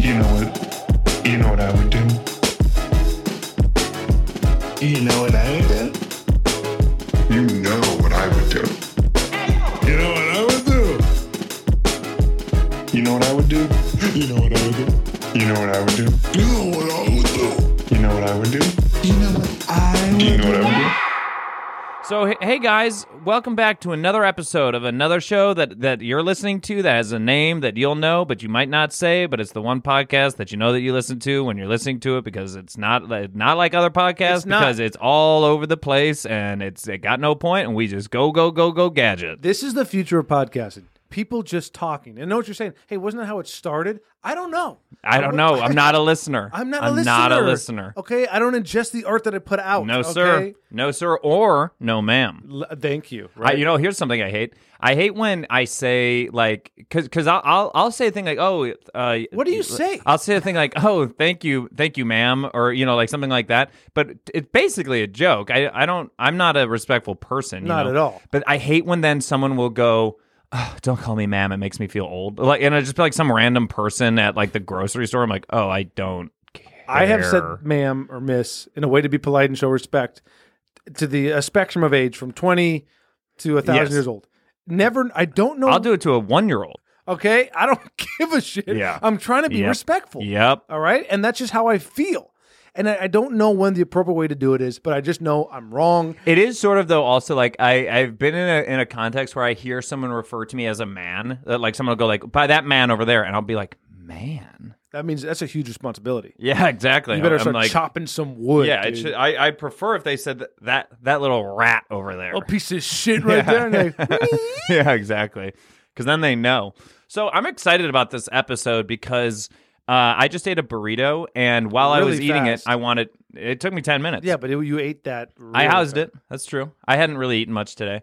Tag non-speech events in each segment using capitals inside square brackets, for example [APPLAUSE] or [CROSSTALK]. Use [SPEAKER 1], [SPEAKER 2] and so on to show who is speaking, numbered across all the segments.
[SPEAKER 1] You know what? You know what I would do?
[SPEAKER 2] You know what I would
[SPEAKER 1] do? You know what I would do.
[SPEAKER 2] You know what I would do?
[SPEAKER 1] You know what I would do?
[SPEAKER 2] You know what I would do?
[SPEAKER 1] You know what I would do?
[SPEAKER 2] You
[SPEAKER 1] You know
[SPEAKER 2] know what I would do?
[SPEAKER 1] what I would do?
[SPEAKER 2] You know what I would
[SPEAKER 1] do? You know what I would do?
[SPEAKER 3] So hey guys, welcome back to another episode of another show that that you're listening to that has a name that you'll know but you might not say, but it's the one podcast that you know that you listen to when you're listening to it because it's not uh, not like other podcasts
[SPEAKER 4] It's not.
[SPEAKER 3] because it's all over the place and it's it got no point and we just go go go go gadget.
[SPEAKER 4] This is the future of podcasting. People just talking. And know what you're saying? Hey, wasn't that how it started? I don't know.
[SPEAKER 3] I don't know. I'm not a listener.
[SPEAKER 4] [LAUGHS] I'm not a
[SPEAKER 3] I'm
[SPEAKER 4] listener.
[SPEAKER 3] not a listener.
[SPEAKER 4] Okay, I don't ingest the art that I put out.
[SPEAKER 3] No sir.
[SPEAKER 4] okay?
[SPEAKER 3] No sir or no ma'am.
[SPEAKER 4] L- thank you.
[SPEAKER 3] I,
[SPEAKER 4] Right?
[SPEAKER 3] you know, here's something I hate. I hate when I say like, cause, cause I'll, I'll, I'll say a thing like, oh, uh,
[SPEAKER 4] What do you say?
[SPEAKER 3] I'll say a thing like, oh, thank you, thank you, ma'am, or you know, like something like that. But it's basically a joke. I, I don't, I'm not a respectful person. you
[SPEAKER 4] Not
[SPEAKER 3] know?
[SPEAKER 4] at all.
[SPEAKER 3] But I hate when then someone will go. "Ugh, don't call me ma'am. It makes me feel old. Like, and I just be like some random person at like the grocery store. I'm like, oh, I don't. Care.
[SPEAKER 4] I have said ma'am or miss in a way to be polite and show respect to the uh, spectrum of age from 20 to a 1,000
[SPEAKER 3] Yes.
[SPEAKER 4] years old. Never, I don't know.
[SPEAKER 3] I'll do it to a one year old.
[SPEAKER 4] Okay, I don't [LAUGHS] give a shit.
[SPEAKER 3] Yeah.
[SPEAKER 4] I'm trying to be
[SPEAKER 3] Yep.
[SPEAKER 4] respectful.
[SPEAKER 3] Yep.
[SPEAKER 4] All right. And that's just how I feel. And I, I don't know when the appropriate way to do it is, but I just know I'm wrong.
[SPEAKER 3] It is sort of though. Also, like I I've been in a in a context where I hear someone refer to me as a man. That like someone will go like by that man over there, and I'll be like man.
[SPEAKER 4] That means that's a huge responsibility.
[SPEAKER 3] Yeah, exactly.
[SPEAKER 4] You better
[SPEAKER 3] I'm
[SPEAKER 4] start
[SPEAKER 3] like,
[SPEAKER 4] chopping some wood.
[SPEAKER 3] Yeah,
[SPEAKER 4] dude.
[SPEAKER 3] it should, I I prefer if they said that that, that little rat over [LAUGHS] there.
[SPEAKER 4] a piece of shit right there. And
[SPEAKER 3] [LAUGHS]
[SPEAKER 4] like,
[SPEAKER 3] yeah, exactly. Because then they know. So I'm excited about this episode because uh, I just ate a burrito, and while I was
[SPEAKER 4] Really
[SPEAKER 3] eating it,
[SPEAKER 4] fast.
[SPEAKER 3] I wanted. It took me ten minutes.
[SPEAKER 4] yeah, but it, you ate that.
[SPEAKER 3] I
[SPEAKER 4] really
[SPEAKER 3] housed
[SPEAKER 4] fast.
[SPEAKER 3] it. That's true. I hadn't really eaten much today.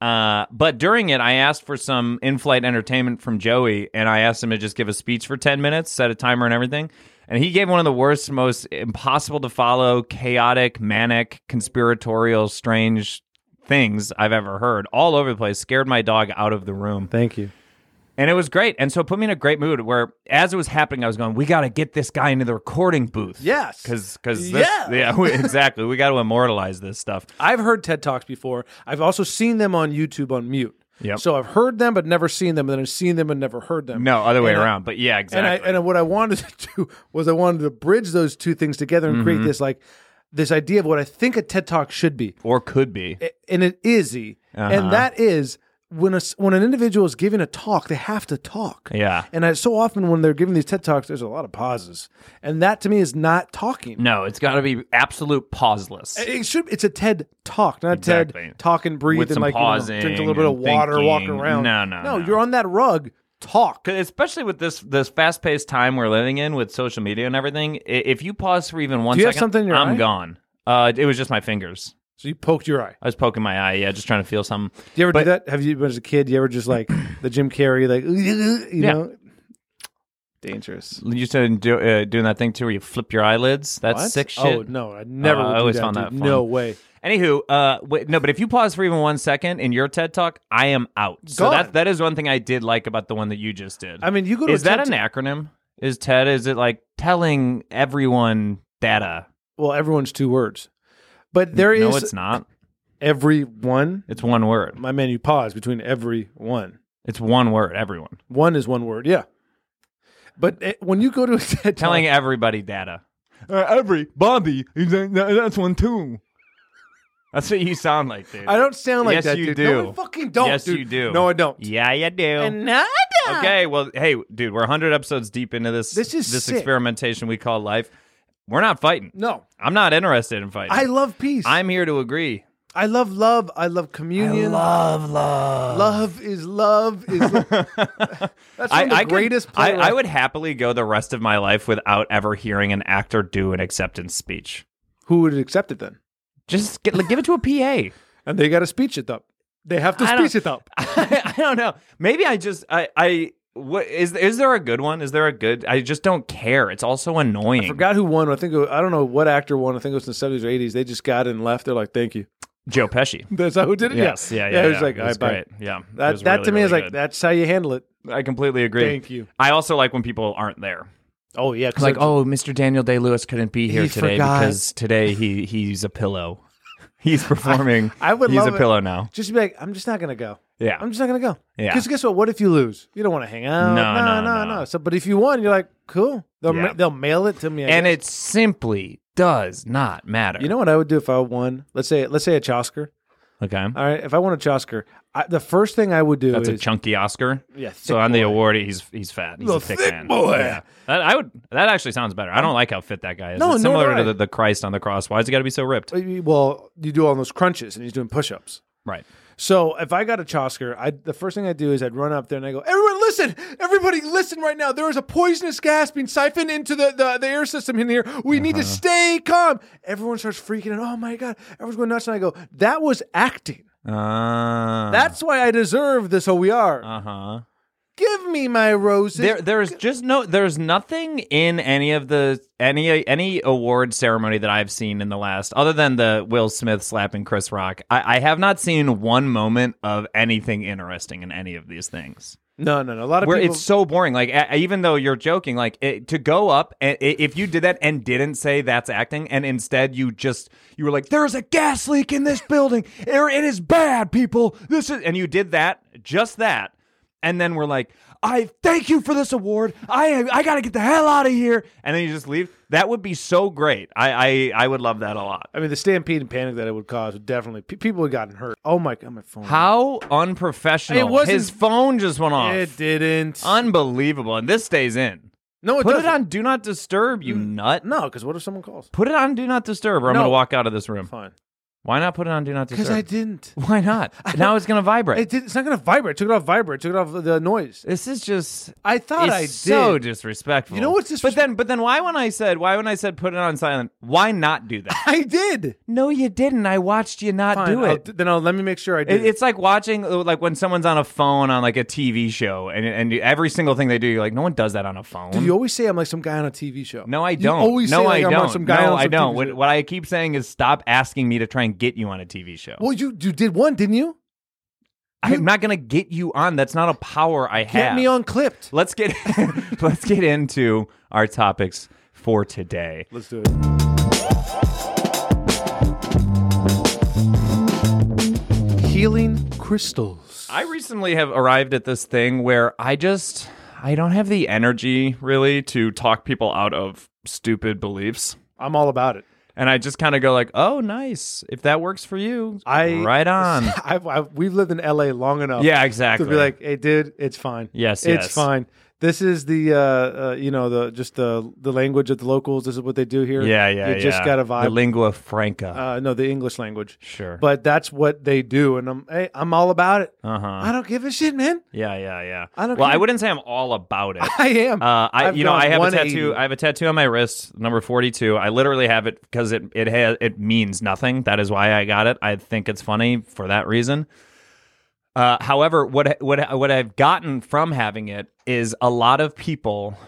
[SPEAKER 3] Uh, but during it, I asked for some in flight entertainment from Joey, and I asked him to just give a speech for 10 minutes, set a timer and everything. And he gave one of the worst, most impossible to follow, chaotic, manic, conspiratorial, strange things I've ever heard all over the place, scared my dog out of the room.
[SPEAKER 4] Thank you.
[SPEAKER 3] And it was great. And so it put me in a great mood where, as it was happening, I was going, We got to get this guy into the recording booth.
[SPEAKER 4] Yes.
[SPEAKER 3] Because, because,
[SPEAKER 4] Yeah.
[SPEAKER 3] yeah, [LAUGHS] we- exactly. We got to immortalize this stuff.
[SPEAKER 4] I've heard TED Talks before. I've also seen them on YouTube on mute.
[SPEAKER 3] Yep.
[SPEAKER 4] So I've heard them but never seen them, and then I've seen them and never heard them.
[SPEAKER 3] No, other way
[SPEAKER 4] And I-
[SPEAKER 3] around. but yeah, exactly.
[SPEAKER 4] And I and what I wanted to [LAUGHS] do was I wanted to bridge those two things together and
[SPEAKER 3] Mm-hmm.
[SPEAKER 4] create this like this idea of what I think a TED Talk should be,
[SPEAKER 3] or could be.
[SPEAKER 4] A- and it is E,
[SPEAKER 3] Uh-huh.
[SPEAKER 4] and that is when a s when an individual is giving a talk, they have to talk.
[SPEAKER 3] Yeah.
[SPEAKER 4] And I, so often when they're giving these TED Talks, there's a lot of pauses, and that to me is not talking.
[SPEAKER 3] No, it's got to be absolute pauseless.
[SPEAKER 4] It should. It's a TED talk, not
[SPEAKER 3] Exactly.
[SPEAKER 4] TED talk and breathe
[SPEAKER 3] With
[SPEAKER 4] and
[SPEAKER 3] some
[SPEAKER 4] like you know, drink a
[SPEAKER 3] pausing
[SPEAKER 4] little bit of
[SPEAKER 3] and
[SPEAKER 4] water, walk
[SPEAKER 3] thinking.
[SPEAKER 4] around.
[SPEAKER 3] No, no,
[SPEAKER 4] no.
[SPEAKER 3] no.
[SPEAKER 4] You're on that rug. Talk.
[SPEAKER 3] 'Cause Especially with this this fast paced time we're living in with social media and everything, i- if you pause for even one
[SPEAKER 4] Do you have
[SPEAKER 3] second,
[SPEAKER 4] something in your
[SPEAKER 3] I'm
[SPEAKER 4] eye?
[SPEAKER 3] gone. Uh, it was just my fingers.
[SPEAKER 4] So you poked your eye.
[SPEAKER 3] I was poking my eye, yeah, just trying to feel something.
[SPEAKER 4] Do you ever
[SPEAKER 3] But-
[SPEAKER 4] do that? Have you been as a kid? You ever
[SPEAKER 5] [CLEARS THROAT]
[SPEAKER 4] just like the Jim Carrey, like you
[SPEAKER 3] Yeah.
[SPEAKER 4] know, dangerous.
[SPEAKER 3] You said do, uh, doing that thing too, where you flip your eyelids. That's
[SPEAKER 4] What?
[SPEAKER 3] sick shit.
[SPEAKER 4] Oh no, I never.
[SPEAKER 3] Uh,
[SPEAKER 4] would
[SPEAKER 3] I
[SPEAKER 4] do
[SPEAKER 3] always
[SPEAKER 4] that,
[SPEAKER 3] found
[SPEAKER 4] dude.
[SPEAKER 3] that fun.
[SPEAKER 4] No way.
[SPEAKER 3] Anywho, uh, wait, no, but if you pause for even one second in your TED talk, I am out. So
[SPEAKER 4] Gone.
[SPEAKER 3] that that is one thing I did like about the one that you just did.
[SPEAKER 4] I mean, you go to
[SPEAKER 3] is
[SPEAKER 4] a
[SPEAKER 3] that
[SPEAKER 4] TED
[SPEAKER 3] an acronym? Is TED? Is it like telling everyone data?
[SPEAKER 4] Well, everyone's two words, but there is
[SPEAKER 3] no, it's not.
[SPEAKER 4] everyone.
[SPEAKER 3] It's one word.
[SPEAKER 4] My man, you pause between every one.
[SPEAKER 3] It's one word. Everyone
[SPEAKER 4] One is one word. Yeah. But eh, when you go to [LAUGHS] a TED
[SPEAKER 3] telling
[SPEAKER 4] talk,
[SPEAKER 3] everybody data.
[SPEAKER 5] Uh, every Bobby, that's one too.
[SPEAKER 3] That's what you sound like, dude.
[SPEAKER 4] I don't sound like
[SPEAKER 3] Yes,
[SPEAKER 4] that.
[SPEAKER 3] you
[SPEAKER 4] dude.
[SPEAKER 3] do.
[SPEAKER 4] No, I fucking don't.
[SPEAKER 3] Yes,
[SPEAKER 4] dude.
[SPEAKER 3] you do.
[SPEAKER 4] No, I don't.
[SPEAKER 3] Yeah, you do. Okay, well, hey, dude, we're 100 episodes deep into this.
[SPEAKER 4] This is
[SPEAKER 3] this
[SPEAKER 4] sick.
[SPEAKER 3] experimentation we call life. We're not fighting.
[SPEAKER 4] No,
[SPEAKER 3] I'm not interested in fighting.
[SPEAKER 4] I love peace.
[SPEAKER 3] I'm here to agree.
[SPEAKER 4] I love love. I love communion.
[SPEAKER 3] love, love.
[SPEAKER 4] Love is love is. Lo- [LAUGHS] That's one of the
[SPEAKER 3] could-
[SPEAKER 4] greatest.
[SPEAKER 3] I,
[SPEAKER 4] playwright-
[SPEAKER 3] I would happily go the rest of my life without ever hearing an actor do an acceptance speech.
[SPEAKER 4] Who would accept it then?
[SPEAKER 3] Just get, like, give it to a [LAUGHS] PA.
[SPEAKER 4] And they got to speech it up. They have to
[SPEAKER 3] I
[SPEAKER 4] speech it up.
[SPEAKER 3] I, I don't know. Maybe I just I I what is is there a good one? Is there a good? I just don't care. It's also annoying.
[SPEAKER 4] I forgot who won. I think it was- I don't know what actor won. I think it was in the seventies or eighties. They just got in and left. They're like, "Thank you." [LAUGHS]
[SPEAKER 3] Joe Pesci. [LAUGHS]
[SPEAKER 4] That's how who did it.
[SPEAKER 3] Yes, yeah, yeah.
[SPEAKER 4] It was
[SPEAKER 3] yeah.
[SPEAKER 4] like,
[SPEAKER 3] It
[SPEAKER 4] "All right, bye."
[SPEAKER 3] great. Yeah, It
[SPEAKER 4] That
[SPEAKER 3] was
[SPEAKER 4] that
[SPEAKER 3] really,
[SPEAKER 4] to me is
[SPEAKER 3] really
[SPEAKER 4] like
[SPEAKER 3] good.
[SPEAKER 4] that's how you handle it.
[SPEAKER 3] I completely agree.
[SPEAKER 4] Thank you.
[SPEAKER 3] I also like when people aren't there.
[SPEAKER 4] Oh yeah, because
[SPEAKER 3] like, oh, Mr. Daniel Day Lewis couldn't be here
[SPEAKER 4] He
[SPEAKER 3] today
[SPEAKER 4] forgot.
[SPEAKER 3] because today he he's a pillow. [LAUGHS] He's performing.
[SPEAKER 4] I would
[SPEAKER 3] He's
[SPEAKER 4] love
[SPEAKER 3] a
[SPEAKER 4] it.
[SPEAKER 3] pillow now.
[SPEAKER 4] just be like, I'm just not gonna go.
[SPEAKER 3] Yeah.
[SPEAKER 4] I'm just not gonna go.
[SPEAKER 3] Yeah.
[SPEAKER 4] Because guess what? What if you lose? You don't want to hang out.
[SPEAKER 3] No, no,
[SPEAKER 4] no,
[SPEAKER 3] no.
[SPEAKER 4] no. So, but if you won, you're like, cool. They'll
[SPEAKER 3] Yeah.
[SPEAKER 4] ma- they'll mail it to me. I
[SPEAKER 3] and
[SPEAKER 4] guess.
[SPEAKER 3] it simply does not matter.
[SPEAKER 4] you know what I would do if I won? Let's say let's say a Chosker.
[SPEAKER 3] Okay.
[SPEAKER 4] All right, if I won a Chosker, I, the first thing I would do
[SPEAKER 3] That's a
[SPEAKER 4] is
[SPEAKER 3] chunky Oscar.
[SPEAKER 4] yeah.
[SPEAKER 3] So
[SPEAKER 4] thick
[SPEAKER 3] on the
[SPEAKER 4] boy.
[SPEAKER 3] award, he's he's fat. He's a thick, man. boy. Yeah. That I would. That actually sounds better. I don't like how fit that guy is.
[SPEAKER 4] No,
[SPEAKER 3] it's
[SPEAKER 4] nor
[SPEAKER 3] similar
[SPEAKER 4] do
[SPEAKER 3] to
[SPEAKER 4] I.
[SPEAKER 3] the, the Christ on the cross. Why's he got to be so ripped?
[SPEAKER 4] Well, you do all those crunches, and he's doing push-ups.
[SPEAKER 3] Right.
[SPEAKER 4] So if I got a Chosker, I the first thing I do is I'd run up there and I go, everyone listen, everybody listen right now. There is a poisonous gas being siphoned into the, the, the air system in here. We need to
[SPEAKER 3] Uh-huh.
[SPEAKER 4] stay calm. Everyone starts freaking out. Oh my god, everyone's going nuts. And I go, that was acting.
[SPEAKER 3] Uh,
[SPEAKER 4] That's why I deserve this OER.
[SPEAKER 3] Uh huh.
[SPEAKER 4] Give me my roses.
[SPEAKER 3] There, there's just no, there's nothing in any of the any any award ceremony that I've seen in the last, other than the Will Smith slapping Chris Rock. I, I have not seen one moment of anything interesting in any of these things.
[SPEAKER 4] no, no, no. A lot of
[SPEAKER 3] Where
[SPEAKER 4] people.
[SPEAKER 3] it's so boring. Like a, even though you're joking, like it, to go up and i if you did that and didn't say that's acting, and instead you just you were like, "There's a gas leak in this building. It- it is bad, people. This is," and you did that, just that, and then we're like, "I thank you for this award. I I gotta get the hell out of here," and then you just leave. That would be so great. I I, I would love that a lot.
[SPEAKER 4] I mean, the stampede and panic that it would cause would definitely pe- people had gotten hurt. Oh my god, my phone.
[SPEAKER 3] How unprofessional!
[SPEAKER 4] It wasn't-
[SPEAKER 3] His phone just went off.
[SPEAKER 4] It didn't.
[SPEAKER 3] Unbelievable, and this stays in.
[SPEAKER 4] no, it
[SPEAKER 3] Put it
[SPEAKER 4] doesn't.
[SPEAKER 3] on Do Not Disturb, you nut.
[SPEAKER 4] No, because what if someone calls?
[SPEAKER 3] Put it on Do Not Disturb, or I'm
[SPEAKER 4] No.
[SPEAKER 3] going to walk out of this room.
[SPEAKER 4] Fine.
[SPEAKER 3] Why not put it on Do Not
[SPEAKER 4] Because
[SPEAKER 3] Disturb?
[SPEAKER 4] I didn't.
[SPEAKER 3] Why [LAUGHS] not? now it's going to vibrate.
[SPEAKER 4] It did, it's not going to vibrate. It took it off vibrate. It took it off the noise.
[SPEAKER 3] this is just.
[SPEAKER 4] I thought
[SPEAKER 3] it's
[SPEAKER 4] I did.
[SPEAKER 3] so disrespectful.
[SPEAKER 4] You know what's
[SPEAKER 3] But then, but then, why when I said why when I said put it on silent? Why not do that?
[SPEAKER 4] [LAUGHS] I did.
[SPEAKER 3] no, you didn't. I watched you not
[SPEAKER 4] Fine,
[SPEAKER 3] do
[SPEAKER 4] I'll-
[SPEAKER 3] it.
[SPEAKER 4] then I'll let me make sure I did.
[SPEAKER 3] It- It's like watching uh, like when someone's on a phone on like a TV show, and and every single thing they do, you're like, no one does that on a phone.
[SPEAKER 4] Dude, you always say I'm like some guy on a TV show.
[SPEAKER 3] No, I
[SPEAKER 4] You
[SPEAKER 3] don't.
[SPEAKER 4] always
[SPEAKER 3] no,
[SPEAKER 4] say like
[SPEAKER 3] I
[SPEAKER 4] I'm
[SPEAKER 3] don't.
[SPEAKER 4] on some guy
[SPEAKER 3] no,
[SPEAKER 4] on some
[SPEAKER 3] I don't.
[SPEAKER 4] TV
[SPEAKER 3] What,
[SPEAKER 4] show.
[SPEAKER 3] what I keep saying is stop asking me to try and get you on a TV show.
[SPEAKER 4] well, you you did one, didn't you?
[SPEAKER 3] I'm not gonna get you on. That's not a power I
[SPEAKER 4] Get
[SPEAKER 3] have.
[SPEAKER 4] me on clipped.
[SPEAKER 3] Let's get [LAUGHS] let's get into our topics for today.
[SPEAKER 4] Let's do it. Healing crystals.
[SPEAKER 3] I recently have arrived at this thing where I just I don't have the energy really to talk people out of stupid beliefs.
[SPEAKER 4] I'm all about it.
[SPEAKER 3] And I just kind of go like, "Oh, nice. If that works for you,
[SPEAKER 4] I
[SPEAKER 3] right
[SPEAKER 4] [LAUGHS]
[SPEAKER 3] on."
[SPEAKER 4] I've, I've, we've lived in LA long enough.
[SPEAKER 3] yeah, exactly.
[SPEAKER 4] to be like, "Hey, dude, it's fine.
[SPEAKER 3] Yes,
[SPEAKER 4] it's
[SPEAKER 3] yes.
[SPEAKER 4] fine. This is the uh, uh, you know the just the the language of the locals. This is what they do here.
[SPEAKER 3] yeah, yeah,
[SPEAKER 4] You
[SPEAKER 3] yeah.
[SPEAKER 4] just got a
[SPEAKER 3] The
[SPEAKER 4] vibe.
[SPEAKER 3] lingua franca.
[SPEAKER 4] uh, no, the English language,
[SPEAKER 3] sure.
[SPEAKER 4] but that's what they do. And I'm hey, I'm all about it.
[SPEAKER 3] uh-huh.
[SPEAKER 4] I don't give a shit, man. [LAUGHS]
[SPEAKER 3] Yeah, yeah, yeah.
[SPEAKER 4] I don't
[SPEAKER 3] well, I
[SPEAKER 4] care.
[SPEAKER 3] wouldn't say I'm all about it.
[SPEAKER 4] I am.
[SPEAKER 3] Uh, I,
[SPEAKER 4] I've
[SPEAKER 3] you know,
[SPEAKER 4] gone
[SPEAKER 3] I have a
[SPEAKER 4] 180.
[SPEAKER 3] tattoo. I have a tattoo on my wrist, number forty-two. I literally have it because it it has it means nothing. That is why I got it. I think it's funny for that reason. Uh, however, what what what I've gotten from having it is a lot of people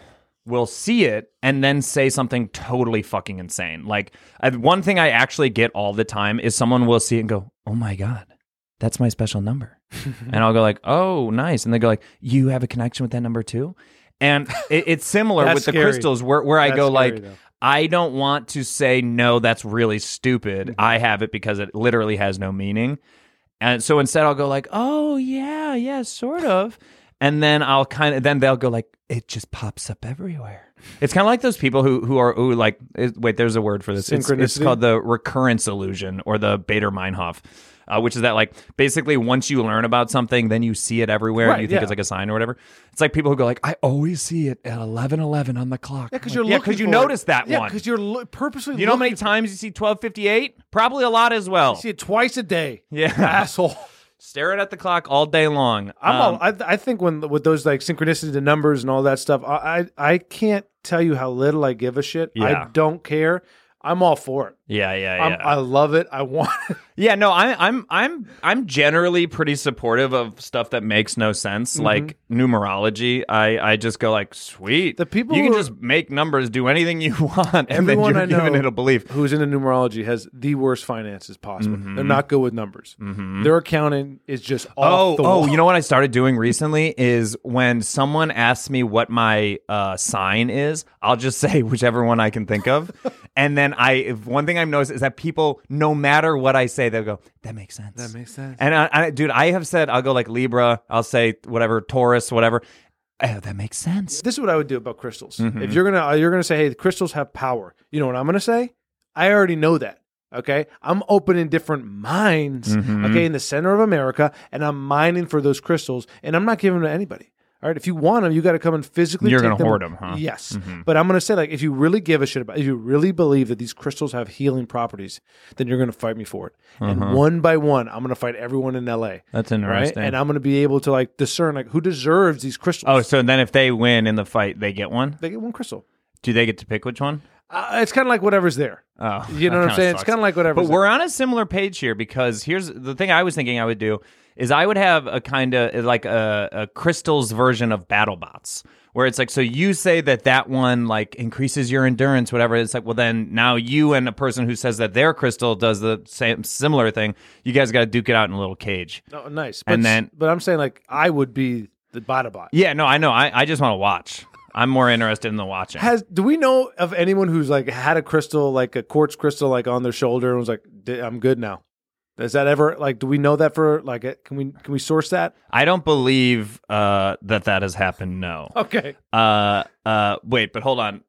[SPEAKER 3] will see it and then say something totally fucking insane. Like I, one thing I actually get all the time is someone will see it and go, "Oh my god, that's my special
[SPEAKER 4] [LAUGHS]
[SPEAKER 3] number," and I'll go like, "Oh, nice," and they go like, "You have a connection with that number too." And it, it's similar
[SPEAKER 4] [LAUGHS] That's
[SPEAKER 3] with the
[SPEAKER 4] scary.
[SPEAKER 3] crystals, where where I
[SPEAKER 4] That's
[SPEAKER 3] go
[SPEAKER 4] scary,
[SPEAKER 3] like,
[SPEAKER 4] though.
[SPEAKER 3] I don't want to say no. That's really stupid.
[SPEAKER 4] Mm-hmm.
[SPEAKER 3] I have it because it literally has no meaning. And so instead, I'll go like, "Oh yeah, yeah, sort of," and then I'll kind of then they'll go like, "It just pops up everywhere." It's kind of like those people who who are who like is- wait, there's a word for this. It's, it's
[SPEAKER 4] Synchronicity?
[SPEAKER 3] called the recurrence illusion or the Bader Meinhof, uh, which is that like basically once you learn about something, then you see it everywhere. and
[SPEAKER 4] Right,
[SPEAKER 3] you think
[SPEAKER 4] yeah.
[SPEAKER 3] it's like a sign or whatever. It's like people who go like, "I always see it at 11:11 on the clock."
[SPEAKER 4] because you're
[SPEAKER 3] yeah,
[SPEAKER 4] looking
[SPEAKER 3] you
[SPEAKER 4] for
[SPEAKER 3] noticed
[SPEAKER 4] it.
[SPEAKER 3] that
[SPEAKER 4] yeah,
[SPEAKER 3] one.
[SPEAKER 4] because you're lo- purposely.
[SPEAKER 3] You know how
[SPEAKER 4] looking
[SPEAKER 3] many
[SPEAKER 4] for-
[SPEAKER 3] times you see 1258? Probably a lot as well.
[SPEAKER 4] [LAUGHS] I see it twice a day.
[SPEAKER 3] Yeah.
[SPEAKER 4] asshole.
[SPEAKER 3] Stare it at the clock all day long.
[SPEAKER 4] I'm
[SPEAKER 3] Um,
[SPEAKER 4] all, I, I think when with those like synchronicities and numbers and all that stuff, I I, I can't tell you how little I give a shit.
[SPEAKER 3] Yeah.
[SPEAKER 4] I don't care. I'm all for it.
[SPEAKER 3] yeah, yeah, yeah.
[SPEAKER 4] I'm, I love it. I want [LAUGHS] it.
[SPEAKER 3] Yeah, no, I, I'm I'm I'm generally pretty supportive of stuff that makes no sense,
[SPEAKER 4] Mm-hmm.
[SPEAKER 3] like numerology. I, I just go like, sweet.
[SPEAKER 4] The people
[SPEAKER 3] you can
[SPEAKER 4] who are-
[SPEAKER 3] just make numbers do anything you [LAUGHS] want, and
[SPEAKER 4] Everyone
[SPEAKER 3] then
[SPEAKER 4] I
[SPEAKER 3] you're
[SPEAKER 4] know
[SPEAKER 3] given it a belief.
[SPEAKER 4] who's into numerology has the worst finances possible. They're
[SPEAKER 3] Mm-hmm.
[SPEAKER 4] not good with numbers. Their accounting is just
[SPEAKER 3] Oh,
[SPEAKER 4] off the
[SPEAKER 3] oh,
[SPEAKER 4] wall.
[SPEAKER 3] you know what I started doing recently is when someone asks me what my uh, sign is, I'll just [LAUGHS] say whichever one I can think of. and then I, if one thing I've noticed is that people, no matter what I say, they'll go, that makes sense. That
[SPEAKER 4] makes sense.
[SPEAKER 3] And I, I, dude, I have said, I'll go like Libra, I'll say whatever, Taurus, whatever. Oh, that makes sense.
[SPEAKER 4] This is what I would do about crystals.
[SPEAKER 3] Mm-hmm.
[SPEAKER 4] If you're gonna uh, you're gonna say, hey, the crystals have power. You know what I'm gonna say? I already know that. Okay, I'm opening different mines.
[SPEAKER 3] Mm-hmm.
[SPEAKER 4] Okay, in the center of America, and I'm mining for those crystals, and I'm not giving them to anybody. All right, if you want them, you got to come and physically.
[SPEAKER 3] You're
[SPEAKER 4] take
[SPEAKER 3] gonna
[SPEAKER 4] them.
[SPEAKER 3] hoard 'em, huh? Mm-hmm.
[SPEAKER 4] Yes, but I'm gonna say like, if you really give a shit about, if you really believe that these crystals have healing properties, then you're gonna fight me for it. And one by one, I'm gonna fight everyone in L.A.
[SPEAKER 3] Uh-huh. That's
[SPEAKER 4] all right?
[SPEAKER 3] interesting.
[SPEAKER 4] and I'm gonna be able to like discern like who deserves these crystals.
[SPEAKER 3] Oh, so then if they win in the fight, they get one?
[SPEAKER 4] they get one crystal.
[SPEAKER 3] Do they get to pick which one?
[SPEAKER 4] Uh, it's kind of like whatever's there.
[SPEAKER 3] Oh,
[SPEAKER 4] You know
[SPEAKER 3] that
[SPEAKER 4] what I'm
[SPEAKER 3] kinda
[SPEAKER 4] saying? It's
[SPEAKER 3] sucks.
[SPEAKER 4] kind of like whatever's
[SPEAKER 3] But we're on a similar page here because here's the thing I was thinking I would do is I would have a kind of like a, a crystals version of battle bots where it's like so you say that that one like increases your endurance whatever it's like well then now you and a person who says that their crystal does the same similar thing you guys got to duke it out in a little cage
[SPEAKER 4] there. Oh, nice. But,
[SPEAKER 3] And
[SPEAKER 4] s-
[SPEAKER 3] then-
[SPEAKER 4] but I'm saying like I would be the Bottabot.
[SPEAKER 3] yeah no I know I, I just want to watch I'm more interested in the watching
[SPEAKER 4] Has do we know of anyone who's like had a crystal like a quartz crystal like on their shoulder and was like "D- I'm good now? Is that ever like do we know that for like uh, can we can we source that?
[SPEAKER 3] I don't believe uh, that that has happened no
[SPEAKER 4] Okay.
[SPEAKER 3] Uh, uh, wait, but hold on.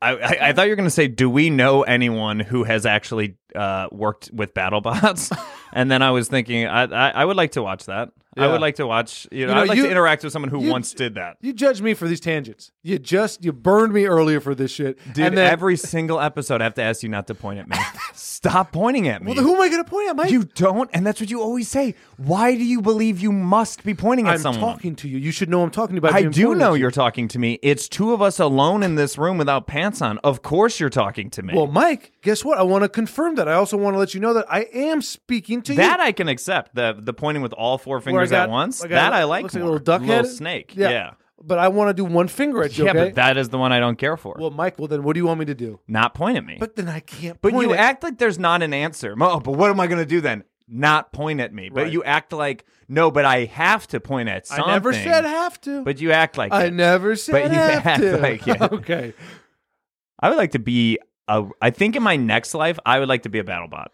[SPEAKER 3] I, I, I thought you were going to say, do we know anyone who has actually uh, worked with battle
[SPEAKER 4] [LAUGHS]
[SPEAKER 3] bots? and then I was thinking, I, I, I would like to watch that. I
[SPEAKER 4] Yeah.
[SPEAKER 3] would like to watch, you know,
[SPEAKER 4] know,
[SPEAKER 3] I'd like
[SPEAKER 4] you-
[SPEAKER 3] to interact with someone who
[SPEAKER 4] you-
[SPEAKER 3] once did that.
[SPEAKER 4] You judge me for these tangents. You just you burned me earlier for this shit.
[SPEAKER 3] Dude,
[SPEAKER 4] and then,
[SPEAKER 3] every single episode, I have to ask you not to point at me. [LAUGHS] Stop pointing at me.
[SPEAKER 4] well, then who am I going to point at? Mike?
[SPEAKER 3] you don't, and that's what you always say. Why do you believe you must be pointing at
[SPEAKER 4] I'm
[SPEAKER 3] someone?
[SPEAKER 4] talking to you. You should know I'm talking about.
[SPEAKER 3] I
[SPEAKER 4] being
[SPEAKER 3] do
[SPEAKER 4] pointed at
[SPEAKER 3] know
[SPEAKER 4] you.
[SPEAKER 3] you're talking to me. It's two of us alone in this room without pants on. Of course, you're talking to me.
[SPEAKER 4] Well, Mike, guess what? I want to confirm that. I also want to let you know that I am speaking to you.
[SPEAKER 3] That I can accept. The the pointing with all four
[SPEAKER 4] Where I
[SPEAKER 3] fingers
[SPEAKER 4] got-
[SPEAKER 3] at once.
[SPEAKER 4] got
[SPEAKER 3] that
[SPEAKER 4] a-
[SPEAKER 3] I like.
[SPEAKER 4] Looks like a
[SPEAKER 3] more.
[SPEAKER 4] little duck
[SPEAKER 3] little
[SPEAKER 4] head,
[SPEAKER 3] snake. Yeah. Yeah,
[SPEAKER 4] But I want to do one finger at you. okay?
[SPEAKER 3] but that is the one I don't care for.
[SPEAKER 4] Well, Mike. Well, then what do you want me to do?
[SPEAKER 3] not point at me.
[SPEAKER 4] But then I can't.
[SPEAKER 3] But
[SPEAKER 4] point
[SPEAKER 3] you
[SPEAKER 4] at-
[SPEAKER 3] act like there's not an answer. Oh, but what am I going to do then? Not point at me. But
[SPEAKER 4] Right.
[SPEAKER 3] you act like no. But I have to point at something.
[SPEAKER 4] I never said have to.
[SPEAKER 3] But you act like
[SPEAKER 4] I
[SPEAKER 3] it. [LAUGHS]
[SPEAKER 4] never said
[SPEAKER 3] you
[SPEAKER 4] have
[SPEAKER 3] act
[SPEAKER 4] to. [LAUGHS]
[SPEAKER 3] like it.
[SPEAKER 4] okay.
[SPEAKER 3] I would like to be. A, I think in my next life, I would like to be a battle bot.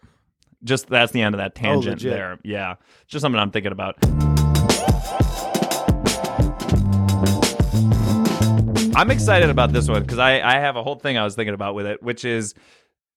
[SPEAKER 3] Just that's the end of that tangent
[SPEAKER 4] Oh, legit.
[SPEAKER 3] there. Yeah, just something I'm thinking about. I'm excited about this one because I, I have a whole thing I was thinking about with it, which is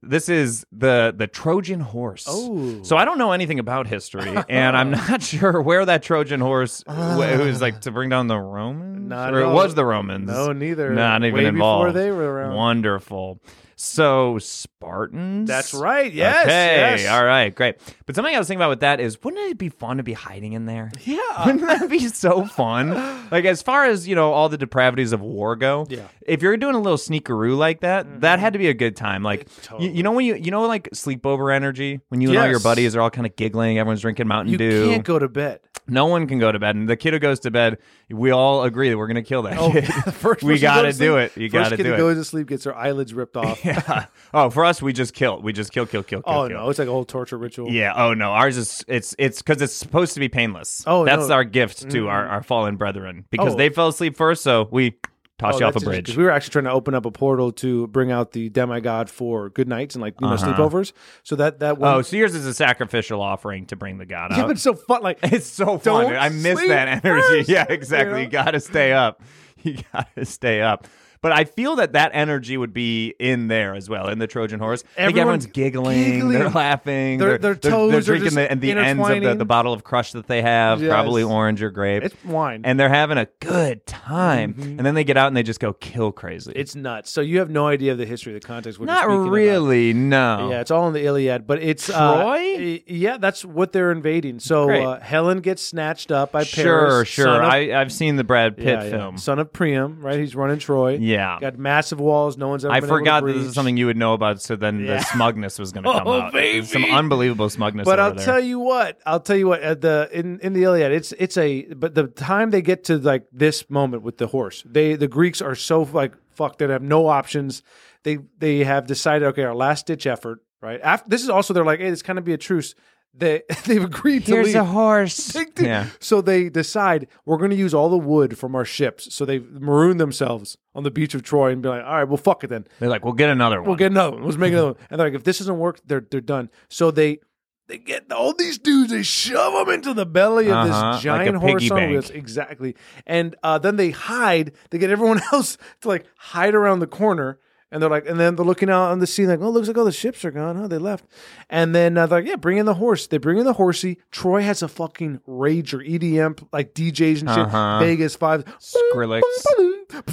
[SPEAKER 3] this is the the Trojan horse.
[SPEAKER 4] Oh.
[SPEAKER 3] so I don't know anything about
[SPEAKER 4] [LAUGHS]
[SPEAKER 3] history, and I'm not [LAUGHS] sure where that Trojan horse wh- who's like to bring down the Romans,
[SPEAKER 4] Ah. Not
[SPEAKER 3] or
[SPEAKER 4] at
[SPEAKER 3] it
[SPEAKER 4] all.
[SPEAKER 3] was the Romans.
[SPEAKER 4] No, neither.
[SPEAKER 3] Not even
[SPEAKER 4] Way before
[SPEAKER 3] involved.
[SPEAKER 4] they were around.
[SPEAKER 3] Wonderful. So Spartans.
[SPEAKER 4] That's right. Yes.
[SPEAKER 3] Okay.
[SPEAKER 4] yes.
[SPEAKER 3] All right. Great. But something I was thinking about with that is, wouldn't it be fun to be hiding in there?
[SPEAKER 4] Yeah.
[SPEAKER 3] [LAUGHS] Wouldn't that be so
[SPEAKER 4] [GASPS]
[SPEAKER 3] fun? Like as far as you know, all the depravities of war go.
[SPEAKER 4] Yeah. Mm-hmm.
[SPEAKER 3] If you're doing a little sneakeroo like that, that had to be a good time. Like
[SPEAKER 4] Totally.
[SPEAKER 3] you, you know when you you know like sleepover energy when you and all your
[SPEAKER 4] Yes.
[SPEAKER 3] buddies are all kind of giggling, everyone's drinking Mountain
[SPEAKER 4] You
[SPEAKER 3] Dew.
[SPEAKER 4] can't go to bed.
[SPEAKER 3] no one can go to bed, and the kid who goes to bed, we all agree that we're gonna kill that
[SPEAKER 4] [LAUGHS]
[SPEAKER 3] kid.
[SPEAKER 4] Oh, First
[SPEAKER 3] [LAUGHS]
[SPEAKER 4] person
[SPEAKER 3] we
[SPEAKER 4] to go
[SPEAKER 3] gotta do
[SPEAKER 4] to sleep-
[SPEAKER 3] it. You
[SPEAKER 4] first
[SPEAKER 3] gotta
[SPEAKER 4] kid
[SPEAKER 3] do
[SPEAKER 4] who
[SPEAKER 3] it.
[SPEAKER 4] goes to sleep gets their eyelids ripped off.
[SPEAKER 3] [LAUGHS] Yeah. Oh, for us, we just kill. We just kill, kill, kill, kill.
[SPEAKER 4] oh
[SPEAKER 3] kill.
[SPEAKER 4] no, it's like a whole torture ritual.
[SPEAKER 3] Yeah. Oh no, ours is it's it's because it's supposed to be painless.
[SPEAKER 4] Oh,
[SPEAKER 3] that's
[SPEAKER 4] no. Mm-hmm.
[SPEAKER 3] our gift to our, our fallen brethren because
[SPEAKER 4] Oh.
[SPEAKER 3] they fell asleep first, so we toss
[SPEAKER 4] Oh,
[SPEAKER 3] you off a
[SPEAKER 4] that's interesting, 'cause
[SPEAKER 3] bridge.
[SPEAKER 4] We were actually trying to open up a portal to bring out the demigod for good nights and like you know sleepovers. So that that one
[SPEAKER 3] Uh-huh. Oh, so yours is a sacrificial offering to bring the god
[SPEAKER 4] [LAUGHS] yeah,
[SPEAKER 3] out.
[SPEAKER 4] but it's so fun. Like
[SPEAKER 3] [LAUGHS] it's so
[SPEAKER 4] Don't
[SPEAKER 3] fun. dude. I miss
[SPEAKER 4] sleep
[SPEAKER 3] that [LAUGHS] energy.
[SPEAKER 4] first,
[SPEAKER 3] yeah, exactly.
[SPEAKER 4] you
[SPEAKER 3] You,
[SPEAKER 4] know?
[SPEAKER 3] gotta stay up. [LAUGHS] You gotta stay up. But I feel that that energy would be in there as well in the Trojan horse. I think everyone's
[SPEAKER 4] Everyone's
[SPEAKER 3] giggling, they're
[SPEAKER 4] giggling.
[SPEAKER 3] laughing,
[SPEAKER 4] Their- their toes
[SPEAKER 3] they're
[SPEAKER 4] are
[SPEAKER 3] drinking
[SPEAKER 4] just
[SPEAKER 3] the, and the ends of the, the
[SPEAKER 4] intertwining.
[SPEAKER 3] bottle of crush that they have,
[SPEAKER 4] Yes.
[SPEAKER 3] probably orange or grape.
[SPEAKER 4] it's wine.
[SPEAKER 3] and they're having a good time. And then they get out and they just go kill crazy.
[SPEAKER 4] It's nuts. So you have no idea of the history of the context. What
[SPEAKER 3] not
[SPEAKER 4] you're speaking
[SPEAKER 3] really,
[SPEAKER 4] about.
[SPEAKER 3] no.
[SPEAKER 4] Yeah, it's all in the Iliad, but it's
[SPEAKER 3] Troy?
[SPEAKER 4] Uh, y- yeah, that's what they're invading. So
[SPEAKER 3] Great.
[SPEAKER 4] uh, Helen gets snatched up by
[SPEAKER 3] sure,
[SPEAKER 4] Paris.
[SPEAKER 3] sure.
[SPEAKER 4] son of-
[SPEAKER 3] I, I've seen the Brad Pitt
[SPEAKER 4] yeah, yeah,
[SPEAKER 3] film.
[SPEAKER 4] son of Priam, right? He's running Troy.
[SPEAKER 3] Yeah.
[SPEAKER 4] Got massive walls. No one's ever.
[SPEAKER 3] I
[SPEAKER 4] been able to
[SPEAKER 3] forgot that this
[SPEAKER 4] breach.
[SPEAKER 3] is something you would know about, so then
[SPEAKER 4] Yeah.
[SPEAKER 3] the smugness was going to come
[SPEAKER 4] [LAUGHS] Oh,
[SPEAKER 3] out. There's Some
[SPEAKER 4] baby.
[SPEAKER 3] unbelievable smugness.
[SPEAKER 4] But
[SPEAKER 3] over
[SPEAKER 4] I'll
[SPEAKER 3] there.
[SPEAKER 4] tell you what. I'll tell you what. At the in in the Iliad, it's it's a but the time they get to like this moment with the horse, they the Greeks are so like fucked that have no options. They they have decided okay, our last ditch effort, right? After this is also they're like, hey, this kind of be a truce. They [LAUGHS] they've agreed to leave. [LAUGHS]
[SPEAKER 3] horse.
[SPEAKER 4] They do.
[SPEAKER 3] yeah.
[SPEAKER 4] So they decide we're going to use all the wood from our ships. So they maroon themselves on the beach of Troy and be like, all right, well, fuck it then.
[SPEAKER 3] They're like, we'll get another one.
[SPEAKER 4] We'll get another one. Let's make another one. And they're like, if this doesn't work, they're they're done. So they they get all these dudes. They shove them into the belly of
[SPEAKER 3] Uh-huh, like
[SPEAKER 4] this giant
[SPEAKER 3] a
[SPEAKER 4] horse
[SPEAKER 3] piggy
[SPEAKER 4] on
[SPEAKER 3] bank.
[SPEAKER 4] wheels, exactly. And uh, then they hide. They get everyone [LAUGHS] else to like hide around the corner. And they're like, and then they're looking out on the sea, like, oh, looks like all the ships are gone. Huh? They left. And then uh, they're like, yeah, bring in the horse. They bring in the horsey. Troy has a fucking rager, EDM, like DJs and shit.
[SPEAKER 3] Uh-huh.
[SPEAKER 4] Vegas five.
[SPEAKER 3] Skrillex.
[SPEAKER 4] [LAUGHS]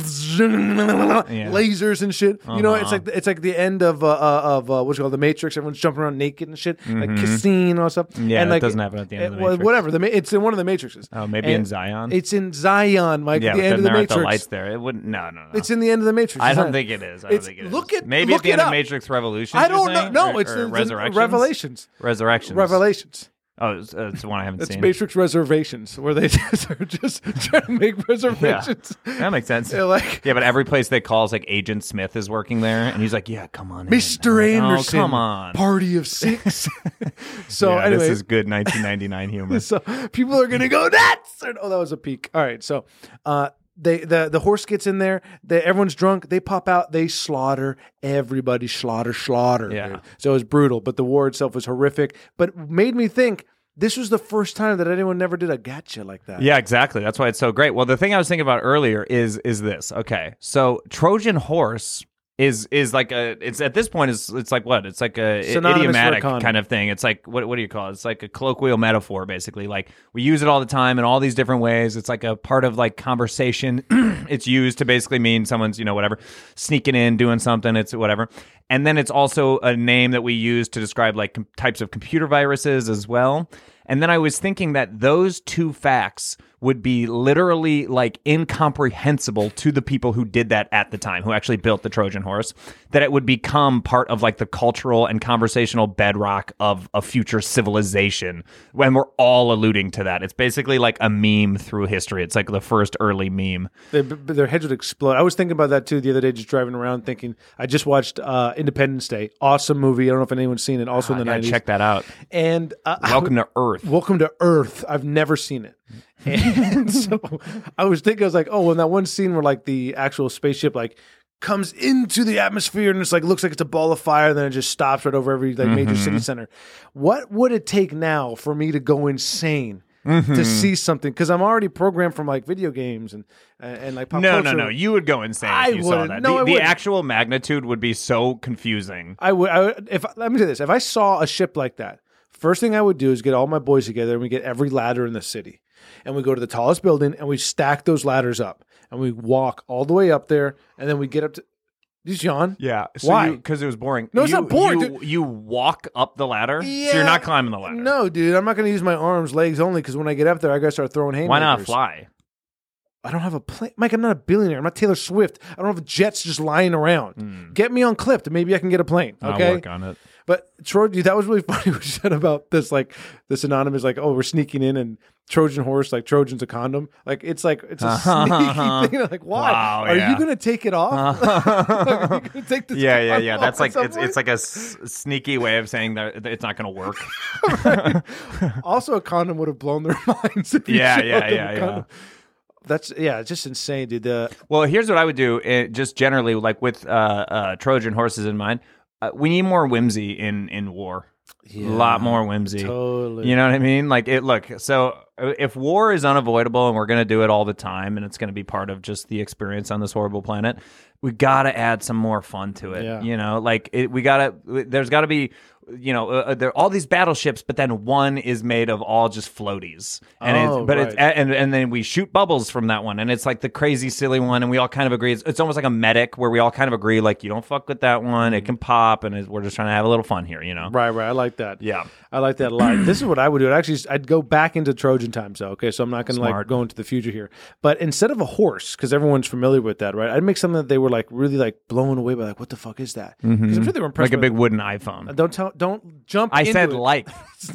[SPEAKER 4] lasers and shit. You know, it's
[SPEAKER 3] Uh-huh.
[SPEAKER 4] like it's like the end of uh, uh, of uh, what's it called the Matrix. Everyone's jumping around naked and shit, like kissing or something.
[SPEAKER 3] Mm-hmm. Yeah,
[SPEAKER 4] and
[SPEAKER 3] it
[SPEAKER 4] like,
[SPEAKER 3] doesn't happen at the end of the
[SPEAKER 4] it- well,
[SPEAKER 3] Matrix.
[SPEAKER 4] Whatever, the ma- it's in one of the Matrices.
[SPEAKER 3] Oh, maybe
[SPEAKER 4] And
[SPEAKER 3] in Zion.
[SPEAKER 4] It's in Zion, Mike.
[SPEAKER 3] yeah,
[SPEAKER 4] the
[SPEAKER 3] but
[SPEAKER 4] end
[SPEAKER 3] then
[SPEAKER 4] of the
[SPEAKER 3] there aren't
[SPEAKER 4] Matrix.
[SPEAKER 3] the lights there. It wouldn't. No, no, no.
[SPEAKER 4] It's in the end of the Matrix.
[SPEAKER 3] I
[SPEAKER 4] It's
[SPEAKER 3] don't
[SPEAKER 4] not-
[SPEAKER 3] think it is. I don't
[SPEAKER 4] it's-
[SPEAKER 3] think it is.
[SPEAKER 4] look at-
[SPEAKER 3] maybe
[SPEAKER 4] look
[SPEAKER 3] at the
[SPEAKER 4] it
[SPEAKER 3] end
[SPEAKER 4] up.
[SPEAKER 3] of Matrix Revolution.
[SPEAKER 4] I
[SPEAKER 3] you're
[SPEAKER 4] don't know.
[SPEAKER 3] saying?
[SPEAKER 4] No,
[SPEAKER 3] Or-
[SPEAKER 4] it's
[SPEAKER 3] or
[SPEAKER 4] the, the
[SPEAKER 3] Resurrections.
[SPEAKER 4] Revelations.
[SPEAKER 3] Resurrections.
[SPEAKER 4] Revelations.
[SPEAKER 3] Oh, it's, uh, it's the one I haven't
[SPEAKER 4] That's
[SPEAKER 3] seen.
[SPEAKER 4] Matrix Reservations, where they [LAUGHS] just are just trying to make reservations.
[SPEAKER 3] That makes sense.
[SPEAKER 4] They're like,
[SPEAKER 3] Yeah, but every place they call is like Agent Smith is working there, and he's like, "Yeah, come on, in." I'm
[SPEAKER 4] Mr.
[SPEAKER 3] like,
[SPEAKER 4] Anderson,
[SPEAKER 3] oh, come on."
[SPEAKER 4] party
[SPEAKER 3] [LAUGHS]
[SPEAKER 4] of six. so
[SPEAKER 3] yeah,
[SPEAKER 4] anyway,
[SPEAKER 3] this is good 1999 humor.
[SPEAKER 4] [LAUGHS] so people are gonna go nuts. And- Oh, that was a peak. All right, so uh, they the the horse gets in there. They, everyone's drunk. They pop out. They slaughter everybody. Slaughter, slaughter.
[SPEAKER 3] Yeah.
[SPEAKER 4] dude. So it was brutal, but the war itself was horrific. But made me think this was the first time that anyone never did a gotcha like that.
[SPEAKER 3] Yeah, exactly. That's why it's so great. Well, the thing I was thinking about earlier is is this. Okay, so Trojan horse is is like a it's at this point is it's like what it's like a
[SPEAKER 4] Synonymous for
[SPEAKER 3] idiomatic
[SPEAKER 4] economy.
[SPEAKER 3] kind of thing. It's like what what do you call it? It's like a colloquial metaphor, basically. Like we use it all the time in all these different ways. It's like a part of like conversation. [CLEARS THROAT] it's used to basically mean someone's you know whatever sneaking in, doing something. It's whatever, and then it's also a name that we use to describe like com- types of computer viruses as well. And then I was thinking that those two facts would be literally like incomprehensible to the people who did that at the time, who actually built the Trojan horse, that it would become part of like the cultural and conversational bedrock of a future civilization. When we're all alluding to that, it's basically like a meme through history. It's like the first early meme.
[SPEAKER 4] They, b- b- their heads would explode. I was thinking about that too the other day, just driving around, thinking. I just watched uh, Independence Day, awesome movie. I don't know if anyone's seen it. Also in the
[SPEAKER 3] Ah, I
[SPEAKER 4] nineties.
[SPEAKER 3] check that out.
[SPEAKER 4] And uh, I
[SPEAKER 3] Welcome to Earth.
[SPEAKER 4] Welcome to Earth. I've never seen it.
[SPEAKER 3] [LAUGHS]
[SPEAKER 4] And so I was thinking, I was like, oh, well, that one scene where like the actual spaceship like comes into the atmosphere and it's like looks like it's a ball of fire, and then it just stops right over every like major
[SPEAKER 3] Mm-hmm.
[SPEAKER 4] city center. What would it take now for me to go insane?
[SPEAKER 3] Mm-hmm.
[SPEAKER 4] To see something because I'm already programmed from like video games and and, and, like pop
[SPEAKER 3] No,
[SPEAKER 4] culture.
[SPEAKER 3] no, no. You would go insane
[SPEAKER 4] I
[SPEAKER 3] if you saw
[SPEAKER 4] wouldn't.
[SPEAKER 3] that.
[SPEAKER 4] No, I
[SPEAKER 3] the, the
[SPEAKER 4] wouldn't.
[SPEAKER 3] actual magnitude would be so confusing.
[SPEAKER 4] I would, I would if let me say this: if I saw a ship like that, first thing I would do is get all my boys together and we get every ladder in the city, and we go to the tallest building and we stack those ladders up and we walk all the way up there and then we get up to. Did you yawn?
[SPEAKER 3] Yeah. So
[SPEAKER 4] Why?
[SPEAKER 3] Because it was boring.
[SPEAKER 4] No, it's
[SPEAKER 3] You-
[SPEAKER 4] not boring,
[SPEAKER 3] You, you walk up the ladder, so
[SPEAKER 4] Yeah.
[SPEAKER 3] you're not climbing the ladder.
[SPEAKER 4] No, dude, I'm not going to use my arms, legs only because when I get up there, I got to start throwing haymakers.
[SPEAKER 3] Why not fly?
[SPEAKER 4] I don't have a plane, Mike. I'm not a billionaire. I'm not Taylor Swift. I don't have jets just lying around.
[SPEAKER 3] Hmm.
[SPEAKER 4] Get me on clipped. Maybe I can get a plane. Okay.
[SPEAKER 3] I'll work on
[SPEAKER 4] [LAUGHS]
[SPEAKER 3] it.
[SPEAKER 4] But Trojan, that was really [LAUGHS] funny what you said about this, like this anonymous, like, oh, we're sneaking in and Trojan horse, like Trojan's a condom. Like it's like it's a
[SPEAKER 3] Uh-huh,
[SPEAKER 4] sneaky [LAUGHS]
[SPEAKER 3] uh-huh.
[SPEAKER 4] thing. Like, why?
[SPEAKER 3] Wow,
[SPEAKER 4] Are
[SPEAKER 3] yeah. Uh-huh.
[SPEAKER 4] you gonna take it off? [LAUGHS] Are you
[SPEAKER 3] [LAUGHS]
[SPEAKER 4] gonna take this
[SPEAKER 3] yeah, yeah,
[SPEAKER 4] condom
[SPEAKER 3] yeah.
[SPEAKER 4] off
[SPEAKER 3] That's
[SPEAKER 4] at
[SPEAKER 3] like
[SPEAKER 4] some
[SPEAKER 3] it's it's
[SPEAKER 4] point?
[SPEAKER 3] like a s- sneaky way of saying that that it's not going to work.
[SPEAKER 4] also a condom would have blown their [LAUGHS] minds. If [LAUGHS] you
[SPEAKER 3] yeah,
[SPEAKER 4] showed
[SPEAKER 3] yeah,
[SPEAKER 4] them a
[SPEAKER 3] yeah, yeah.
[SPEAKER 4] condom. That's yeah, it's just insane, dude. The
[SPEAKER 3] Well, here's what I would do, eh, just generally, like with uh, uh, Trojan horses in mind. Uh, we need more whimsy in in war. A lot more whimsy.
[SPEAKER 4] totally.
[SPEAKER 3] You know what I mean? Like it. Look, so uh, if war is unavoidable and we're going to do it all the time, and it's going to be part of just the experience on this horrible planet, we got to add some more fun to it.
[SPEAKER 4] Yeah.
[SPEAKER 3] You know, like it, we got to. There's got to be. You know, uh, uh, there all these battleships, but then one is made of all just floaties, and
[SPEAKER 4] Oh,
[SPEAKER 3] it's, but it's
[SPEAKER 4] right.
[SPEAKER 3] a- and and then we shoot bubbles from that one, and it's like the crazy silly one, and we all kind of agree. It's, it's almost like a medic where we all kind of agree, like you don't fuck with that one,
[SPEAKER 4] Mm-hmm.
[SPEAKER 3] it can pop, and it, we're just trying to have a little fun here, you know?
[SPEAKER 4] Right, right. I like that.
[SPEAKER 3] Yeah.
[SPEAKER 4] I like that a lot. this is what I would do. I'd actually, I'd go back into Trojan ancient times, though. Okay, so I'm not going to like
[SPEAKER 3] Smart.
[SPEAKER 4] go into the future here. But instead of a horse, because everyone's familiar with that, right? I'd make something that they were like really like blown away by, like, what the fuck is that? Because I'm sure they were impressed.
[SPEAKER 3] Mm-hmm. like a
[SPEAKER 4] with-
[SPEAKER 3] big wooden iPhone.
[SPEAKER 4] Don't tell. Don't jump.
[SPEAKER 3] I
[SPEAKER 4] into
[SPEAKER 3] said
[SPEAKER 4] it. [LAUGHS]
[SPEAKER 3] like. I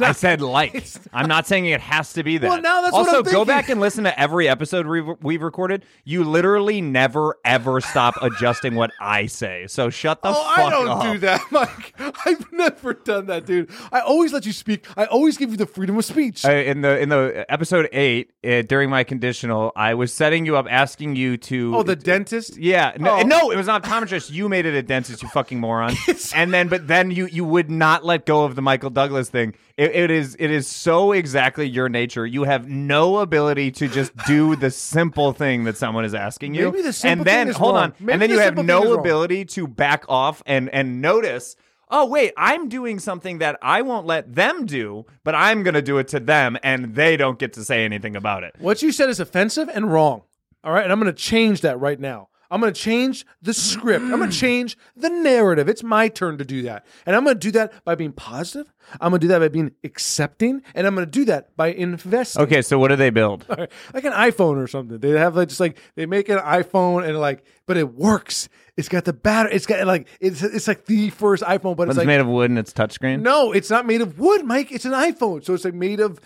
[SPEAKER 4] not-
[SPEAKER 3] said like.
[SPEAKER 4] it's not-
[SPEAKER 3] I'm not saying it has to be that.
[SPEAKER 4] Well, now that's what
[SPEAKER 3] also
[SPEAKER 4] I'm
[SPEAKER 3] go
[SPEAKER 4] thinking.
[SPEAKER 3] back and listen to every episode we've, we've recorded. You literally never ever stop adjusting what I say. So shut the
[SPEAKER 4] Oh,
[SPEAKER 3] fuck
[SPEAKER 4] I don't
[SPEAKER 3] up.
[SPEAKER 4] do that, [LAUGHS] Mike. I've never done that, dude. I always let you speak. I always give you the freedom of speech.
[SPEAKER 3] Uh, in the in the episode eight uh, during my conditional, I was setting you up, asking you to. [LAUGHS]
[SPEAKER 4] oh, the dentist.
[SPEAKER 3] Yeah, no,
[SPEAKER 4] Oh.
[SPEAKER 3] no, it was an optometrist. You made it a dentist, you fucking
[SPEAKER 4] [LAUGHS]
[SPEAKER 3] moron. and then, but then you you would not let go of the Michael Douglas thing. It, it is it is so exactly your nature. You have no ability to just do the simple thing that someone is asking you.
[SPEAKER 4] Maybe the simple
[SPEAKER 3] and then
[SPEAKER 4] thing is
[SPEAKER 3] hold
[SPEAKER 4] wrong.
[SPEAKER 3] on,
[SPEAKER 4] Maybe
[SPEAKER 3] and then
[SPEAKER 4] the
[SPEAKER 3] you have
[SPEAKER 4] simple thing is
[SPEAKER 3] no
[SPEAKER 4] wrong.
[SPEAKER 3] ability to back off and and notice. Oh wait, I'm doing something that I won't let them do, but I'm gonna do it to them, and they don't get to say anything about it.
[SPEAKER 4] What you said is offensive and wrong. All right, and I'm going to change that right now. I'm going to change the script. I'm going to change the narrative. It's my turn to do that. And I'm going to do that by being positive. I'm going to do that by being accepting, and I'm going to do that by investing.
[SPEAKER 3] Okay, so what do they build?
[SPEAKER 4] [LAUGHS] Like an iPhone or something. They have like just like they make an iPhone and like but it works. It's got the battery. It's got like it's it's like the first iPhone, but it's
[SPEAKER 3] It's
[SPEAKER 4] like
[SPEAKER 3] made of wood and it's touchscreen.
[SPEAKER 4] no, it's not made of wood, Mike. It's an iPhone, so it's like made of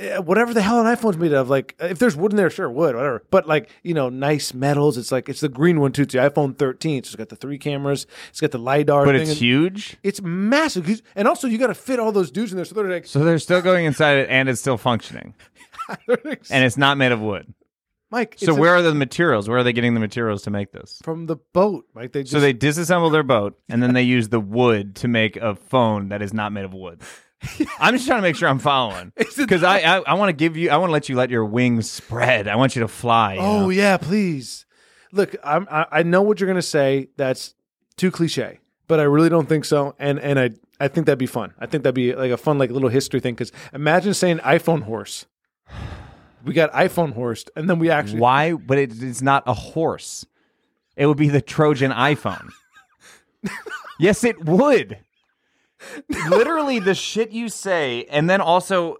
[SPEAKER 4] uh, whatever the hell an iPhone's made of. Like if there's wood in there, sure, wood, whatever. But like you know, nice metals. It's like it's the green one too. It's the iPhone 13. So it's got the three cameras. It's got the lidar.
[SPEAKER 3] but
[SPEAKER 4] thing
[SPEAKER 3] it's
[SPEAKER 4] and-
[SPEAKER 3] huge.
[SPEAKER 4] It's massive, 'Cause- and also you got to fit all those dudes in there. So they're like,
[SPEAKER 3] So they're still going inside it and it's still functioning.
[SPEAKER 4] [LAUGHS] they're like,
[SPEAKER 3] And it's not made of wood.
[SPEAKER 4] Mike.
[SPEAKER 3] So
[SPEAKER 4] it's a-
[SPEAKER 3] where are the materials? Where are they getting the materials to make this?
[SPEAKER 4] from the boat, Mike? They just,
[SPEAKER 3] So they disassemble their boat and then they use the wood to make a phone that is not made of
[SPEAKER 4] [LAUGHS]
[SPEAKER 3] wood. I'm just trying to make sure I'm following.
[SPEAKER 4] it-
[SPEAKER 3] Because I, I, I want to give you I want to let you let your wings spread. I want you to fly. you
[SPEAKER 4] Oh
[SPEAKER 3] know?
[SPEAKER 4] yeah, please. Look, I'm, I I know what you're gonna say. That's too cliche, but I really don't think so. And and I I think that'd be fun. I think that'd be like a fun like little history thing. Because imagine saying iPhone horse. We got iPhone horsed, and then we
[SPEAKER 3] [LAUGHS]
[SPEAKER 4] actually
[SPEAKER 3] Why? But it, it's not a horse. It would be the Trojan [LAUGHS] iPhone. yes, it would. Literally, the shit you say, and then also,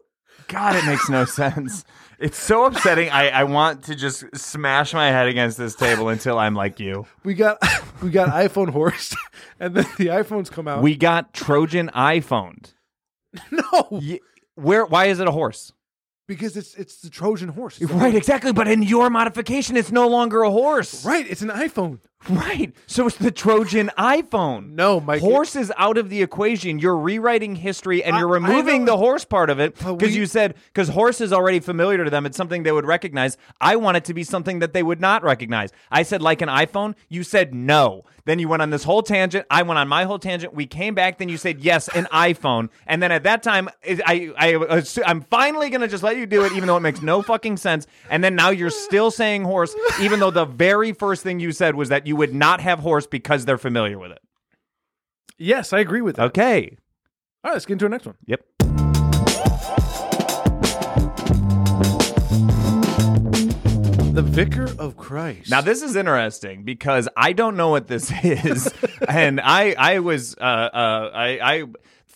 [SPEAKER 3] God, it makes no sense. It's so upsetting. I, I want to just smash my head against this table until I'm like you.
[SPEAKER 4] we got [LAUGHS] we got iPhone horsed, [LAUGHS] and then the iPhones come out.
[SPEAKER 3] We got Trojan iPhoned.
[SPEAKER 4] no,
[SPEAKER 3] Y- Where? Why is it a horse?
[SPEAKER 4] because it's it's the Trojan horse, It's the-
[SPEAKER 3] Right, exactly. But in your modification, it's no longer a horse.
[SPEAKER 4] Right, it's an iPhone.
[SPEAKER 3] Right. So it's the Trojan iPhone.
[SPEAKER 4] No, Mike, it-
[SPEAKER 3] Horse is out of the equation. You're rewriting history and you're
[SPEAKER 4] I- I
[SPEAKER 3] removing
[SPEAKER 4] know-
[SPEAKER 3] the horse part of it
[SPEAKER 4] But
[SPEAKER 3] because
[SPEAKER 4] we-
[SPEAKER 3] you said because horse is already familiar to them. It's something they would recognize. I want it to be something that they would not recognize. I said like an iPhone. You said no. Then you went on this whole tangent. I went on my whole tangent. We came back. Then you said yes, an iPhone. And then at that time, I, I, I assu- I'm finally gonna just let you do it, even though it makes no fucking sense. And then now you're still saying horse, even though the very first thing you said was that you would not have horse because they're familiar with it.
[SPEAKER 4] Yes, I agree with that.
[SPEAKER 3] Okay.
[SPEAKER 4] All right, let's get into our next one.
[SPEAKER 3] Yep.
[SPEAKER 4] The Vicar of Christ.
[SPEAKER 3] Now this is interesting because I don't know what this [LAUGHS] is, and I I was uh, uh I I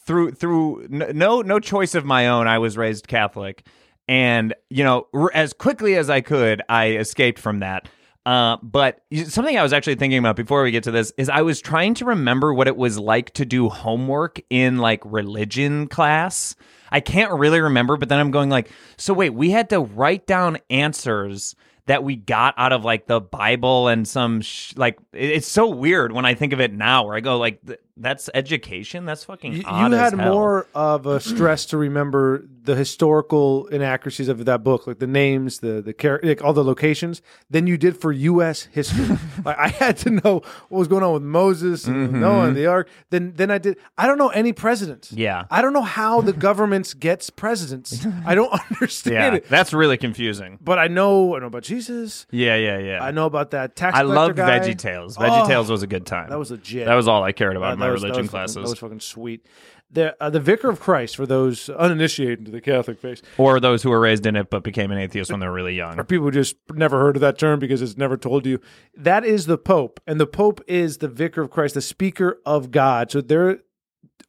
[SPEAKER 3] through through n- no no choice of my own. I was raised Catholic, and you know r- as quickly as I could, I escaped from that. Uh, but y- something I was actually thinking about before we get to this is I was trying to remember what it was like to do homework in like religion class. I can't really remember, but then I'm going like, so wait, we had to write down answers that we got out of like the Bible and some sh- like it- it's so weird when I think of it now where I go like th- that's education that's fucking
[SPEAKER 4] you,
[SPEAKER 3] odd
[SPEAKER 4] you
[SPEAKER 3] as
[SPEAKER 4] had
[SPEAKER 3] hell.
[SPEAKER 4] more of a stress to remember the historical inaccuracies of that book, like the names, the the char- like all the locations, than you did for U.S.
[SPEAKER 3] [LAUGHS]
[SPEAKER 4] history. like I had to know what was going on with Moses and
[SPEAKER 3] Mm-hmm.
[SPEAKER 4] Noah and the Ark. Then then I did. I don't know any presidents.
[SPEAKER 3] Yeah.
[SPEAKER 4] I don't know
[SPEAKER 3] [LAUGHS]
[SPEAKER 4] how the government gets presidents. I don't understand
[SPEAKER 3] yeah
[SPEAKER 4] it.
[SPEAKER 3] that's really confusing
[SPEAKER 4] But I know I know about Jesus.
[SPEAKER 3] yeah yeah yeah
[SPEAKER 4] I know about that tax.
[SPEAKER 3] I
[SPEAKER 4] collector
[SPEAKER 3] love
[SPEAKER 4] guy.
[SPEAKER 3] Veggie Tales.
[SPEAKER 4] Oh,
[SPEAKER 3] Veggie Tales was a good time
[SPEAKER 4] that was legit.
[SPEAKER 3] that was all I cared about
[SPEAKER 4] Uh,
[SPEAKER 3] in my
[SPEAKER 4] that was- that
[SPEAKER 3] religion
[SPEAKER 4] was fucking-
[SPEAKER 3] classes
[SPEAKER 4] that was fucking sweet. The uh, the Vicar of Christ for those uninitiated into the Catholic faith,
[SPEAKER 3] or those who were raised in it but became an atheist when they were really
[SPEAKER 4] or [LAUGHS]
[SPEAKER 3] young
[SPEAKER 4] people who just never heard of that term because it's never told you. That is the Pope, and the Pope is the Vicar of Christ, the Speaker of God. So they're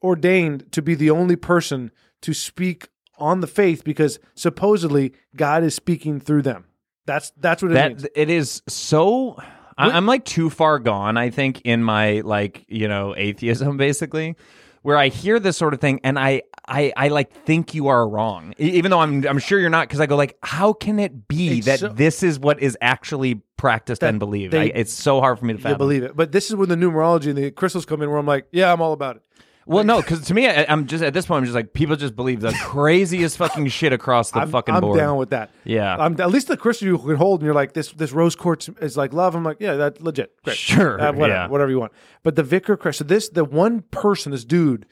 [SPEAKER 4] ordained to be the only person to speak on the faith because supposedly God is speaking through them. That's that's what it means.
[SPEAKER 3] that it is so I, i'm like too far gone i think in my like you know atheism [LAUGHS] basically where i hear this sort of thing and i i, I like think you are wrong E- even though i'm i'm sure you're not because i go like how can it be
[SPEAKER 4] It's
[SPEAKER 3] that
[SPEAKER 4] so-
[SPEAKER 3] this is what is actually practiced and believed
[SPEAKER 4] they-
[SPEAKER 3] I, it's so hard for me to
[SPEAKER 4] You
[SPEAKER 3] fathom
[SPEAKER 4] believe it, but this is where the numerology and the crystals come in. Where I'm like, yeah, I'm all about it.
[SPEAKER 3] well no because to me I, i'm just at this point i'm just like people just believe
[SPEAKER 4] [LAUGHS]
[SPEAKER 3] the craziest fucking shit across the
[SPEAKER 4] I'm,
[SPEAKER 3] fucking
[SPEAKER 4] I'm
[SPEAKER 3] board
[SPEAKER 4] down with that.
[SPEAKER 3] Yeah.
[SPEAKER 4] I'm, at least the crystal you can hold, and you're like, this this rose quartz is like love. I'm like, yeah, that's legit. Great.
[SPEAKER 3] Sure,
[SPEAKER 4] Uh, whatever,
[SPEAKER 3] yeah.
[SPEAKER 4] whatever you want. But the vicar crest. So this, the one person, this dude,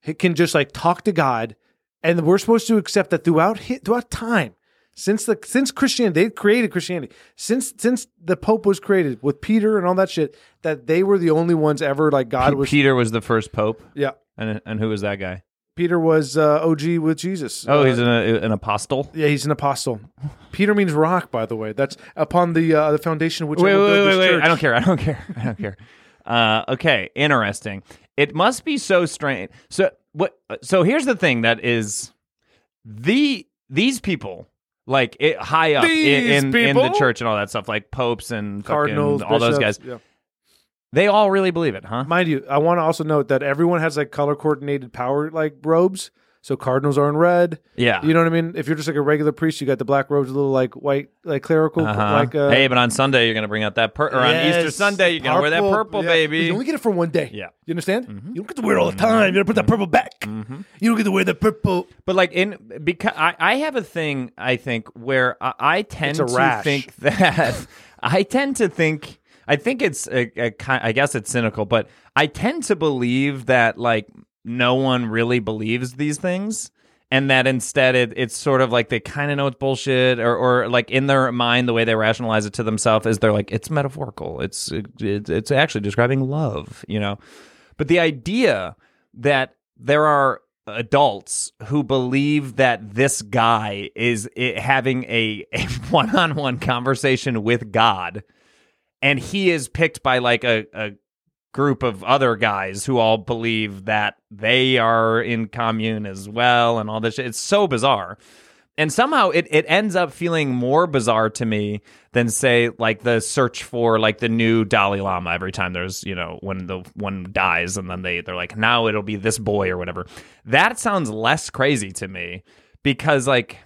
[SPEAKER 4] he can just like talk to God, and we're supposed to accept that throughout hi- throughout time. Since the since Christianity they created Christianity since since the Pope was created with Peter and all that shit that they were the only ones ever like God
[SPEAKER 3] Pe-
[SPEAKER 4] was
[SPEAKER 3] peter was the first pope
[SPEAKER 4] yeah
[SPEAKER 3] and and who was that guy
[SPEAKER 4] Peter was uh, OG with Jesus
[SPEAKER 3] oh
[SPEAKER 4] Uh,
[SPEAKER 3] he's an, an apostle
[SPEAKER 4] Yeah, he's an apostle. Peter means rock, by the way. That's upon the uh, the foundation which I
[SPEAKER 3] wait,
[SPEAKER 4] will
[SPEAKER 3] wait,
[SPEAKER 4] build
[SPEAKER 3] wait,
[SPEAKER 4] this
[SPEAKER 3] wait.
[SPEAKER 4] church.
[SPEAKER 3] I don't care. I don't [LAUGHS] care. I don't care. Uh, okay, interesting. It must be so strange. So what? So here's the thing that is the these people like it, high up in,
[SPEAKER 4] These
[SPEAKER 3] in, in the
[SPEAKER 4] people?
[SPEAKER 3] church and all that stuff, like popes and fucking
[SPEAKER 4] Cardinals,
[SPEAKER 3] all those guys.
[SPEAKER 4] bishops, yeah.
[SPEAKER 3] They all really believe it, huh?
[SPEAKER 4] Mind you, I want to also note that everyone has like color coordinated power like robes. So cardinals are in red.
[SPEAKER 3] Yeah.
[SPEAKER 4] You know what I mean? If you're just like a regular priest, you got the black robes, a little like white, like clerical,
[SPEAKER 3] Uh-huh.
[SPEAKER 4] like uh,
[SPEAKER 3] hey, but on Sunday you're gonna bring out that pur- or on Easter
[SPEAKER 4] yes,
[SPEAKER 3] Sunday you're gonna wear that purple,
[SPEAKER 4] yeah.
[SPEAKER 3] baby.
[SPEAKER 4] You only get it for one day.
[SPEAKER 3] Yeah. Mm-hmm.
[SPEAKER 4] you understand? You don't get to wear it all the time. You gotta put that purple back. You don't get to wear the purple.
[SPEAKER 3] But like in because I, I have a thing I think where I, I tend
[SPEAKER 4] It's a
[SPEAKER 3] to
[SPEAKER 4] rash.
[SPEAKER 3] think [LAUGHS] that I tend to think I think it's a, a kind I guess it's cynical, but I tend to believe that like no one really believes these things. And that instead it, it's sort of like they kind of know it's bullshit, or, or like in their mind, the way they rationalize it to themselves is they're like, it's metaphorical. It's it, it's actually describing love, you know? But the idea that there are adults who believe that this guy is eh, having a, a [LAUGHS] one-on-one conversation with God and he is picked by like a, a group of other guys who all believe that they are in commune as well and all this shit. It's so bizarre. And somehow it, it ends up feeling more bizarre to me than say like the search for like the new Dalai Lama every time there's, you know, when the one dies and then they they're like, now it'll be this boy or whatever. That sounds less crazy to me because like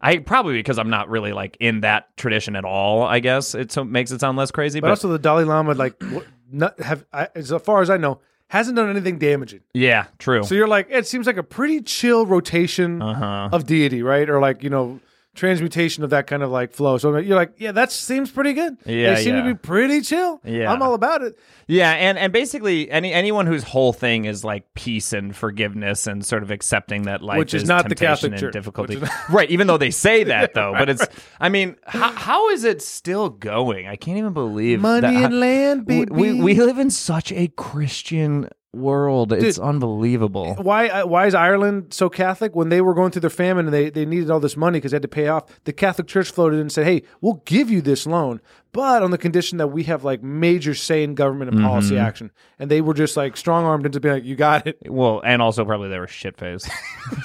[SPEAKER 3] I probably because I'm not really like in that tradition at all, I guess. It so makes it sound less crazy.
[SPEAKER 4] But also the Dalai Lama, like, what- not have I, as far as I know, hasn't done anything damaging.
[SPEAKER 3] Yeah, true.
[SPEAKER 4] So you're like, it seems like a pretty chill rotation
[SPEAKER 3] uh-huh.
[SPEAKER 4] of deity, right? Or like, you know, transmutation of that kind of like flow. So you're like, yeah, that seems pretty good.
[SPEAKER 3] Yeah,
[SPEAKER 4] They seem
[SPEAKER 3] yeah.
[SPEAKER 4] to be pretty chill.
[SPEAKER 3] Yeah.
[SPEAKER 4] I'm all about it.
[SPEAKER 3] Yeah, and and basically any anyone whose whole thing is like peace and forgiveness and sort of accepting that life
[SPEAKER 4] Which is not the
[SPEAKER 3] temptation
[SPEAKER 4] Catholic
[SPEAKER 3] and
[SPEAKER 4] Church,
[SPEAKER 3] difficulty.
[SPEAKER 4] which is
[SPEAKER 3] right, even though they say
[SPEAKER 4] [LAUGHS]
[SPEAKER 3] that though, but it's I mean, how, how is it still going? I can't even believe that,
[SPEAKER 4] Money and land,
[SPEAKER 3] we,
[SPEAKER 4] baby.
[SPEAKER 3] we we live in such a Christian world. it's unbelievable.
[SPEAKER 4] why uh, why is Ireland so Catholic? When they were going through their famine and they, they needed all this money because they had to pay off, the Catholic Church floated in and said, "Hey, we'll give you this loan, but on the condition that we have like major say in government and policy
[SPEAKER 5] Mm-hmm.
[SPEAKER 4] action." And they were just like strong armed into being like, "You
[SPEAKER 5] [LAUGHS]
[SPEAKER 4] got it."
[SPEAKER 3] Well, and also probably they were shit faced.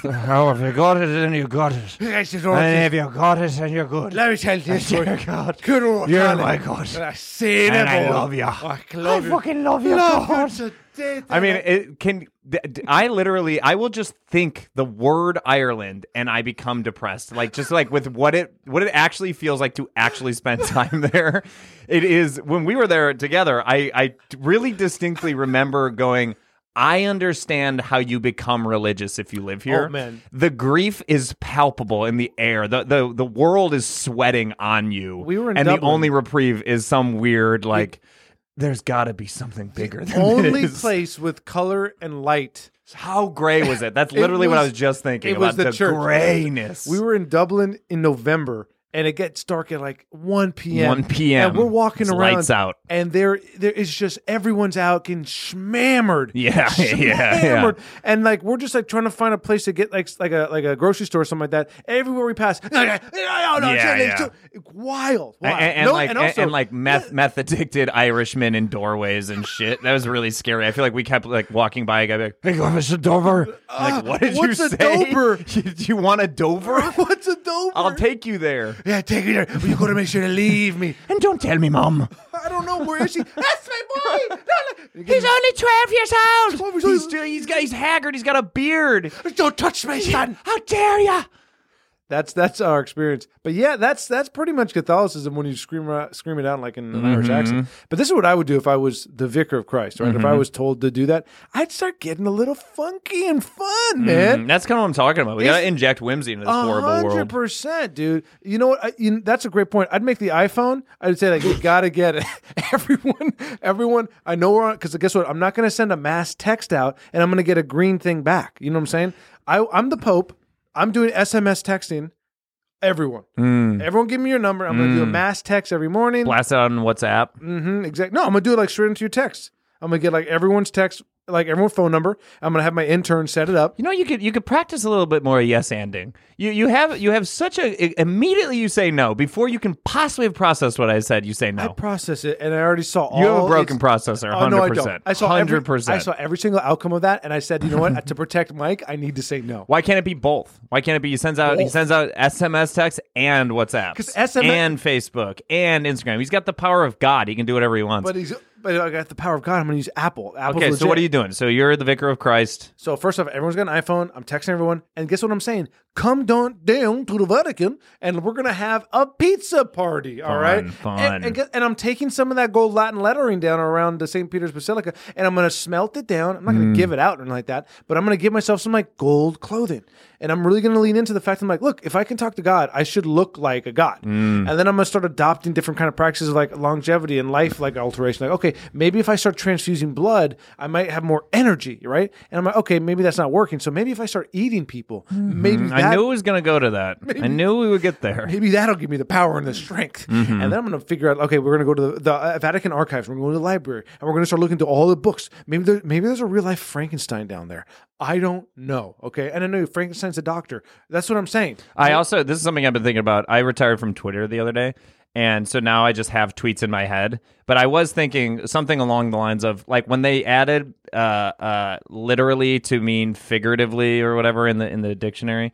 [SPEAKER 5] Oh, if you got it, then you got it. And if you got it, then you're good.
[SPEAKER 4] me tell you this
[SPEAKER 5] Dear God. You're my God.
[SPEAKER 4] I see it
[SPEAKER 5] And I
[SPEAKER 4] all.
[SPEAKER 5] love you.
[SPEAKER 4] I love you.
[SPEAKER 5] fucking love you,
[SPEAKER 4] Love you to
[SPEAKER 3] I
[SPEAKER 4] [LAUGHS]
[SPEAKER 3] mean,
[SPEAKER 4] death.
[SPEAKER 3] it can. th- d- I literally, I will just think the word Ireland, and I become depressed. Like just like with what it, what it actually feels like to actually spend [LAUGHS] time there. It is when we were there together. I, I really distinctly remember going. I understand how you become religious if you live here.
[SPEAKER 4] Oh, man.
[SPEAKER 3] The grief is palpable in the air. The the the world is sweating on you.
[SPEAKER 4] We were in
[SPEAKER 3] and the
[SPEAKER 4] Dublin.
[SPEAKER 3] only reprieve is some weird like. There's got to be something bigger
[SPEAKER 5] [LAUGHS]
[SPEAKER 3] than
[SPEAKER 4] only
[SPEAKER 3] this.
[SPEAKER 4] place with color and light.
[SPEAKER 3] How gray
[SPEAKER 4] [LAUGHS]
[SPEAKER 3] was it? That's literally what I
[SPEAKER 4] was-
[SPEAKER 3] was just thinking
[SPEAKER 4] it
[SPEAKER 3] about
[SPEAKER 4] was the
[SPEAKER 3] the
[SPEAKER 4] church.
[SPEAKER 3] grayness.
[SPEAKER 4] We were in Dublin in November and it gets dark at like 1 p.m.
[SPEAKER 3] 1 p.m.
[SPEAKER 4] And we're walking
[SPEAKER 3] It's
[SPEAKER 4] around.
[SPEAKER 3] lights out.
[SPEAKER 4] And there, there is just everyone's out getting shammered.
[SPEAKER 3] [LAUGHS] Yeah, yeah, yeah.
[SPEAKER 4] Shammered. And like we're just like trying to find a place to get like like a like a grocery store or something like that. Everywhere we pass, [LAUGHS] no, no, no, no,
[SPEAKER 3] Yeah,
[SPEAKER 4] it's-
[SPEAKER 3] yeah.
[SPEAKER 4] it's wild, wild.
[SPEAKER 3] A- a- And,
[SPEAKER 4] No,
[SPEAKER 3] like and,
[SPEAKER 4] also-
[SPEAKER 3] and like meth meth addicted Irishmen in doorways and shit. That was really scary. I feel like we kept like walking by a guy like,
[SPEAKER 5] Hey, Mr. Dover.
[SPEAKER 3] like what did
[SPEAKER 4] what's
[SPEAKER 3] you
[SPEAKER 4] a
[SPEAKER 3] say? [LAUGHS]
[SPEAKER 4] doper?
[SPEAKER 3] you, you want a Dover?
[SPEAKER 4] [LAUGHS] What's a dope?
[SPEAKER 3] I'll take you there.
[SPEAKER 4] Yeah, take me there. But you gotta make sure to leave me.
[SPEAKER 5] And don't tell me, Mom.
[SPEAKER 4] I don't know where is she. [LAUGHS] That's my
[SPEAKER 3] [LAUGHS]
[SPEAKER 4] boy. No, no.
[SPEAKER 3] He's only twelve years old.
[SPEAKER 4] 12 years
[SPEAKER 3] he's
[SPEAKER 4] old.
[SPEAKER 3] still, he's got he's haggard. He's got a beard.
[SPEAKER 4] Don't touch me, son.
[SPEAKER 3] How dare ya?
[SPEAKER 4] That's that's our experience. But yeah, that's that's pretty much Catholicism when you scream uh, scream it out like in an Irish accent. But this is what I would do if I was the vicar of Christ, right? If I was told to do that, I'd start getting a little funky and fun, man.
[SPEAKER 3] Mm, that's kind of what I'm talking about. We gotta
[SPEAKER 4] It's-
[SPEAKER 3] inject whimsy into this
[SPEAKER 4] A
[SPEAKER 3] horrible
[SPEAKER 4] hundred
[SPEAKER 3] world.
[SPEAKER 4] percent, dude. You know what? I, you, that's a great point. I'd make the iPhone. I'd say like, you gotta get it. [LAUGHS] everyone, everyone. I know we're on because guess what? I'm not gonna send a mass text out, and I'm gonna get a green thing back. You know what I'm saying? I, I'm the Pope. I'm doing SMS texting. Everyone,
[SPEAKER 3] Hmm.
[SPEAKER 4] everyone, give me your number. I'm gonna do a mass text every morning.
[SPEAKER 3] Blast it out on WhatsApp.
[SPEAKER 4] Mm-hmm, exactly. No, I'm gonna do it like straight into your text. I'm gonna get like everyone's text, like everyone's phone number. I'm gonna have my intern set it up.
[SPEAKER 3] You know, you could you could practice a little bit more yes anding. You you have you have such a i- immediately you say no before you can possibly have processed what I said. You say
[SPEAKER 4] I
[SPEAKER 3] no.
[SPEAKER 4] process it, and I already saw all.
[SPEAKER 3] You have a broken
[SPEAKER 4] its-
[SPEAKER 3] processor.
[SPEAKER 4] Oh, no,
[SPEAKER 3] Hundred
[SPEAKER 4] I don't.
[SPEAKER 3] percent.
[SPEAKER 4] I saw
[SPEAKER 3] Hundred
[SPEAKER 4] Every, I
[SPEAKER 3] percent.
[SPEAKER 4] saw every single outcome of that, and I said, you
[SPEAKER 3] [LAUGHS]
[SPEAKER 4] know what? to protect Mike, I need to say no.
[SPEAKER 3] Why can't it be both? Why can't it be he sends out he
[SPEAKER 4] Both.
[SPEAKER 3] sends out SMS text and WhatsApp
[SPEAKER 4] 'Cause SMS
[SPEAKER 3] and Facebook and Instagram. He's got the power of God. He can do whatever he wants.
[SPEAKER 4] But he's but I got the power of God. I'm going to use Apple. Apple's
[SPEAKER 3] okay, so what
[SPEAKER 4] legit.
[SPEAKER 3] are you doing? So you're the vicar of Christ.
[SPEAKER 4] So first off, everyone's got an iPhone. I'm texting everyone, and guess what I'm saying? Come down down to the Vatican, and we're gonna have a pizza party. all
[SPEAKER 3] Fun,
[SPEAKER 4] right,
[SPEAKER 3] fun.
[SPEAKER 4] And, and, guess- and I'm taking some of that gold Latin lettering down around the St. Peter's Basilica, and I'm gonna smelt it down. I'm not gonna give it out or anything like that, but I'm gonna give myself some like gold clothing, and I'm really gonna lean into the fact I'm like, look, if I can talk to God, I should look like a God, and then I'm gonna start adopting different kind of practices like longevity and life like alteration. Like, okay, maybe if I start transfusing blood, I might have more energy, right? And I'm like, okay, maybe that's not working. So maybe if I start eating people, maybe that
[SPEAKER 3] I knew it was going to go to that.
[SPEAKER 4] [LAUGHS]
[SPEAKER 3] I knew we would get there.
[SPEAKER 4] maybe that'll give me the power and the strength. And then I'm going to figure out, okay, we're going to go to the, the uh, Vatican archives. We're going to go to the library and we're going to start looking through all the books. Maybe there, maybe there's a real life Frankenstein down there. I don't know. Okay. And I know Frankenstein's a doctor. That's what I'm saying.
[SPEAKER 3] I also this is something I've been thinking about. I retired from Twitter the other day, and so now I just have tweets in my head. But I was thinking something along the lines of like when they added uh, uh, literally to mean figuratively or whatever in the in the dictionary.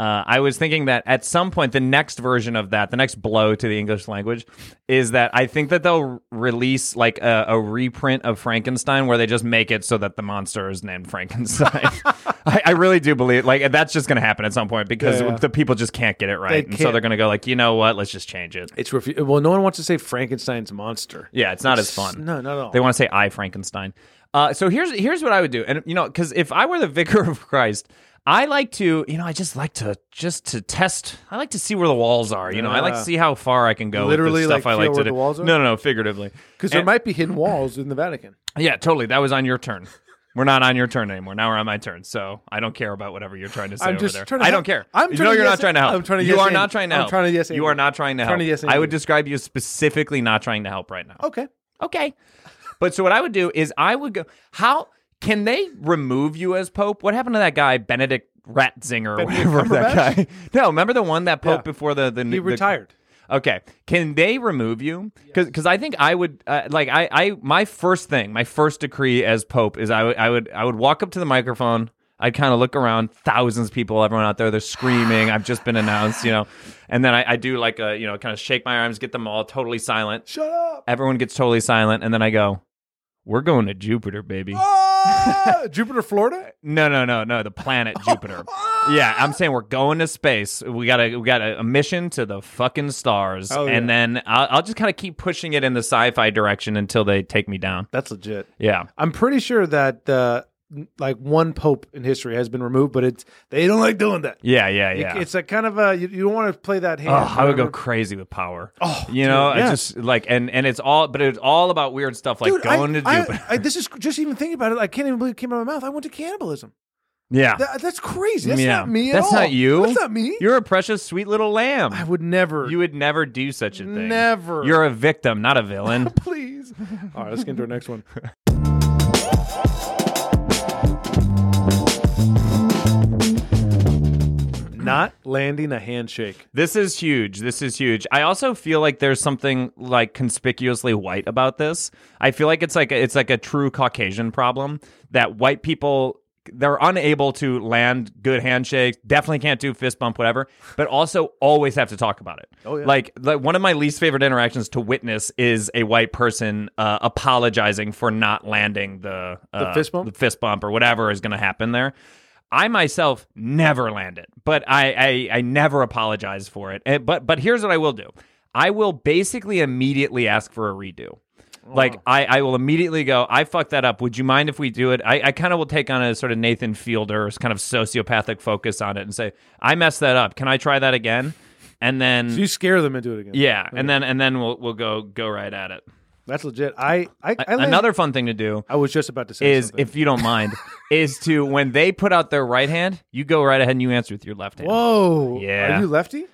[SPEAKER 3] Uh, I was thinking that at some point, the next version of that, the next blow to the English language, is that I think that they'll release like a, a reprint of Frankenstein where they just make it so that the monster is named
[SPEAKER 4] [LAUGHS]
[SPEAKER 3] Frankenstein. [LAUGHS] I, I really do believe like that's just going to happen at some point because
[SPEAKER 4] Yeah, yeah.
[SPEAKER 3] the people just can't get it right,
[SPEAKER 4] They
[SPEAKER 3] and so they're
[SPEAKER 4] can't.
[SPEAKER 3] going to go like, you know what? Let's just change it.
[SPEAKER 4] It's refu- well, no one wants to say Frankenstein's monster.
[SPEAKER 3] Yeah, it's not as fun.
[SPEAKER 4] No, not at all.
[SPEAKER 3] They want to say I Frankenstein. Uh, so here's here's what I would do, and you know, because if I were the [LAUGHS] vicar of Christ, I like to, you know, I just like to just to test. I like to see where the walls are. You know, I like to
[SPEAKER 4] Yeah.
[SPEAKER 3] see how far I can go.
[SPEAKER 4] Literally,
[SPEAKER 3] with the stuff
[SPEAKER 4] like,
[SPEAKER 3] I
[SPEAKER 4] feel
[SPEAKER 3] like to
[SPEAKER 4] where
[SPEAKER 3] do.
[SPEAKER 4] the walls are?
[SPEAKER 3] No, no, no, figuratively.
[SPEAKER 4] Because there
[SPEAKER 3] And-
[SPEAKER 4] might be hidden walls in the Vatican.
[SPEAKER 3] yeah, totally. That was on your turn. We're not on your turn anymore. Now we're on my turn. So I don't care about whatever you're trying to say
[SPEAKER 4] I'm
[SPEAKER 3] over
[SPEAKER 4] just
[SPEAKER 3] there.
[SPEAKER 4] trying to
[SPEAKER 3] I
[SPEAKER 4] help.
[SPEAKER 3] don't care.
[SPEAKER 4] I'm
[SPEAKER 3] you
[SPEAKER 4] trying
[SPEAKER 3] know
[SPEAKER 4] to
[SPEAKER 3] you're not
[SPEAKER 4] yes-
[SPEAKER 3] trying to help.
[SPEAKER 4] I'm trying to
[SPEAKER 3] you
[SPEAKER 4] yes
[SPEAKER 3] are
[SPEAKER 4] and.
[SPEAKER 3] not trying to
[SPEAKER 4] I'm
[SPEAKER 3] help.
[SPEAKER 4] trying to yes
[SPEAKER 3] You
[SPEAKER 4] and.
[SPEAKER 3] are not trying to
[SPEAKER 4] Trying
[SPEAKER 3] help.
[SPEAKER 4] to yes and
[SPEAKER 3] I would
[SPEAKER 4] you.
[SPEAKER 3] describe you as specifically not trying to help right now.
[SPEAKER 4] Okay.
[SPEAKER 3] Okay. But so what I would do is I would go, how can they remove you as Pope? What happened to that guy, Benedict Ratzinger, or
[SPEAKER 4] Benedict
[SPEAKER 3] whatever that
[SPEAKER 4] Cumberbatch?
[SPEAKER 3] guy? [LAUGHS] No, remember the one that Pope
[SPEAKER 4] Yeah.
[SPEAKER 3] before the, the
[SPEAKER 4] He
[SPEAKER 3] the-
[SPEAKER 4] retired.
[SPEAKER 3] Okay. Can they remove you? Because I think I would uh, like I, I my first thing, my first decree as Pope is I would I would I would walk up to the microphone. I'd kind of look around, thousands of people, everyone out there, they're screaming. I've just been announced, you know, and then I, I do like a you know kind of shake my arms, get them all totally silent.
[SPEAKER 4] Shut up.
[SPEAKER 3] Everyone gets totally silent, and then I go, "We're going to Jupiter, baby."
[SPEAKER 4] [LAUGHS] Ah! Jupiter, Florida?
[SPEAKER 3] No, no, no, no. The
[SPEAKER 4] [LAUGHS]
[SPEAKER 3] planet Jupiter. yeah, I'm saying we're going to space. We got a we got a, a mission to the fucking stars,
[SPEAKER 4] Oh,
[SPEAKER 3] and
[SPEAKER 4] yeah.
[SPEAKER 3] then I'll, I'll just kind of keep pushing it in the sci-fi direction until they take me down.
[SPEAKER 4] That's legit.
[SPEAKER 3] Yeah,
[SPEAKER 4] I'm pretty sure that uh, like one pope in history has been removed, but it's they don't like doing that.
[SPEAKER 3] yeah, yeah, yeah.
[SPEAKER 4] It's a kind of a you, you don't want to play that hand.
[SPEAKER 3] Oh, I would go
[SPEAKER 4] Whatever.
[SPEAKER 3] crazy with power.
[SPEAKER 4] Oh,
[SPEAKER 3] you
[SPEAKER 4] dude,
[SPEAKER 3] know, I
[SPEAKER 4] yes.
[SPEAKER 3] just like and and it's all, but it's all about weird stuff like
[SPEAKER 4] Dude, I-
[SPEAKER 3] going to
[SPEAKER 4] I-
[SPEAKER 3] Jupiter.
[SPEAKER 4] I- this is just even thinking about it. I can't even believe it came out of my mouth. I went to cannibalism.
[SPEAKER 3] Yeah.
[SPEAKER 4] That- that's crazy. That's
[SPEAKER 3] yeah.
[SPEAKER 4] not me at
[SPEAKER 3] That's
[SPEAKER 4] all.
[SPEAKER 3] not you.
[SPEAKER 4] That's not me.
[SPEAKER 3] You're a precious, sweet little lamb.
[SPEAKER 4] I would never.
[SPEAKER 3] you would never do such a thing.
[SPEAKER 4] Never.
[SPEAKER 3] You're a victim, not a villain.
[SPEAKER 4] [LAUGHS] please. All right, let's get into our
[SPEAKER 3] [LAUGHS]
[SPEAKER 4] next one. Not landing a handshake.
[SPEAKER 3] This is huge. This is huge. I also feel like there's something like conspicuously white about this. I feel like it's like it's like a true Caucasian problem that white people they're unable to land good handshakes. Definitely can't do fist bump, whatever. But also always have to talk about it.
[SPEAKER 4] Oh, yeah.
[SPEAKER 3] Like like one of my least favorite interactions to witness is a white person uh, apologizing for not landing the uh,
[SPEAKER 4] fist bump?
[SPEAKER 3] the fist bump or whatever is going to happen there. I myself never land it, but I, I I never apologize for it. And- but but here's what I will do: I will basically immediately ask for a redo. Like I, I will immediately go. I fucked that up. Would you mind if we do it? I, I kind of will take on a sort of Nathan Fielder's kind of sociopathic focus on it and say, I messed that up. Can I try that again? And then
[SPEAKER 4] You scare them into it again.
[SPEAKER 3] yeah, and then and then we'll we'll go go right at it.
[SPEAKER 4] that's legit. I I, I land-
[SPEAKER 3] Another fun thing to do
[SPEAKER 4] I was just about to say
[SPEAKER 3] is
[SPEAKER 4] something.
[SPEAKER 3] if you don't
[SPEAKER 4] [LAUGHS]
[SPEAKER 3] mind is to when they put out their right hand, you go right ahead and you answer with your left hand.
[SPEAKER 4] Whoa.
[SPEAKER 3] Yeah.
[SPEAKER 4] Are you lefty?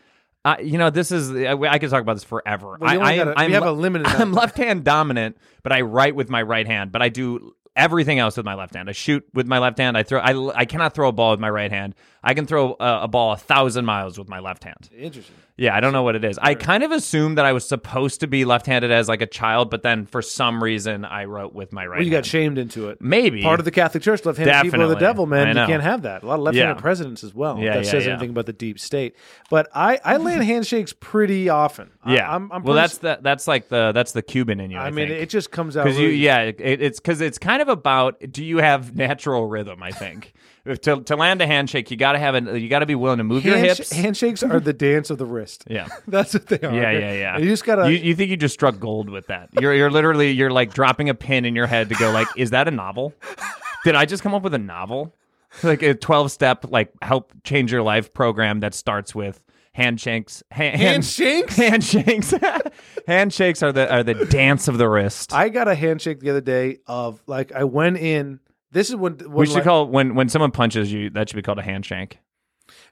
[SPEAKER 3] I, you know, this is I, I could talk about this forever.
[SPEAKER 4] Well, you only
[SPEAKER 3] I, I am-
[SPEAKER 4] gotta-
[SPEAKER 3] I'm
[SPEAKER 4] we have
[SPEAKER 3] le- [LAUGHS]
[SPEAKER 4] a limited amount
[SPEAKER 3] I'm
[SPEAKER 4] of-
[SPEAKER 3] left hand dominant, but I write with my right hand. But I do everything else with my left hand. I shoot with my left hand. I throw. I, I cannot throw a ball with my right hand. I can throw a, a ball a thousand miles with my left hand.
[SPEAKER 4] Interesting.
[SPEAKER 3] Yeah, I don't know what it is. I kind of assumed that I was supposed to be left handed as like a child, but then for some reason I wrote with my right.
[SPEAKER 4] Well, you got
[SPEAKER 3] hand.
[SPEAKER 4] shamed into it.
[SPEAKER 3] Maybe
[SPEAKER 4] Part of the Catholic Church, left-handed people are the
[SPEAKER 3] Definitely.
[SPEAKER 4] devil,
[SPEAKER 3] I
[SPEAKER 4] man. You
[SPEAKER 3] know.
[SPEAKER 4] can't have that. A lot of left-handed
[SPEAKER 3] Yeah.
[SPEAKER 4] presidents as well. if
[SPEAKER 3] Yeah,
[SPEAKER 4] that
[SPEAKER 3] yeah,
[SPEAKER 4] says
[SPEAKER 3] yeah.
[SPEAKER 4] anything about the deep state. But I,
[SPEAKER 3] [LAUGHS]
[SPEAKER 4] I land handshakes pretty often. I-
[SPEAKER 3] Yeah.
[SPEAKER 4] I'm, I'm
[SPEAKER 3] well,
[SPEAKER 4] pretty
[SPEAKER 3] that's the that's like the that's the Cuban in you.
[SPEAKER 4] I,
[SPEAKER 3] I,
[SPEAKER 4] mean,
[SPEAKER 3] think.
[SPEAKER 4] it just comes out.
[SPEAKER 3] because you
[SPEAKER 4] really-
[SPEAKER 3] yeah it, it's because it's kind of about do you have natural rhythm i think [LAUGHS] If to, to land a handshake you gotta have an you gotta be willing to move your
[SPEAKER 4] Handsh-
[SPEAKER 3] hips
[SPEAKER 4] Handshakes are the dance of the wrist.
[SPEAKER 3] [LAUGHS] yeah
[SPEAKER 4] [LAUGHS] That's what they are.
[SPEAKER 3] yeah yeah yeah
[SPEAKER 4] And you just gotta.
[SPEAKER 3] you, you think you just struck gold with that you're, you're literally you're like dropping a pin in your head to go like is that a novel did i just come up with a novel like a 12 step like help change your life program that starts with handshakes hand, [LAUGHS]
[SPEAKER 4] Handshakes?
[SPEAKER 3] handshakes [LAUGHS] handshakes are the are the dance of the wrist
[SPEAKER 4] I got a handshake the other day of like I went in. This is when, when
[SPEAKER 3] we should
[SPEAKER 4] like-
[SPEAKER 3] call when when someone punches you that should be called a handshake.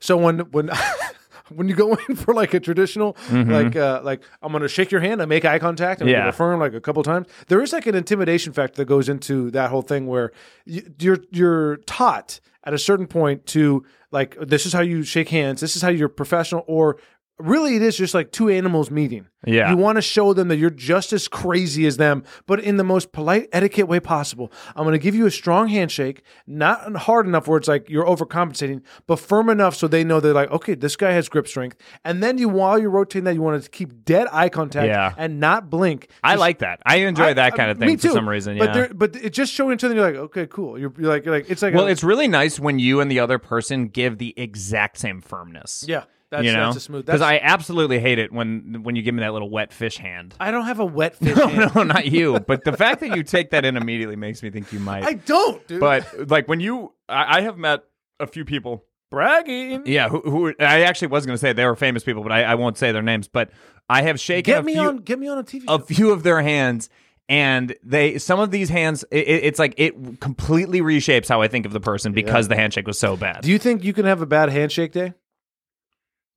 [SPEAKER 4] So when when [LAUGHS] when you go in for like a traditional like uh, like I'm gonna shake your hand, I make eye contact, and
[SPEAKER 3] Yeah.
[SPEAKER 4] I affirm like a couple times. There is like an intimidation factor that goes into that whole thing where you, you're you're taught at a certain point to like this is how you shake hands, this is how you're professional, or really it is just like two animals meeting.
[SPEAKER 3] Yeah.
[SPEAKER 4] you want to show them that you're just as crazy as them, but in the most polite etiquette way possible. I'm going to give you a strong handshake, not hard enough where it's like you're overcompensating, but firm enough so they know they're like, okay, this guy has grip strength. And then you, while you're rotating that, you want to keep dead eye contact
[SPEAKER 3] Yeah.
[SPEAKER 4] and not blink.
[SPEAKER 3] I
[SPEAKER 4] Just-
[SPEAKER 3] like that. I enjoy
[SPEAKER 4] I-
[SPEAKER 3] that
[SPEAKER 4] I-
[SPEAKER 3] kind of
[SPEAKER 4] me
[SPEAKER 3] thing for
[SPEAKER 4] too.
[SPEAKER 3] some reason.
[SPEAKER 4] but
[SPEAKER 3] yeah.
[SPEAKER 4] they're- but it just showing to them you're like, okay, cool. You're, you're like, you're like, it's like,
[SPEAKER 3] well,
[SPEAKER 4] a-
[SPEAKER 3] it's really nice when you and the other person give the exact same firmness.
[SPEAKER 4] yeah, that's,
[SPEAKER 3] you know,
[SPEAKER 4] that's a smooth.
[SPEAKER 3] because
[SPEAKER 4] That's,
[SPEAKER 3] I absolutely hate it when when you give me that little wet fish hand.
[SPEAKER 4] I don't have a wet fish. hand.
[SPEAKER 3] [LAUGHS] No, no, not
[SPEAKER 4] [LAUGHS]
[SPEAKER 3] you. But the fact that you take that in immediately makes me think you might.
[SPEAKER 4] I don't, dude.
[SPEAKER 3] but like when you, I, I have met a few people
[SPEAKER 4] bragging.
[SPEAKER 3] Yeah, who, who I actually was going to say they were famous people, but I, I won't say their names. But I have shaken
[SPEAKER 4] Get
[SPEAKER 3] a
[SPEAKER 4] me
[SPEAKER 3] few,
[SPEAKER 4] on, get me on a TV.
[SPEAKER 3] a
[SPEAKER 4] show.
[SPEAKER 3] few of their hands, and they some of these hands, it, it- it's like it completely reshapes how I think of the person because the handshake was so bad.
[SPEAKER 4] Do you think you can have a bad handshake day?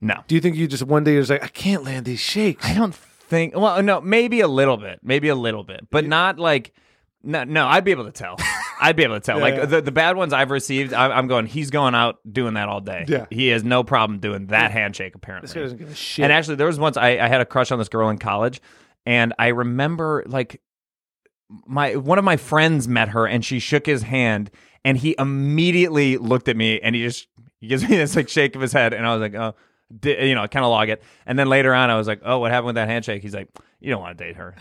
[SPEAKER 3] no,
[SPEAKER 4] Do you think you just one day you're just like, I can't land these shakes?
[SPEAKER 3] I don't think. Well, no, maybe a little bit, maybe a little bit, but not like. No, no, I'd be able to [LAUGHS] tell. I'd be able to tell. like
[SPEAKER 4] yeah.
[SPEAKER 3] The, the bad ones I've received, I'm, I'm going. He's going out doing that all day.
[SPEAKER 4] Yeah.
[SPEAKER 3] he has no problem doing that handshake. Apparently,
[SPEAKER 4] This guy doesn't give a shit.
[SPEAKER 3] And actually, there was once I, I had a crush on this girl in college, and I remember like my one of my friends met her, and she shook his hand, and he immediately looked at me, and he just he gives me this like shake of his head, and I was like, oh. Di- you know, kind of log it, and then later on, I was like, "Oh, what happened with that handshake?" He's like, "You don't want to date
[SPEAKER 4] [LAUGHS]
[SPEAKER 3] her,"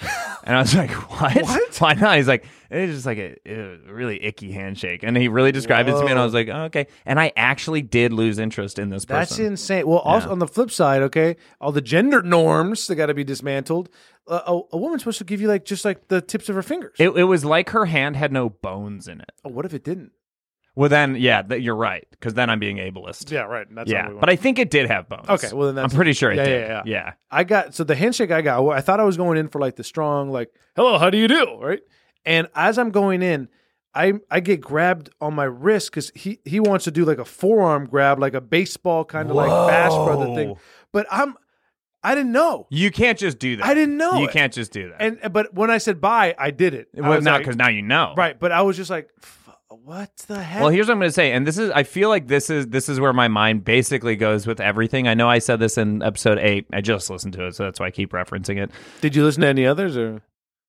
[SPEAKER 3] and I was like, "What? Why not?" He's like, "It's just like a, a really icky handshake," and he really described it to me, and I was like, oh, "Okay." And I actually did lose interest in this
[SPEAKER 4] That's
[SPEAKER 3] person.
[SPEAKER 4] insane. Well, also on the flip side, okay, all the gender norms that got to be dismantled. Uh, a, a woman's supposed to give you like just like the tips of her fingers.
[SPEAKER 3] It, it was like her hand had no bones in it.
[SPEAKER 4] oh, what if it didn't?
[SPEAKER 3] Well, then, yeah, th- you're right, because then I'm being ableist.
[SPEAKER 4] Yeah, right. That's
[SPEAKER 3] yeah, but I think it did have bones.
[SPEAKER 4] Okay, well, then that's-
[SPEAKER 3] I'm pretty sure it
[SPEAKER 4] yeah,
[SPEAKER 3] did.
[SPEAKER 4] yeah, yeah.
[SPEAKER 3] yeah.
[SPEAKER 4] I got so the handshake I got. I thought I was going in for like the strong, like hello, how do you do, right? And as I'm going in, I I get grabbed on my wrist because he he wants to do like a forearm grab, like a baseball kind of like Bash Brother thing.
[SPEAKER 3] Whoa.
[SPEAKER 4] But I'm I didn't know.
[SPEAKER 3] You can't just do that.
[SPEAKER 4] I didn't know
[SPEAKER 3] You
[SPEAKER 4] it.
[SPEAKER 3] can't just do that.
[SPEAKER 4] And but when I said bye, I did it. I
[SPEAKER 3] well,
[SPEAKER 4] was
[SPEAKER 3] not
[SPEAKER 4] like-
[SPEAKER 3] because now you know.
[SPEAKER 4] right. But I was just like, "F- what the heck?
[SPEAKER 3] Well, here's what I'm going to say, and this is I feel like this is this is where my mind basically goes with everything. I know I said this in episode eight. I just listened to it, so that's why I keep referencing it.
[SPEAKER 4] did you listen to any others or?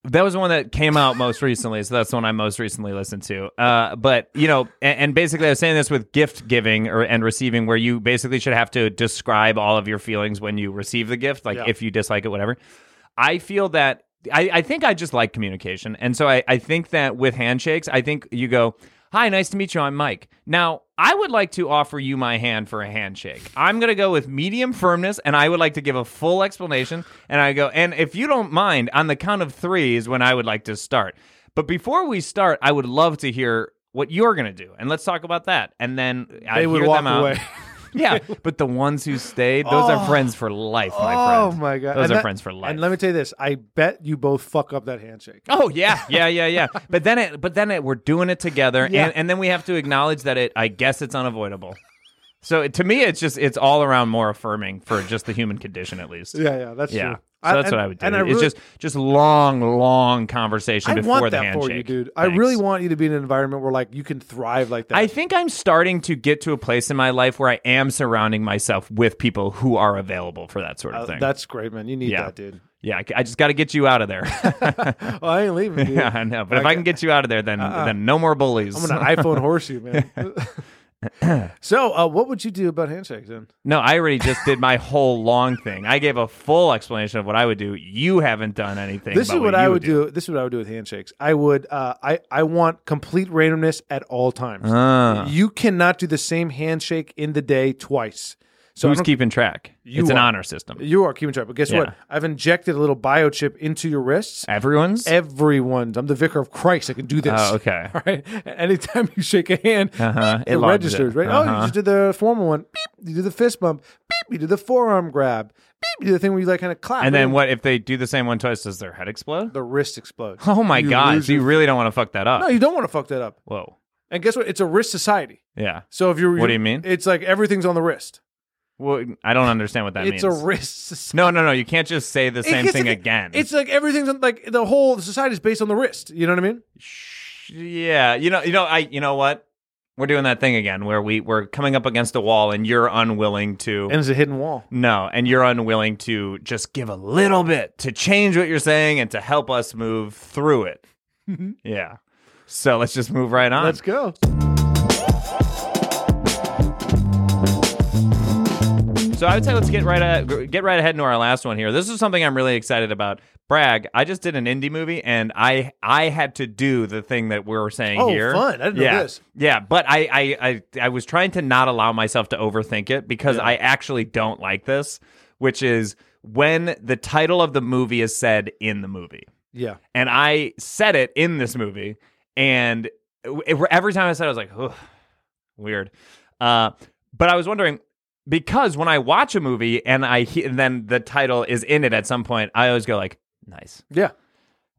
[SPEAKER 3] That was the one that came out most recently, so that's the one I most recently listened to. Uh, but you know, and, and basically, I was saying this with gift giving or and receiving, where you basically should have to describe all of your feelings when you receive the gift, like
[SPEAKER 4] Yeah.
[SPEAKER 3] if you dislike it, whatever. I feel that I, I think I just like communication, and so I, I think that with handshakes, I think you go, "Hi, nice to meet you. I'm Mike." Now, I would like to offer you my hand for a handshake. I'm going to go with medium firmness, and I would like to give a full explanation. And I go, and if you don't mind, on the count of three is when I would like to start. But before we start, I would love to hear what you're going to do, and let's talk about that. And then I
[SPEAKER 4] They would
[SPEAKER 3] hear
[SPEAKER 4] walk
[SPEAKER 3] them out.
[SPEAKER 4] away.
[SPEAKER 3] [LAUGHS] yeah, but the ones who stayed, those are friends for life, my
[SPEAKER 4] oh
[SPEAKER 3] friend.
[SPEAKER 4] my god!
[SPEAKER 3] those
[SPEAKER 4] And
[SPEAKER 3] are
[SPEAKER 4] that-
[SPEAKER 3] friends for life.
[SPEAKER 4] And let me tell you this: I bet you both fuck up that handshake.
[SPEAKER 3] Oh yeah, yeah, yeah, yeah. but then it, but then it, we're doing it together,
[SPEAKER 4] Yeah.
[SPEAKER 3] and, and then we have to acknowledge that it. I guess it's unavoidable. So it, to me, it's just it's all around more affirming for just the human condition, at least.
[SPEAKER 4] Yeah, yeah, that's
[SPEAKER 3] yeah.
[SPEAKER 4] true.
[SPEAKER 3] So that's what I would do.
[SPEAKER 4] And I
[SPEAKER 3] it's
[SPEAKER 4] really-
[SPEAKER 3] just just long, long conversation
[SPEAKER 4] I
[SPEAKER 3] before
[SPEAKER 4] want
[SPEAKER 3] the
[SPEAKER 4] that
[SPEAKER 3] handshake,
[SPEAKER 4] for you, dude. I
[SPEAKER 3] Thanks.
[SPEAKER 4] really want you to be in an environment where like you can thrive like that.
[SPEAKER 3] I think I'm starting to get to a place in my life where I am surrounding myself with people who are available for that sort of
[SPEAKER 4] Uh,
[SPEAKER 3] thing.
[SPEAKER 4] that's great, man. You need
[SPEAKER 3] Yeah.
[SPEAKER 4] that, dude.
[SPEAKER 3] yeah, I, I just got to get you out of there. [LAUGHS]
[SPEAKER 4] Oh, I ain't leaving, dude.
[SPEAKER 3] yeah, I know. But if I can get you out of there, then then no more bullies.
[SPEAKER 4] Uh-uh. I'm gonna iPhone horse you, man.
[SPEAKER 3] [LAUGHS]
[SPEAKER 4] [LAUGHS] so, uh, what would you do about handshakes then?
[SPEAKER 3] No, I already just did my whole long thing. I gave a full explanation of what I would do. You haven't done anything.
[SPEAKER 4] This
[SPEAKER 3] about
[SPEAKER 4] is what
[SPEAKER 3] you
[SPEAKER 4] I would do. This is what I would do with handshakes. I would. Uh, I I want complete randomness at all times.
[SPEAKER 3] Ah.
[SPEAKER 4] You cannot do the same handshake in the day twice. So I
[SPEAKER 3] Who's
[SPEAKER 4] don't-
[SPEAKER 3] keeping track?
[SPEAKER 4] You
[SPEAKER 3] it's an
[SPEAKER 4] are.
[SPEAKER 3] honor system.
[SPEAKER 4] you are keeping track. But guess
[SPEAKER 3] Yeah.
[SPEAKER 4] what? I've injected a little biochip into your wrists.
[SPEAKER 3] Everyone's.
[SPEAKER 4] Everyone's. I'm the vicar of Christ. I can do this.
[SPEAKER 3] oh, okay.
[SPEAKER 4] [LAUGHS] All right. Anytime you shake a hand,
[SPEAKER 3] Uh-huh. It
[SPEAKER 4] [LAUGHS] it
[SPEAKER 3] logs
[SPEAKER 4] registers,
[SPEAKER 3] it.
[SPEAKER 4] right? Oh,
[SPEAKER 3] Uh-huh.
[SPEAKER 4] you just did the formal one. Beep. You do the fist bump. Beep. You do the forearm grab. Beep. You do the thing where you like kind of clap.
[SPEAKER 3] And then
[SPEAKER 4] Boom.
[SPEAKER 3] what if they do the same one twice? Does their head explode?
[SPEAKER 4] The wrist explodes.
[SPEAKER 3] Oh my
[SPEAKER 4] You
[SPEAKER 3] god!
[SPEAKER 4] lose
[SPEAKER 3] So you
[SPEAKER 4] your-
[SPEAKER 3] really don't want to fuck that up.
[SPEAKER 4] no, you don't want to fuck that up.
[SPEAKER 3] Whoa.
[SPEAKER 4] And guess what? It's a wrist society.
[SPEAKER 3] Yeah.
[SPEAKER 4] So if you're,
[SPEAKER 3] What do you mean?
[SPEAKER 4] It's like everything's on the wrist.
[SPEAKER 3] Well, I don't understand what that
[SPEAKER 4] it's
[SPEAKER 3] means.
[SPEAKER 4] a wrist society.
[SPEAKER 3] [LAUGHS] no, no, no. You can't just say the same
[SPEAKER 4] It's-
[SPEAKER 3] thing
[SPEAKER 4] it's-
[SPEAKER 3] again.
[SPEAKER 4] It's like everything's on, like the whole society is based on the wrist. You know what I mean?
[SPEAKER 3] Yeah, you know, you know, I, you know what? We're doing that thing again where we we're coming up against a wall, and you're unwilling to.
[SPEAKER 4] And it's a hidden wall.
[SPEAKER 3] no, and you're unwilling to just give a little bit to change what you're saying and to help us move through it. yeah. So let's just move right on.
[SPEAKER 4] Mm-hmm. Let's go.
[SPEAKER 3] So I would say let's get right a, get right ahead into our last one here. This is something I'm really excited about. Bragg, I just did an indie movie and I I had to do the thing that we're saying
[SPEAKER 4] Oh,
[SPEAKER 3] here.
[SPEAKER 4] fun. I didn't know
[SPEAKER 3] yeah.
[SPEAKER 4] this.
[SPEAKER 3] Yeah, but I, I I I was trying to not allow myself to overthink it because I actually don't like this, which is when the title of the movie is said in the movie
[SPEAKER 4] Yeah.
[SPEAKER 3] and I said it in this movie, and it- every time I said, it, I was like, "Ugh, weird." Uh, but I was wondering because when I watch a movie and I he- and then the title is in it at some point, I always go like, "Nice."
[SPEAKER 4] Yeah.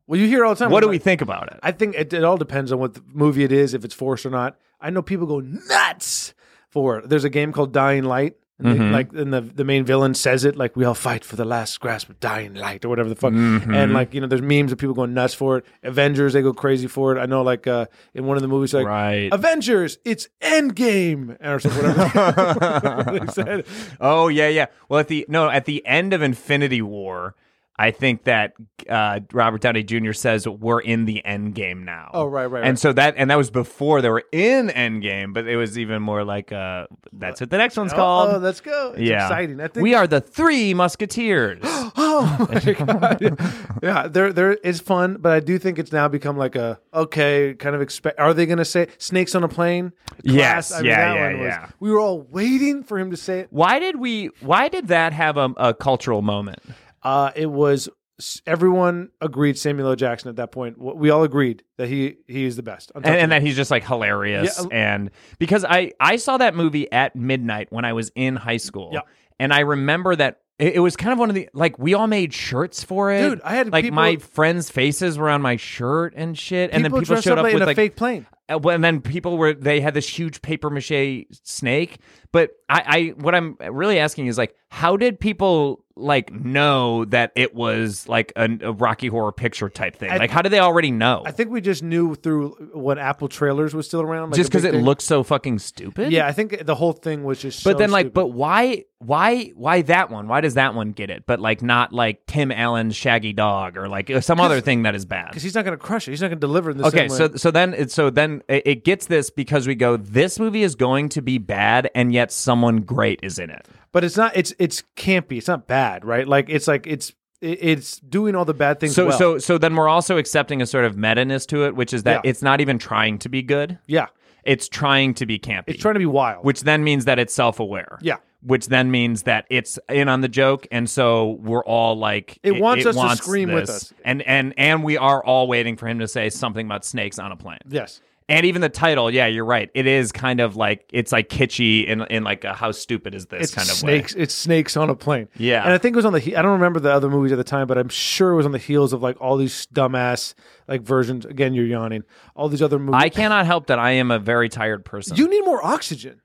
[SPEAKER 4] Well, you hear all the time.
[SPEAKER 3] What do
[SPEAKER 4] I'm
[SPEAKER 3] we
[SPEAKER 4] like-
[SPEAKER 3] think about it?
[SPEAKER 4] I think it, it all depends on what the movie it is, if it's forced or not. I know people go nuts for it. There's a game called Dying Light. And
[SPEAKER 3] Mm-hmm.
[SPEAKER 4] they- like and the the main villain says it like we all fight for the last grasp of dying light or whatever the fuck
[SPEAKER 3] Mm-hmm.
[SPEAKER 4] and like you know there's memes of people going nuts for it Avengers they go crazy for it I know like uh, in one of the movies like
[SPEAKER 3] Right.
[SPEAKER 4] Avengers it's Endgame or something whatever [LAUGHS] they said
[SPEAKER 3] Oh yeah, yeah. Well, at the no, at the end of Infinity War, I think that uh, Robert Downey Jr. says we're in the end game now.
[SPEAKER 4] Oh, right, right,
[SPEAKER 3] And
[SPEAKER 4] right.
[SPEAKER 3] so that and that was before they were in end game, but it was even more like uh, that's what the next one's called.
[SPEAKER 4] oh let's go it's
[SPEAKER 3] yeah,
[SPEAKER 4] exciting I think
[SPEAKER 3] we are the three Musketeers. [GASPS] [LAUGHS]
[SPEAKER 4] Oh my god! yeah, there there is fun, but I do think it's now become like a okay kind of expect. Are they going to say snakes on a plane? Class,
[SPEAKER 3] Yes, yeah,
[SPEAKER 4] that
[SPEAKER 3] yeah,
[SPEAKER 4] one was-
[SPEAKER 3] yeah.
[SPEAKER 4] We were all waiting for him to say it.
[SPEAKER 3] why did we? Why did that have a, a cultural moment?
[SPEAKER 4] Uh, it was s- everyone agreed. Samuel L. Jackson at that point, w- we all agreed that he he is the best.
[SPEAKER 3] and, and that he's just like hilarious
[SPEAKER 4] uh,
[SPEAKER 3] and because i i saw that movie at midnight when i was in high school
[SPEAKER 4] Yeah.
[SPEAKER 3] and i remember that it, it was kind of one of the like we all made shirts for it
[SPEAKER 4] Dude, I had
[SPEAKER 3] like
[SPEAKER 4] people-
[SPEAKER 3] my friends faces were on my shirt and shit and then people
[SPEAKER 4] dressed
[SPEAKER 3] showed up
[SPEAKER 4] like,
[SPEAKER 3] with
[SPEAKER 4] in a
[SPEAKER 3] like
[SPEAKER 4] fake plane.
[SPEAKER 3] uh, well, and then people were they had this huge paper mache snake. But I, I what I'm really asking is like, how did people like know that it was like a, a Rocky Horror Picture type thing?
[SPEAKER 4] I-
[SPEAKER 3] like, how did they already know?
[SPEAKER 4] I think we just knew through when Apple trailers was still around. Like
[SPEAKER 3] Just
[SPEAKER 4] a
[SPEAKER 3] because
[SPEAKER 4] big
[SPEAKER 3] it
[SPEAKER 4] thing.
[SPEAKER 3] looked so fucking stupid.
[SPEAKER 4] Yeah, I think the whole thing was just.
[SPEAKER 3] But
[SPEAKER 4] so
[SPEAKER 3] then, like,
[SPEAKER 4] stupid.
[SPEAKER 3] but why, why, why that one? Why does that one get it? But like, not like Tim Allen's Shaggy Dog or like some other thing that is bad.
[SPEAKER 4] because he's not going to crush it, he's not going to deliver in the
[SPEAKER 3] Okay,
[SPEAKER 4] same way.
[SPEAKER 3] so so then it- so then it, it gets this because we go. This movie is going to be bad, and yet someone great is in it.
[SPEAKER 4] but it's not. It's it's campy. It's not bad, right? Like it's like it's it- it's doing all the bad things.
[SPEAKER 3] So
[SPEAKER 4] Mm, well.
[SPEAKER 3] so so then we're also accepting a sort of meta-ness to it, which is that
[SPEAKER 4] Yeah.
[SPEAKER 3] it's not even trying to be good.
[SPEAKER 4] yeah,
[SPEAKER 3] It's trying to be campy.
[SPEAKER 4] it's trying to be wild.
[SPEAKER 3] which then means that it's self-aware.
[SPEAKER 4] Yeah.
[SPEAKER 3] Which then means that it's in on the joke, and so we're all like,
[SPEAKER 4] It wants us to
[SPEAKER 3] wants
[SPEAKER 4] scream with
[SPEAKER 3] this.
[SPEAKER 4] us.
[SPEAKER 3] and and and we are all waiting for him to say something about snakes on a plane.
[SPEAKER 4] yes,
[SPEAKER 3] And even the title, yeah, you're right. It is kind of like it's like kitschy in in like a how stupid is this
[SPEAKER 4] it's
[SPEAKER 3] kind of
[SPEAKER 4] snakes. It's snakes on a plane.
[SPEAKER 3] Yeah.
[SPEAKER 4] and I think it was on the. he- I don't remember the other movies at the time, but I'm sure it was on the heels of like all these dumbass like versions. Again, you're yawning. All these other movies.
[SPEAKER 3] way. I cannot help that I am a very tired person,
[SPEAKER 4] You need more oxygen.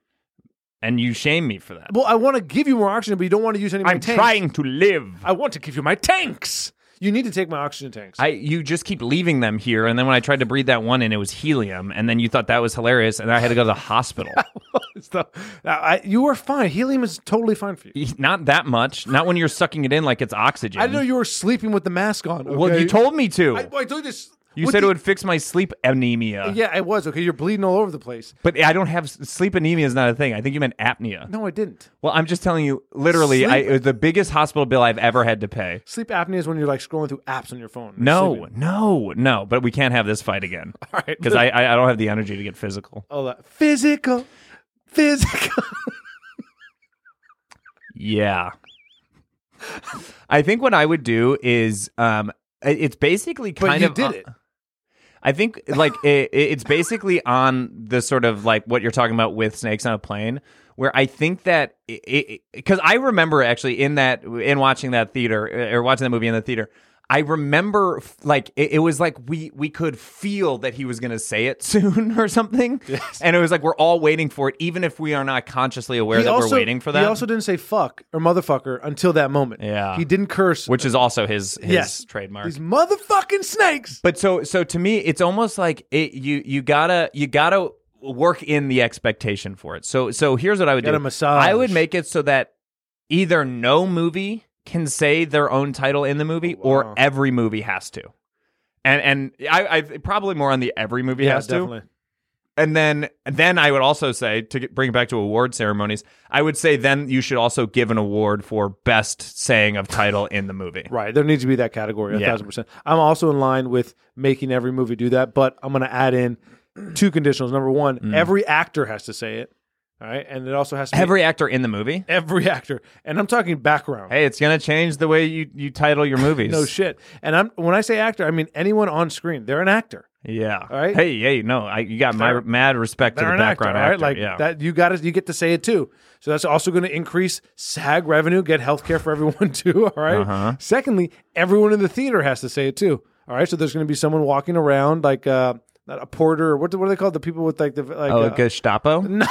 [SPEAKER 3] and you shame me for that.
[SPEAKER 4] Well, I want to give you more oxygen, but you don't want to use any. of my
[SPEAKER 3] I'm
[SPEAKER 4] tanks.
[SPEAKER 3] trying to live.
[SPEAKER 4] I want to give you my tanks. You need to take my oxygen tanks. [LAUGHS]
[SPEAKER 3] I you just keep leaving them here, and then when I tried to breathe that one in, it was helium, and then you thought that was hilarious, and I had to go to the
[SPEAKER 4] [LAUGHS]
[SPEAKER 3] hospital.
[SPEAKER 4] Stop. Now, I, you were fine. Helium is totally fine for you.
[SPEAKER 3] Not that much. Not when you're sucking it in like it's oxygen.
[SPEAKER 4] I didn't know you were sleeping with the mask on. Okay?
[SPEAKER 3] Well, you told me to.
[SPEAKER 4] I, well, I told you this.
[SPEAKER 3] you
[SPEAKER 4] with
[SPEAKER 3] said
[SPEAKER 4] the-
[SPEAKER 3] it would fix my sleep anemia.
[SPEAKER 4] Yeah, I was okay. You're bleeding all over the place.
[SPEAKER 3] But I don't have sleep anemia is not a thing. I think you meant apnea.
[SPEAKER 4] No, I didn't.
[SPEAKER 3] Well, I'm just telling you, literally, I,
[SPEAKER 4] Sleep-
[SPEAKER 3] it was the biggest hospital bill I've ever had to pay.
[SPEAKER 4] Sleep apnea is when you're like scrolling through apps on your phone. and
[SPEAKER 3] No,
[SPEAKER 4] sleeping.
[SPEAKER 3] no, no. But we can't have this fight
[SPEAKER 4] [LAUGHS]
[SPEAKER 3] again. All
[SPEAKER 4] right.
[SPEAKER 3] Because I, I I don't have the energy to get physical.
[SPEAKER 4] all that physical, physical.
[SPEAKER 3] Yeah. I think what I would do is um it- it's basically
[SPEAKER 4] But
[SPEAKER 3] kind
[SPEAKER 4] you
[SPEAKER 3] of
[SPEAKER 4] did it.
[SPEAKER 3] I think
[SPEAKER 4] [LAUGHS]
[SPEAKER 3] like it, it- it's basically on the sort of like what you're talking about with snakes on a plane where I think that because I remember actually in that in watching that theater uh, or watching that movie in the theater I remember f- like it, it was like we we could feel that he was going to say it [LAUGHS] soon or something and it was like we're all waiting for it even if we are not consciously aware
[SPEAKER 4] He
[SPEAKER 3] that
[SPEAKER 4] also-
[SPEAKER 3] we're waiting for that
[SPEAKER 4] He also didn't say fuck or motherfucker until that moment.
[SPEAKER 3] Yeah.
[SPEAKER 4] he didn't curse.
[SPEAKER 3] which is also his his
[SPEAKER 4] yes,
[SPEAKER 3] trademark.
[SPEAKER 4] These motherfucking snakes.
[SPEAKER 3] but so so to me, it's almost like it, you you gotta you gotta work in the expectation for it. So so here's what I would
[SPEAKER 4] Get
[SPEAKER 3] do.
[SPEAKER 4] a massage.
[SPEAKER 3] I would make it so that either no movie can say their own title in the movie,
[SPEAKER 4] Oh, Wow.
[SPEAKER 3] or every movie has to. And and I, I probably more on the every movie has to. And then then I would also say to get, bring it back to award ceremonies, I would say then you should also give an award for best saying of title in the movie.
[SPEAKER 4] Right. There needs to be that category, a
[SPEAKER 3] Yeah.
[SPEAKER 4] thousand percent. I'm also in line with making every movie do that, but I'm going to add in two conditionals. Number one, every actor has to say it. All right. And it also has to be
[SPEAKER 3] Mm. Every actor in the movie.
[SPEAKER 4] every actor. And I'm talking background.
[SPEAKER 3] Hey, it's gonna change the way you, you title your movies.
[SPEAKER 4] [LAUGHS] No shit. And I'm when I say actor, I mean anyone on screen. They're an actor.
[SPEAKER 3] Yeah.
[SPEAKER 4] All right.
[SPEAKER 3] Hey, hey, no, I, you got my
[SPEAKER 4] They're-
[SPEAKER 3] mad respect to
[SPEAKER 4] They're
[SPEAKER 3] the
[SPEAKER 4] an
[SPEAKER 3] background
[SPEAKER 4] actor, all right?
[SPEAKER 3] actor,
[SPEAKER 4] Like
[SPEAKER 3] yeah.
[SPEAKER 4] that you got to you get to say it too. So that's also going to increase SAG revenue, get health care for everyone [LAUGHS] too, all right?
[SPEAKER 3] Uh-huh.
[SPEAKER 4] Secondly, everyone in the theater has to say it too. All right? So there's going to be someone walking around like uh not a porter, what, do- what are they called? The people with like the like
[SPEAKER 3] oh,
[SPEAKER 4] uh, [LAUGHS]
[SPEAKER 3] Gestapo.
[SPEAKER 4] no,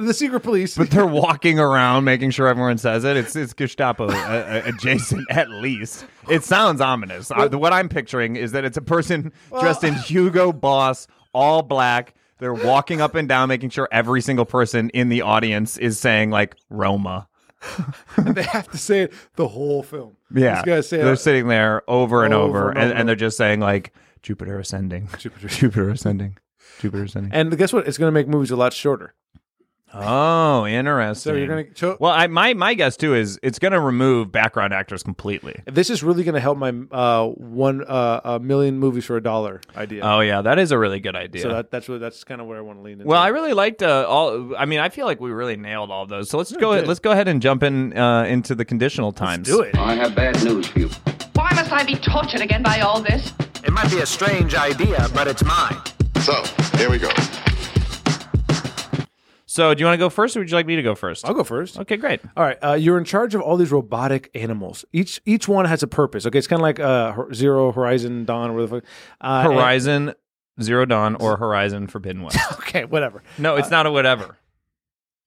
[SPEAKER 4] the secret police.
[SPEAKER 3] But [LAUGHS] they're walking around making sure everyone says it. It's it's Gestapo uh, uh, adjacent at least. It sounds ominous. I, what I'm picturing is that it's a person dressed in Hugo Boss, all black. They're walking up and down, making sure every single person in the audience is saying like Roma.
[SPEAKER 4] [LAUGHS] they have to say it the whole film.
[SPEAKER 3] Yeah,
[SPEAKER 4] He's got to say
[SPEAKER 3] they're
[SPEAKER 4] it.
[SPEAKER 3] sitting there over and over,
[SPEAKER 4] Over
[SPEAKER 3] and,
[SPEAKER 4] and
[SPEAKER 3] and,
[SPEAKER 4] over.
[SPEAKER 3] they're just saying like Jupiter ascending, Jupiter, ascending, Jupiter ascending.
[SPEAKER 4] and guess what? It's going to make movies a lot shorter.
[SPEAKER 3] oh, interesting.
[SPEAKER 4] So you're going to cho-
[SPEAKER 3] well, I, my my guess too is it's going to remove background actors completely.
[SPEAKER 4] this is really going to help my uh, one uh, a million movies for a dollar idea.
[SPEAKER 3] Oh yeah, that is a really good idea.
[SPEAKER 4] So that, that's really that's kind of where I want to lean. Into.
[SPEAKER 3] well, I really liked uh, all. I mean, I feel like we really nailed all of those. So let's go.
[SPEAKER 4] did.
[SPEAKER 3] Let's go ahead and jump in uh, into the conditional times.
[SPEAKER 4] do it.
[SPEAKER 6] I have bad news for you.
[SPEAKER 7] Why must I be tortured again by all this?
[SPEAKER 8] It might be a strange idea, but it's mine.
[SPEAKER 1] So, here we go.
[SPEAKER 3] So do you want to go first, or would you like me to go first?
[SPEAKER 4] I'll go first.
[SPEAKER 3] Okay, great.
[SPEAKER 4] All right, uh, you're in charge of all these robotic animals. Each each one has a purpose. Okay, it's kind of like uh, Hor- Zero Horizon Dawn, where the fuck uh, and-
[SPEAKER 3] Horizon Zero Dawn or Horizon Forbidden West.
[SPEAKER 4] [LAUGHS] Okay, whatever.
[SPEAKER 3] No,
[SPEAKER 4] [LAUGHS]
[SPEAKER 3] it's not a whatever.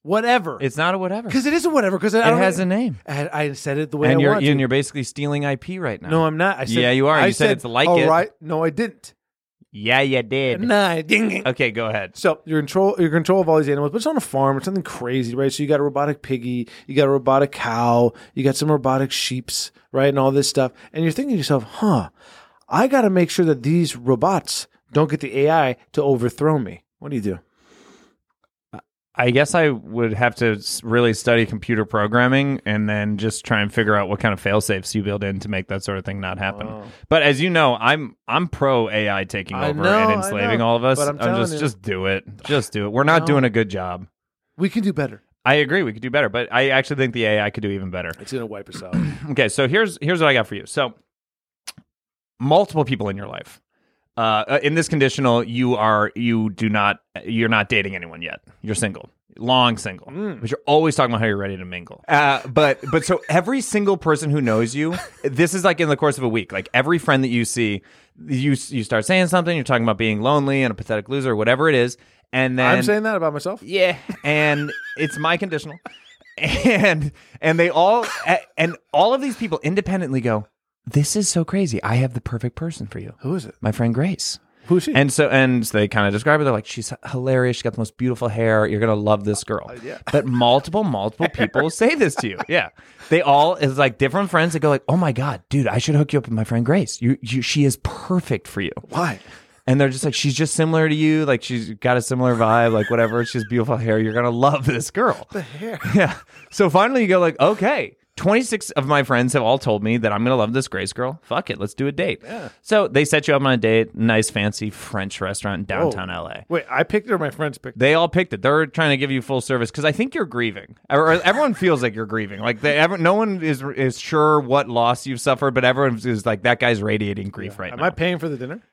[SPEAKER 4] Whatever. [LAUGHS]
[SPEAKER 3] It's not a whatever.
[SPEAKER 4] Because it is a whatever. Because it
[SPEAKER 3] it has a name.
[SPEAKER 4] I, I said it the way
[SPEAKER 3] And
[SPEAKER 4] I
[SPEAKER 3] you're
[SPEAKER 4] want
[SPEAKER 3] and
[SPEAKER 4] to.
[SPEAKER 3] you're basically stealing IP right now.
[SPEAKER 4] No, I'm not. I said,
[SPEAKER 3] Yeah, you are.
[SPEAKER 4] I
[SPEAKER 3] You said it's like
[SPEAKER 4] all
[SPEAKER 3] it.
[SPEAKER 4] right. No, I didn't.
[SPEAKER 3] yeah, you did.
[SPEAKER 4] Nah, ding, ding.
[SPEAKER 3] Okay, go ahead.
[SPEAKER 4] So you're in control you're in control of all these animals, but it's on a farm, it's something crazy, right? So you got a robotic piggy, you got a robotic cow, you got some robotic sheeps, right, and all this stuff. And you're thinking to yourself, huh, I gotta make sure that these robots don't get the AI to overthrow me. What do you do?
[SPEAKER 3] I guess I would have to s- really study computer programming and then just try and figure out what kind of fail safes you build in to make that sort of thing not happen. But as you know, I'm I'm pro AI taking
[SPEAKER 4] Oh. I
[SPEAKER 3] over
[SPEAKER 4] know,
[SPEAKER 3] and
[SPEAKER 4] I
[SPEAKER 3] enslaving
[SPEAKER 4] know,
[SPEAKER 3] all of us.
[SPEAKER 4] but I'm telling
[SPEAKER 3] just
[SPEAKER 4] you-
[SPEAKER 3] just do it. Just do it. We're not
[SPEAKER 4] No.
[SPEAKER 3] doing a good job.
[SPEAKER 4] We can do better.
[SPEAKER 3] I agree we could do better, but I actually think the AI could do even better.
[SPEAKER 4] It's gonna
[SPEAKER 3] [CLEARS THROAT]
[SPEAKER 4] wipe us out.
[SPEAKER 3] Okay, so here's here's what I got for you. So multiple people in your life. Uh, in this conditional, you are you do not you're not dating anyone yet. You're single, long single, but you're always talking about how you're ready to mingle. Mm. Uh, but but so every single person who knows you, this is like in the course of a week. Like every friend that you see, you you start saying something. You're talking about being lonely and a pathetic loser, or whatever it is, and then
[SPEAKER 4] I'm saying that about myself.
[SPEAKER 3] yeah, and it's my conditional, and and they all a- and all of these people independently go. This is so crazy. I have the perfect person for you.
[SPEAKER 4] Who is it?
[SPEAKER 3] My friend Grace.
[SPEAKER 4] Who's she?
[SPEAKER 3] And so, and they kind of describe her. They're like, she's hilarious. She got the most beautiful hair. You're gonna love this girl.
[SPEAKER 4] Uh, yeah.
[SPEAKER 3] But multiple,
[SPEAKER 4] [LAUGHS]
[SPEAKER 3] multiple people say this to you. Yeah, they all is like different friends that go like, oh my god, dude, I should hook you up with my friend Grace. You, you, she is perfect for you
[SPEAKER 4] Why?
[SPEAKER 3] and they're just like she's just similar to you like she's got a similar vibe like whatever she's beautiful hair you're gonna love this girl the hair [LAUGHS] yeah so finally you go like okay 26 of my friends have all told me that I'm going to love this Grace girl. Fuck it. Let's do a date. So they set you up on a date, nice fancy French restaurant in
[SPEAKER 4] Oh.
[SPEAKER 3] downtown LA.
[SPEAKER 4] Wait, I picked it or my friends picked it.
[SPEAKER 3] They all picked it. They're trying to give you full service because I think you're grieving. Or- or Everyone feels like you're grieving. Like they, every, no one is is sure what loss you've suffered, but everyone is like that guy's radiating grief right
[SPEAKER 4] Am
[SPEAKER 3] now.
[SPEAKER 4] I paying for the dinner?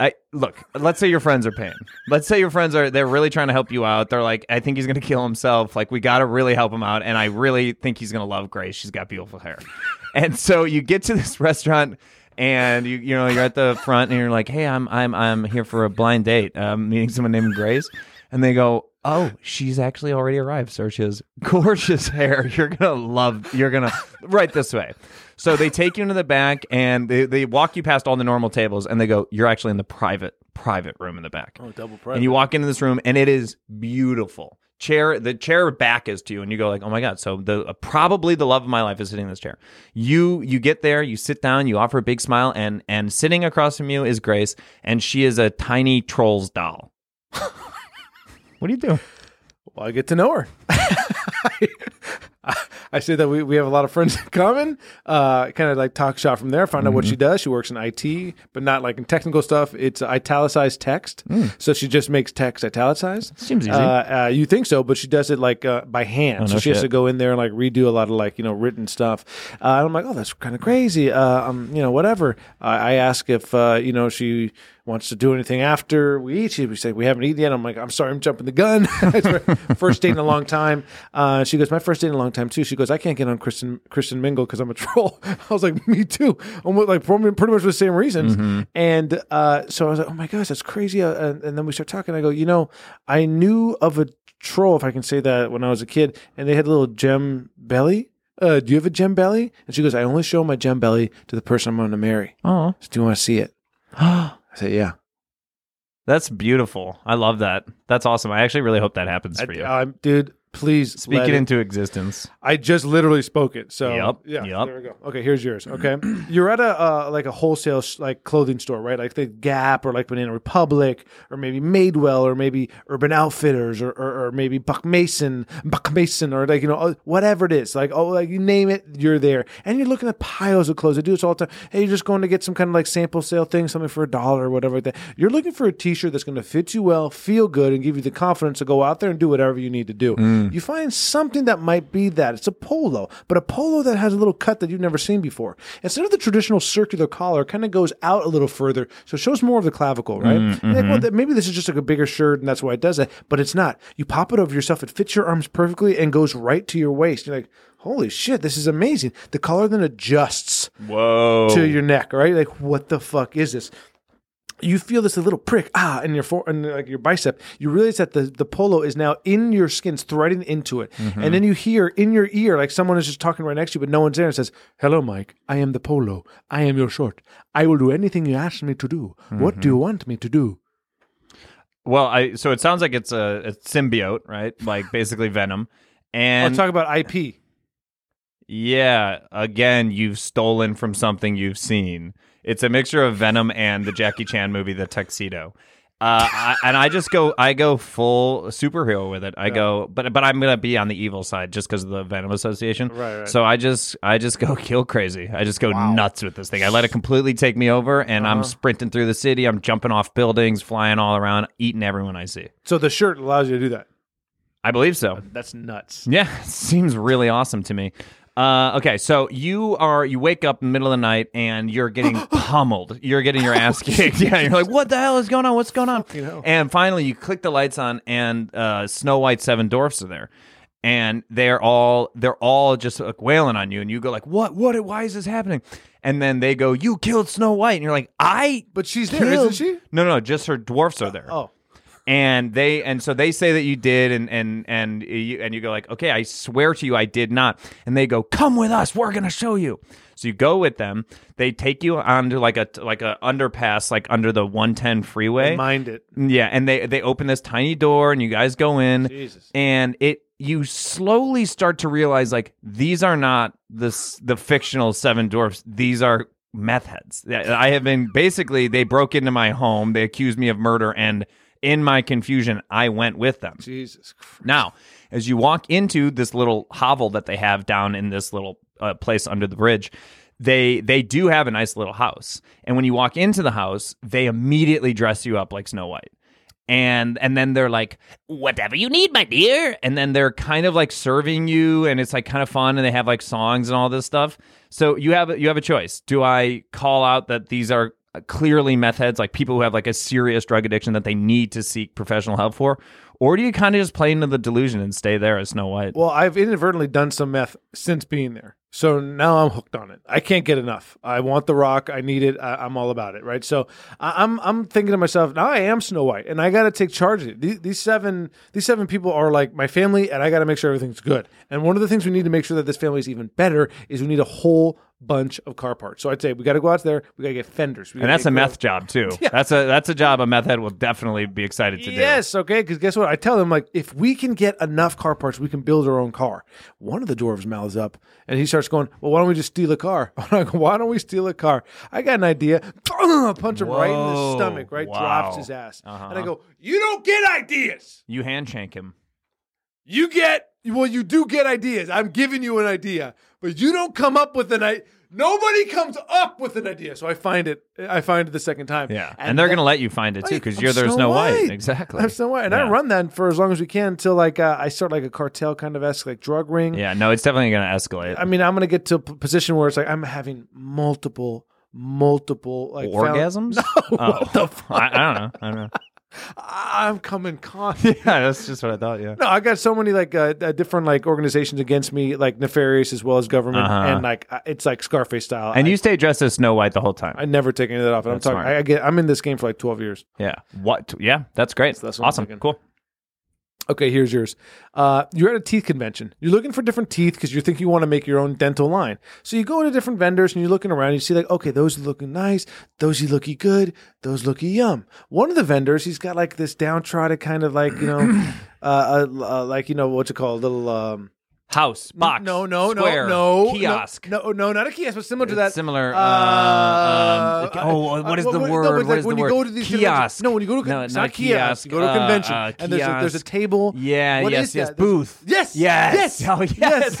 [SPEAKER 3] I look. Let's say your friends are paying. Let's say your friends are. They're really trying to help you out. They're like, I think he's gonna kill himself. Like, we gotta really help him out. And I really think he's gonna love Grace. She's got beautiful hair. and so you get to this restaurant, and you you know you're at the front, and you're like, Hey, I'm I'm I'm here for a blind date. I'm meeting someone named Grace. And they go, Oh, she's actually already arrived, sir. She has gorgeous hair. [LAUGHS] You're gonna love. You're [LAUGHS] gonna right this way. So they take you into the back and they, they walk you past all the normal tables and they go, You're actually in the private, private room in the back. Oh,
[SPEAKER 4] double
[SPEAKER 3] And you walk into this room and it is beautiful. Chair the chair back is to you and you go like, Oh my God. So the uh, probably the love of my life is sitting in this chair. You you get there, you sit down, you offer a big smile, and and sitting across from you is Grace, and she is a tiny troll's doll. what are you doing?
[SPEAKER 4] Well, I get to know her. [LAUGHS] I, I say that we, we have a lot of friends [LAUGHS] in common. Uh, kind of like talk shop from there, find out what
[SPEAKER 3] Mm-hmm.
[SPEAKER 4] she does. She works in IT, but not like in technical stuff. It's italicized text. So she just makes text italicized.
[SPEAKER 3] Mm. Seems easy. Oh,
[SPEAKER 4] Uh, uh, you think so, but she does it like uh, by hand. so she has
[SPEAKER 3] shit.
[SPEAKER 4] to go in there and like redo a lot of like, you know, written stuff. Uh, and I'm like, oh, that's kind of crazy. Uh, um, you know, whatever. I I ask if, uh, you know, she wants to do anything after we eat. She would say, we haven't eaten yet. I'm like, I'm sorry, I'm jumping the gun. [LAUGHS] It's her first date in a long time. Uh, she goes, my first date in a long time too. She goes, I can't get on Christian, Christian Mingle because I'm a [LAUGHS] troll. I was like, me too. Almost like pretty pretty much for the same reasons. And uh, so I was like, oh my gosh, that's crazy. Uh, and, and then we start talking. I go, you know, I knew of a troll, if I can say that, when I was a kid, and they had a little gem belly. Uh, do you have a gem belly? And she goes, I only show my gem belly to the person I'm going to marry.
[SPEAKER 3] Oh.
[SPEAKER 4] So do you want to see it? I said, yeah.
[SPEAKER 3] That's beautiful. I love that. That's awesome. I actually really hope that happens for you.
[SPEAKER 4] I, am dude, please
[SPEAKER 3] Speak
[SPEAKER 4] let
[SPEAKER 3] uh, it into existence.
[SPEAKER 4] I just literally spoke it. So
[SPEAKER 3] Yep,
[SPEAKER 4] yeah,
[SPEAKER 3] yep.
[SPEAKER 4] there we go. Okay, here's
[SPEAKER 3] [CLEARS THROAT]
[SPEAKER 4] yours. Okay, you're at a uh, like a wholesale sh- like clothing store, right? Like the Gap or like Banana Republic or maybe Madewell or maybe Urban Outfitters or or, or maybe Buck Mason, Buck Mason or like you know uh, whatever it is. Like oh, like you name it, you're there, and you're looking at piles of clothes. They do this all the time. Hey, you're just going to get some kind of like sample sale thing, something for a dollar or whatever like that. You're looking for a T-shirt that's going to fit you well, feel good, and give you the confidence to go out there and do whatever you need to do. You find something that might be that. It's a polo, but a polo that has a little cut that you've never seen before. Instead of the traditional circular collar, kind of goes out a little further, so it shows more of the clavicle, right? And like, well, th- maybe this is just like a bigger shirt, and that's why it does that. But it's not. You pop it over yourself; it fits your arms perfectly and goes right to your waist. You're like. Holy shit, this is amazing. The collar then adjusts
[SPEAKER 3] Whoa.
[SPEAKER 4] to your neck, right? Like, what the fuck is this? you feel this little prick ah in your fore and like your bicep. You realize that the the polo is now in your skin's threaded into it, and then you hear in your ear like someone is just talking right next to you, but no one's there, and says, "Hello, Mike. I am the polo. I am your short. I will do anything you ask me to do. What do you want me to do?"
[SPEAKER 3] Well, I so it sounds like it's a, a symbiote, right? Like basically venom.
[SPEAKER 4] Let's
[SPEAKER 3] And
[SPEAKER 4] talk about IP.
[SPEAKER 3] yeah, again, you've stolen from something you've seen. It's a mixture of venom and the Jackie Chan movie, The Tuxedo. Uh, I, and I just go, I go full superhero with it. I go, but but I'm gonna be on the evil side just because of the Venom association.
[SPEAKER 4] Right, right.
[SPEAKER 3] So I just, I just go [LAUGHS] kill crazy. I just go nuts with this thing. I let it completely take me over, and
[SPEAKER 4] Uh-huh.
[SPEAKER 3] I'm sprinting through the city. I'm jumping off buildings, flying all around, eating everyone I see.
[SPEAKER 4] So the shirt allows you to do that.
[SPEAKER 3] I believe so.
[SPEAKER 4] That's nuts.
[SPEAKER 3] Yeah, [LAUGHS] seems really awesome to me. Uh, okay, so you are you wake up in the middle of the night and you're
[SPEAKER 4] [LAUGHS]
[SPEAKER 3] getting pummeled. You're getting your ass kicked. Yeah, you're like, what the hell is going on? What's going on? And finally, you click the lights on, and uh, Snow White Seven Dwarfs are there, and they're all they're all just like wailing on you, and you go like, what? What? Why is this happening? And then they go, you killed Snow White, and you're like, I.
[SPEAKER 4] But she's there, isn't
[SPEAKER 3] killed-"
[SPEAKER 4] she?
[SPEAKER 3] No, no, just her dwarfs are there
[SPEAKER 4] Oh,
[SPEAKER 3] and they and so they say that you did and and and you and you go like okay i swear to you i did not and they go come with us we're gonna show you so you go with them they take you onto like a like a underpass like under the 110 freeway
[SPEAKER 4] mind it.
[SPEAKER 3] yeah and they they open this tiny door and you guys go in
[SPEAKER 4] Jesus.
[SPEAKER 3] and it you slowly start to realize like these are not the s- the fictional seven dwarfs these are meth heads Yeah, i have been basically they broke into my home they accused me of murder and in my confusion i went with them
[SPEAKER 4] Jesus Christ.
[SPEAKER 3] now, as you walk into this little hovel that they have down in this little uh, place under the bridge, they they do have a nice little house. And when you walk into the house, they immediately dress you up like Snow White. And and then they're like, whatever you need, my dear. And then they're kind of like serving you, and it's like kind of fun. And they have like songs and all this stuff. So you have you have a choice. Do I call out that these are uh, clearly meth heads, like people who have like a serious drug addiction that they need to seek professional help for, or do you kind of just play into the delusion and stay there as Snow White?
[SPEAKER 4] Well, I've inadvertently done some meth since being there. So now I'm hooked on it. I can't get enough. I want the rock. I need it. I, I'm all about it. Right. So I, I'm I'm thinking to myself now. I am Snow White, and I got to take charge of it. These, these seven these seven people are like my family, and I got to make sure everything's good. And one of the things we need to make sure that this family is even better is we need a whole bunch of car parts. So I'd say we got to go out there. We got to get fenders. We
[SPEAKER 3] and
[SPEAKER 4] gotta
[SPEAKER 3] that's
[SPEAKER 4] get
[SPEAKER 3] a
[SPEAKER 4] grill-
[SPEAKER 3] meth job
[SPEAKER 4] [LAUGHS]
[SPEAKER 3] too. That's a that's a job a meth head will definitely be excited to do.
[SPEAKER 4] Yes, okay. Because guess what? I tell them like, if we can get enough car parts, we can build our own car. One of the dwarves mouths up, and he starts going, "Well, why don't we just steal a car? [LAUGHS] And I go, why don't we steal a car? I got an idea. [LAUGHS] Punch him right in the
[SPEAKER 3] Whoa,
[SPEAKER 4] stomach. Right,
[SPEAKER 3] wow. Uh-huh.
[SPEAKER 4] drops his ass. And I go, "You don't get ideas.
[SPEAKER 3] You hand shank him.
[SPEAKER 4] You get well. You do get ideas. I'm giving you an idea, but you don't come up with an idea." Nobody comes up with an idea, so I find it. I find it the second time.
[SPEAKER 3] And, they're gonna let you find
[SPEAKER 4] Oh,
[SPEAKER 3] it too, because you're there's no white. Exactly.
[SPEAKER 4] I'm Snow White, and I
[SPEAKER 3] Yeah.
[SPEAKER 4] run that for as long as we can until like uh, I start like a cartel kind of esque like drug ring.
[SPEAKER 3] Yeah, no, it's definitely gonna escalate.
[SPEAKER 4] I mean, I'm gonna get to a p- position where it's like I'm having multiple, multiple like found- [LAUGHS]
[SPEAKER 3] Orgasms? oh. [LAUGHS] What the fuck? I, I don't know. I don't know. [LAUGHS]
[SPEAKER 4] I- I'm coming con. [LAUGHS]
[SPEAKER 3] yeah, that's just what I thought. Yeah.
[SPEAKER 4] No, I got so many like uh, uh, different like organizations against me, like nefarious as well as government,
[SPEAKER 3] Uh-huh.
[SPEAKER 4] and like I- it's like Scarface style.
[SPEAKER 3] And
[SPEAKER 4] I,
[SPEAKER 3] you stay dressed as Snow White the whole time.
[SPEAKER 4] I never take any of that off. And I'm
[SPEAKER 3] That's
[SPEAKER 4] talking.
[SPEAKER 3] smart.
[SPEAKER 4] I, I get. I'm in this game for like 12 years.
[SPEAKER 3] yeah. What? Yeah, that's great.
[SPEAKER 4] that's what I'm
[SPEAKER 3] awesome.
[SPEAKER 4] thinking.
[SPEAKER 3] Cool.
[SPEAKER 4] Okay, here's yours. Uh, you're at a teeth convention. You're looking for different teeth because you think you want to make your own dental line. So you go to different vendors and you're looking around. And you see like, okay, those are looking nice. Those are looking good. Those looky yum. One of the vendors, he's got like this downtrodden kind of like you know, [CLEARS THROAT] uh, uh, uh, like you know what's it called, little um,
[SPEAKER 3] House, box,
[SPEAKER 4] no, no,
[SPEAKER 3] square,
[SPEAKER 4] no, no,
[SPEAKER 3] kiosk.
[SPEAKER 4] no, no, no, not a kiosk, but similar to
[SPEAKER 3] It's
[SPEAKER 4] that,
[SPEAKER 3] similar, uh,
[SPEAKER 4] Uh,
[SPEAKER 3] um, oh, what
[SPEAKER 4] uh,
[SPEAKER 3] is the
[SPEAKER 4] no, but
[SPEAKER 3] word?
[SPEAKER 4] it's
[SPEAKER 3] What
[SPEAKER 4] like
[SPEAKER 3] is
[SPEAKER 4] when
[SPEAKER 3] the
[SPEAKER 4] you
[SPEAKER 3] word?
[SPEAKER 4] go to these
[SPEAKER 3] Kiosk.
[SPEAKER 4] conventions- No, when you go to
[SPEAKER 3] No,
[SPEAKER 4] it's
[SPEAKER 3] not
[SPEAKER 4] not kiosk. You go to a
[SPEAKER 3] kiosk. Uh,
[SPEAKER 4] convention
[SPEAKER 3] uh,
[SPEAKER 4] and there's a, there's a
[SPEAKER 3] kiosk.
[SPEAKER 4] table.
[SPEAKER 3] Yeah,
[SPEAKER 4] What
[SPEAKER 3] yes,
[SPEAKER 4] is
[SPEAKER 3] yes.
[SPEAKER 4] that? There's-
[SPEAKER 3] Booth.
[SPEAKER 4] Yes,
[SPEAKER 3] Yes.
[SPEAKER 4] yes,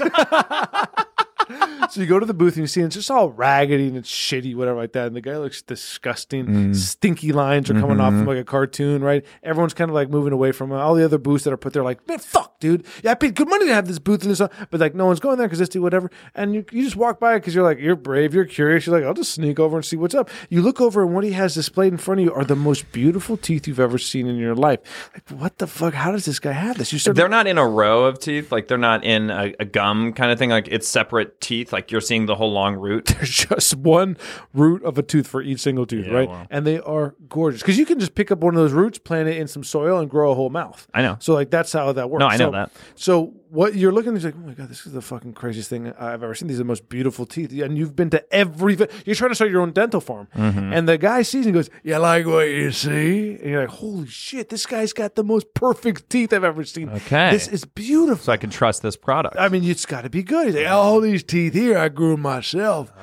[SPEAKER 3] [LAUGHS] Oh, yes.
[SPEAKER 4] [LAUGHS] so you go to the booth and you see it's just all raggedy and it's shitty, whatever like that. And the guy looks disgusting. Stinky lines are coming off him like a cartoon, right? Everyone's kind of like moving away from it. all the other booths that are put there. Like, man, fuck, dude. Yeah, I paid good money to have this booth and this, but like no one's going there because this dude, whatever. And you, you just walk by because you're like you're brave, you're curious. You're like, I'll just sneak over and see what's up. You look over and what he has displayed in front of you are the most beautiful teeth you've ever seen in your life. Like, what the fuck? How does this guy have this? You start
[SPEAKER 3] They're not in a row of teeth. Like they're not in a, a gum kind of thing. Like it's separate teeth, like you're seeing the whole long route. [LAUGHS]
[SPEAKER 4] There's [LAUGHS] just one root of a tooth for each single tooth,
[SPEAKER 3] Yeah,
[SPEAKER 4] right?
[SPEAKER 3] wow.
[SPEAKER 4] And they are gorgeous because you can just pick up one of those roots, plant it in some soil, and grow a whole mouth.
[SPEAKER 3] I know.
[SPEAKER 4] So like that's how that works.
[SPEAKER 3] No, I know
[SPEAKER 4] So-
[SPEAKER 3] that.
[SPEAKER 4] So what you're looking at is like, oh my god, this is the fucking craziest thing I've ever seen. These are the most beautiful teeth, and you've been to every. vet- You're trying to start your own dental farm,
[SPEAKER 3] Mm-hmm.
[SPEAKER 4] and the guy sees and goes, "You like what you see?" And you're like, "Holy shit, this guy's got the most perfect teeth I've ever seen.
[SPEAKER 3] Okay.
[SPEAKER 4] this is beautiful."
[SPEAKER 3] So I can trust this product.
[SPEAKER 4] I mean, it's got to be good. He's like, all these teeth here I grew myself. You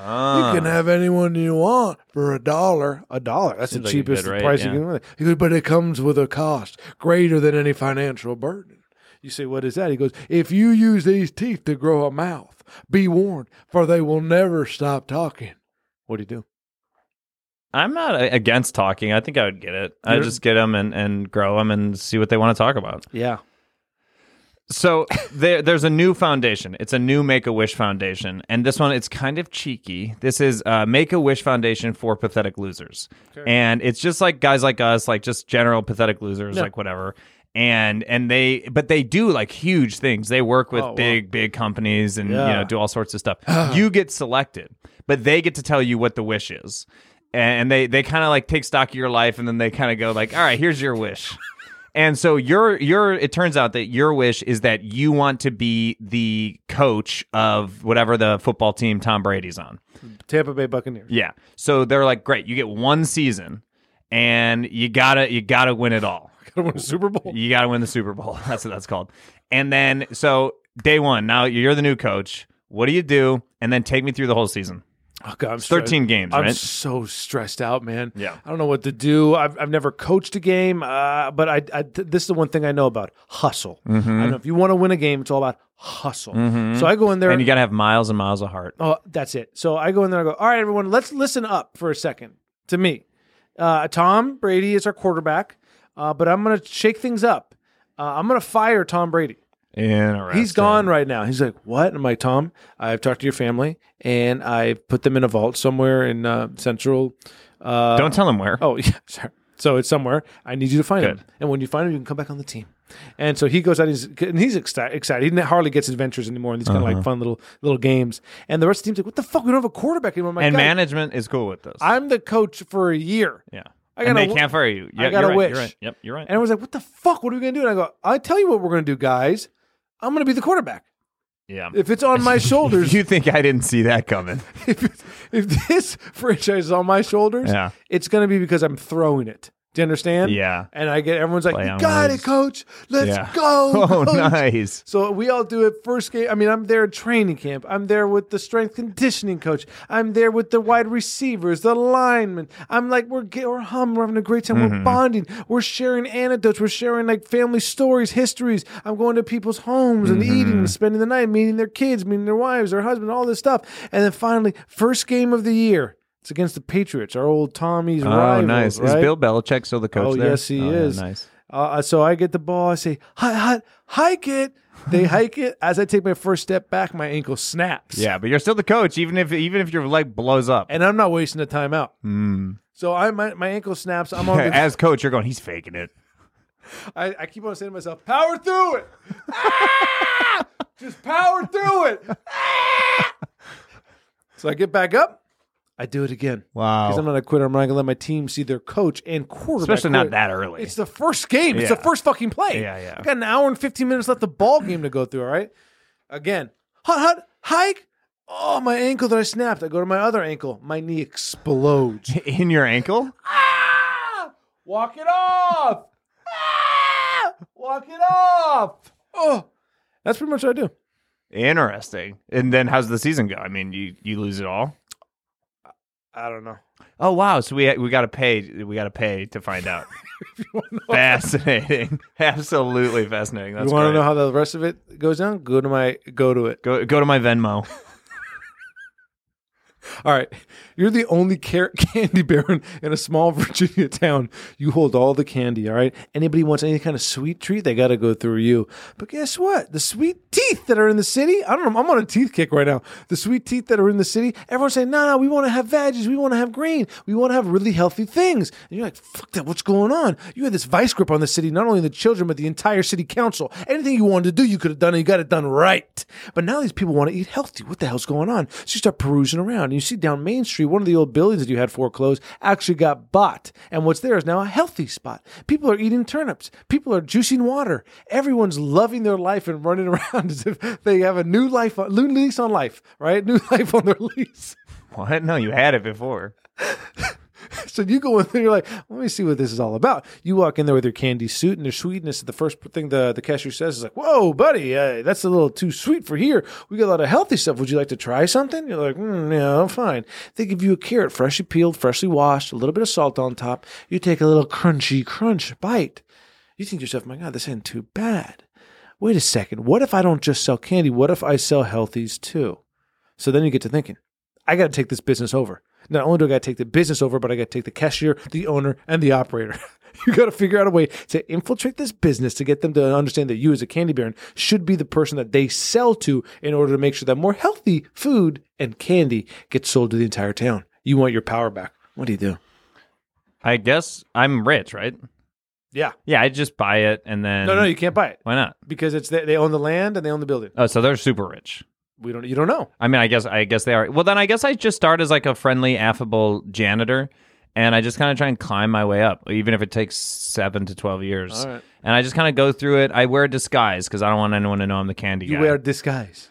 [SPEAKER 4] can have anyone you want for a dollar. A dollar. That's
[SPEAKER 3] Seems
[SPEAKER 4] the
[SPEAKER 3] like a good
[SPEAKER 4] cheapest
[SPEAKER 3] rate,
[SPEAKER 4] price
[SPEAKER 3] yeah.
[SPEAKER 4] you can. He goes, but it comes with a cost greater than any financial burden. You say, what is that? He goes, if you use these teeth to grow a mouth, be warned, for they will never stop talking. What do you do?
[SPEAKER 3] I'm not uh, against talking. I think I would get it. I
[SPEAKER 4] You're-
[SPEAKER 3] just get them and, and grow them and see what they want to talk about.
[SPEAKER 4] Yeah.
[SPEAKER 3] So there, there's a new foundation. It's a new Make a Wish Foundation, and this one it's kind of cheeky. This is uh, Make a Wish Foundation for pathetic losers, and it's just like guys like us, like just general pathetic losers, like whatever. And and they but they do like huge things. They work with
[SPEAKER 4] Oh, wow.
[SPEAKER 3] big big companies and you
[SPEAKER 4] Yeah.
[SPEAKER 3] know do all sorts of stuff. you get selected, but they get to tell you what the wish is, and they they kind of like take stock of your life, and then they kind of go like, all right, here's your wish. And so your your it turns out that your wish is that you want to be the coach of whatever the football team Tom Brady's on.
[SPEAKER 4] Tampa Bay [LAUGHS] Buccaneers.
[SPEAKER 3] Yeah. So they're like, great, you get one season, and you gotta you gotta win it all.
[SPEAKER 4] Gotta win a Super Bowl.
[SPEAKER 3] You gotta win the Super Bowl. [LAUGHS] That's what that's called. And then so day one, now you're the new coach. What do you do? And then take me through the whole season.
[SPEAKER 4] Oh, God, I'm
[SPEAKER 3] 13 games,
[SPEAKER 4] I'm
[SPEAKER 3] right?
[SPEAKER 4] so stressed out, man.
[SPEAKER 3] Yeah.
[SPEAKER 4] I don't know what to do. I've, I've never coached a game, uh, but I, I th- this is the one thing I know about hustle.
[SPEAKER 3] Mm-hmm.
[SPEAKER 4] I know if you want to win a game, it's all about hustle. So I go in there
[SPEAKER 3] And you gotta have miles and miles of heart.
[SPEAKER 4] Oh, that's it. So I go in there. I go, all right, everyone, let's listen up for a second to me. Uh, Tom Brady is our quarterback, uh, but I'm going to shake things up. Uh, I'm going to fire Tom Brady.
[SPEAKER 3] Interesting.
[SPEAKER 4] He's gone right now. He's like, what? I'm like, Tom, I've talked to your family and I put them in a vault somewhere in uh, Central. Uh,
[SPEAKER 3] Don't tell him where.
[SPEAKER 4] Oh, [LAUGHS] yeah, sure. So it's somewhere. I need you to find
[SPEAKER 3] Good.
[SPEAKER 4] him. And when you find him, you can come back on the team. And so he goes out. He's and he's exci- excited. He hardly gets adventures anymore. And these kind of
[SPEAKER 3] Uh-huh.
[SPEAKER 4] like fun little little games. And the rest of the team's like, "What the fuck? We don't have a quarterback anymore." I'm like,
[SPEAKER 3] and
[SPEAKER 4] "Guys,
[SPEAKER 3] management is cool with this.
[SPEAKER 4] I'm the coach for a year.
[SPEAKER 3] Yeah.
[SPEAKER 4] I
[SPEAKER 3] and
[SPEAKER 4] gotta
[SPEAKER 3] they
[SPEAKER 4] w-
[SPEAKER 3] can't fire you.
[SPEAKER 4] I
[SPEAKER 3] Yeah,
[SPEAKER 4] gotta
[SPEAKER 3] you're right,
[SPEAKER 4] wish.
[SPEAKER 3] You're right. Yep, you're right.
[SPEAKER 4] And everyone's like, "What the fuck? What are we gonna do?" And I go, "I tell you what we're gonna do, guys. I'm gonna be the quarterback.
[SPEAKER 3] yeah. [LAUGHS]
[SPEAKER 4] If it's on my shoulders,
[SPEAKER 3] you think I didn't see that coming?
[SPEAKER 4] [LAUGHS] if, it's- if this [LAUGHS] franchise is on my shoulders,
[SPEAKER 3] Yeah.
[SPEAKER 4] it's going to be because I'm throwing it. Do you understand?
[SPEAKER 3] Yeah.
[SPEAKER 4] And I get everyone's like,
[SPEAKER 3] Play
[SPEAKER 4] "You
[SPEAKER 3] on
[SPEAKER 4] got
[SPEAKER 3] words."
[SPEAKER 4] it, coach. Let's
[SPEAKER 3] Yeah.
[SPEAKER 4] go."
[SPEAKER 3] [LAUGHS] Oh,
[SPEAKER 4] coach."
[SPEAKER 3] nice.
[SPEAKER 4] So we all do it first game. I mean, I'm there at training camp. I'm there with the strength conditioning coach. I'm there with the wide receivers, the linemen. I'm like, we're ge- we're hum. We're having a great time.
[SPEAKER 3] Mm-hmm.
[SPEAKER 4] We're bonding. We're sharing anecdotes. We're sharing like family stories, histories. I'm going to people's homes and
[SPEAKER 3] Mm-hmm.
[SPEAKER 4] eating, and spending the night, meeting their kids, meeting their wives, their husband, all this stuff. And then finally, first game of the year. It's against the Patriots, our old Tommy's
[SPEAKER 3] Oh,
[SPEAKER 4] rivals.
[SPEAKER 3] nice. Is
[SPEAKER 4] right?
[SPEAKER 3] Bill Belichick still the coach
[SPEAKER 4] Oh,
[SPEAKER 3] there?
[SPEAKER 4] yes, he
[SPEAKER 3] Oh, yeah,
[SPEAKER 4] is.
[SPEAKER 3] nice.
[SPEAKER 4] Uh, so I get the ball. I say, hi, hi, hike it.
[SPEAKER 3] [LAUGHS]
[SPEAKER 4] They hike it. As I take my first step back, my ankle snaps.
[SPEAKER 3] Yeah, but you're still the coach, even if even if your leg blows up.
[SPEAKER 4] And I'm not wasting a timeout. So I my, my ankle snaps. I'm on. The,
[SPEAKER 3] Mm. [LAUGHS] As coach, you're going, he's faking it.
[SPEAKER 4] I, I keep on saying to myself, power through it. Ah! Just power through it. Ah! so I get back up. I do it again.
[SPEAKER 3] Wow.
[SPEAKER 4] Because I'm not a quitter. I'm not going to let my team see their coach and quarterback.
[SPEAKER 3] Especially not
[SPEAKER 4] quit.
[SPEAKER 3] that early.
[SPEAKER 4] It's the first game. It's
[SPEAKER 3] Yeah.
[SPEAKER 4] the first fucking play.
[SPEAKER 3] Yeah, yeah.
[SPEAKER 4] I got an hour and 15 minutes left the ball game to go through, all right? Again, hut, hut, hike. Oh, my ankle that I snapped. I go to my other ankle. My knee explodes.
[SPEAKER 3] [LAUGHS] In your ankle?
[SPEAKER 4] ah! Walk it off. ah! Walk it off. Oh, that's pretty much what I do.
[SPEAKER 3] Interesting. And then how's the season go? I mean, you, you lose it all.
[SPEAKER 4] I don't know.
[SPEAKER 3] Oh wow! So we we got to pay we got to pay to find [LAUGHS] out. fascinating, [LAUGHS] absolutely fascinating. That's
[SPEAKER 4] you want to
[SPEAKER 3] great.
[SPEAKER 4] know how the rest of it goes down? Go to my go to it.
[SPEAKER 3] go go to my Venmo.
[SPEAKER 4] All right. You're the only car- [LAUGHS] candy baron in a small [LAUGHS] Virginia town. You hold all the candy, all right? Anybody wants any kind of sweet treat, they got to go through you. But guess what? The sweet teeth that are in the city, I don't know, I'm on a teeth kick right now. The sweet teeth that are in the city, everyone's saying, no, no, we want to have veggies. We want to have green. We want to have really healthy things. And you're like, fuck that. What's going on? You had this vice grip on the city, not only the children, but the entire city council. Anything you wanted to do, you could have done, and you got it done right. But now these people want to eat healthy. What the hell's going on? So you start perusing around, and you see down Main Street, one of the old buildings that you had foreclosed actually got bought. And what's there is now a healthy spot. People are eating turnips. People are juicing water. Everyone's loving their life and running [LAUGHS] around as if they have a new life, new lease on life, right? New [LAUGHS] life on their lease.
[SPEAKER 3] [LAUGHS] What? No, you had it before.
[SPEAKER 4] [LAUGHS] So you go in there, you're like, let me see what this is all about. You walk in there with your candy suit and your sweetness. The first thing the, the cashier says is like, whoa, buddy, uh, that's a little too sweet for here. We got a lot of healthy stuff. Would you like to try something? You're like, mm, no, I'm fine. They give you a carrot, freshly peeled, freshly washed, a little bit of salt on top. You take a little crunchy crunch bite. You think to yourself, my God, this ain't too bad. Wait a second. What if I don't just sell candy? What if I sell healthies too? So then you get to thinking, I got to take this business over. Not only do I got to take the business over, but I got to take the cashier, the owner, and the operator. [LAUGHS] you got to figure out a way to infiltrate this business to get them to understand that you, as a candy baron, should be the person that they sell to in order to make sure that more healthy food and candy gets sold to the entire town. You want your power back. What do you do?
[SPEAKER 3] I guess I'm rich, right?
[SPEAKER 4] Yeah.
[SPEAKER 3] Yeah, I just buy it and then.
[SPEAKER 4] No, no, you can't buy it
[SPEAKER 3] Why not?
[SPEAKER 4] because it's they, they own the land and they own the building.
[SPEAKER 3] Oh, so they're super rich.
[SPEAKER 4] We don't. You don't know.
[SPEAKER 3] I mean, I guess I guess they are. Well, then I guess I just start as like a friendly, affable janitor, and I just kind of try and climb my way up, even if it takes seven to twelve years.
[SPEAKER 4] All right.
[SPEAKER 3] And I just kind of go through it. I wear a disguise because I don't want anyone to know I'm the candy
[SPEAKER 4] You
[SPEAKER 3] guy.
[SPEAKER 4] wear disguise.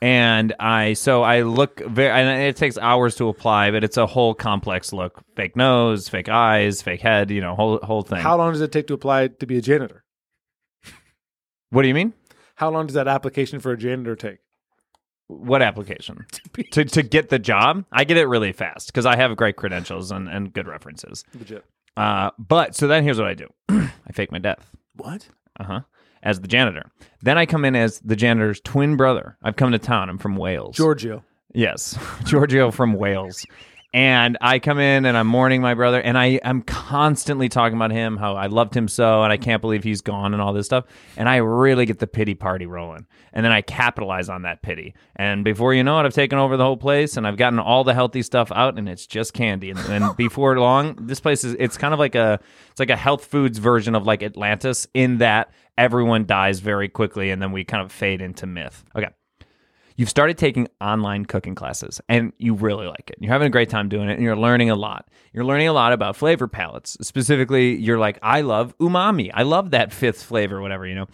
[SPEAKER 3] and I so I look very, and it takes hours to apply, but it's a whole complex look: fake nose, fake eyes, fake head, you know, whole whole thing.
[SPEAKER 4] How long does it take to apply to be a janitor?
[SPEAKER 3] what do you mean?
[SPEAKER 4] How long does that application for a janitor take?
[SPEAKER 3] What application
[SPEAKER 4] [LAUGHS]
[SPEAKER 3] to to get the job? I get it really fast because I have great credentials and and good references.
[SPEAKER 4] Legit.
[SPEAKER 3] Uh, but so then here's what I do: [CLEARS THROAT] I fake my death.
[SPEAKER 4] What?
[SPEAKER 3] Uh huh. As the janitor. Then I come in as the janitor's twin brother. I've come to town. I'm from Wales.
[SPEAKER 4] Giorgio.
[SPEAKER 3] Yes, [LAUGHS] Giorgio from Wales. And I come in and I'm mourning my brother, and I am constantly talking about him, how I loved him so, and I can't believe he's gone, and all this stuff. And I really get the pity party rolling. And then I capitalize on that pity. And before you know it, I've taken over the whole place, and I've gotten all the healthy stuff out, and it's just candy. And, and before long, this place is, it's kind of like a, it's like a health foods version of like Atlantis, in that everyone dies very quickly, and then we kind of fade into myth. Okay you've started taking online cooking classes and you really like it. You're having a great time doing it and you're learning a lot. You're learning a lot about flavor palettes. Specifically, you're like, I love umami. I love that fifth flavor, whatever, you know.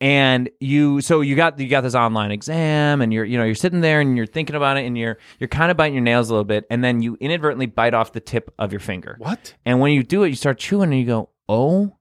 [SPEAKER 3] And you so you got you got this online exam and you're you know, you're sitting there and you're thinking about it and you're you're kind of biting your nails a little bit, and then you inadvertently bite off the tip of your finger.
[SPEAKER 4] What?
[SPEAKER 3] And when you do it, you start chewing and you go, oh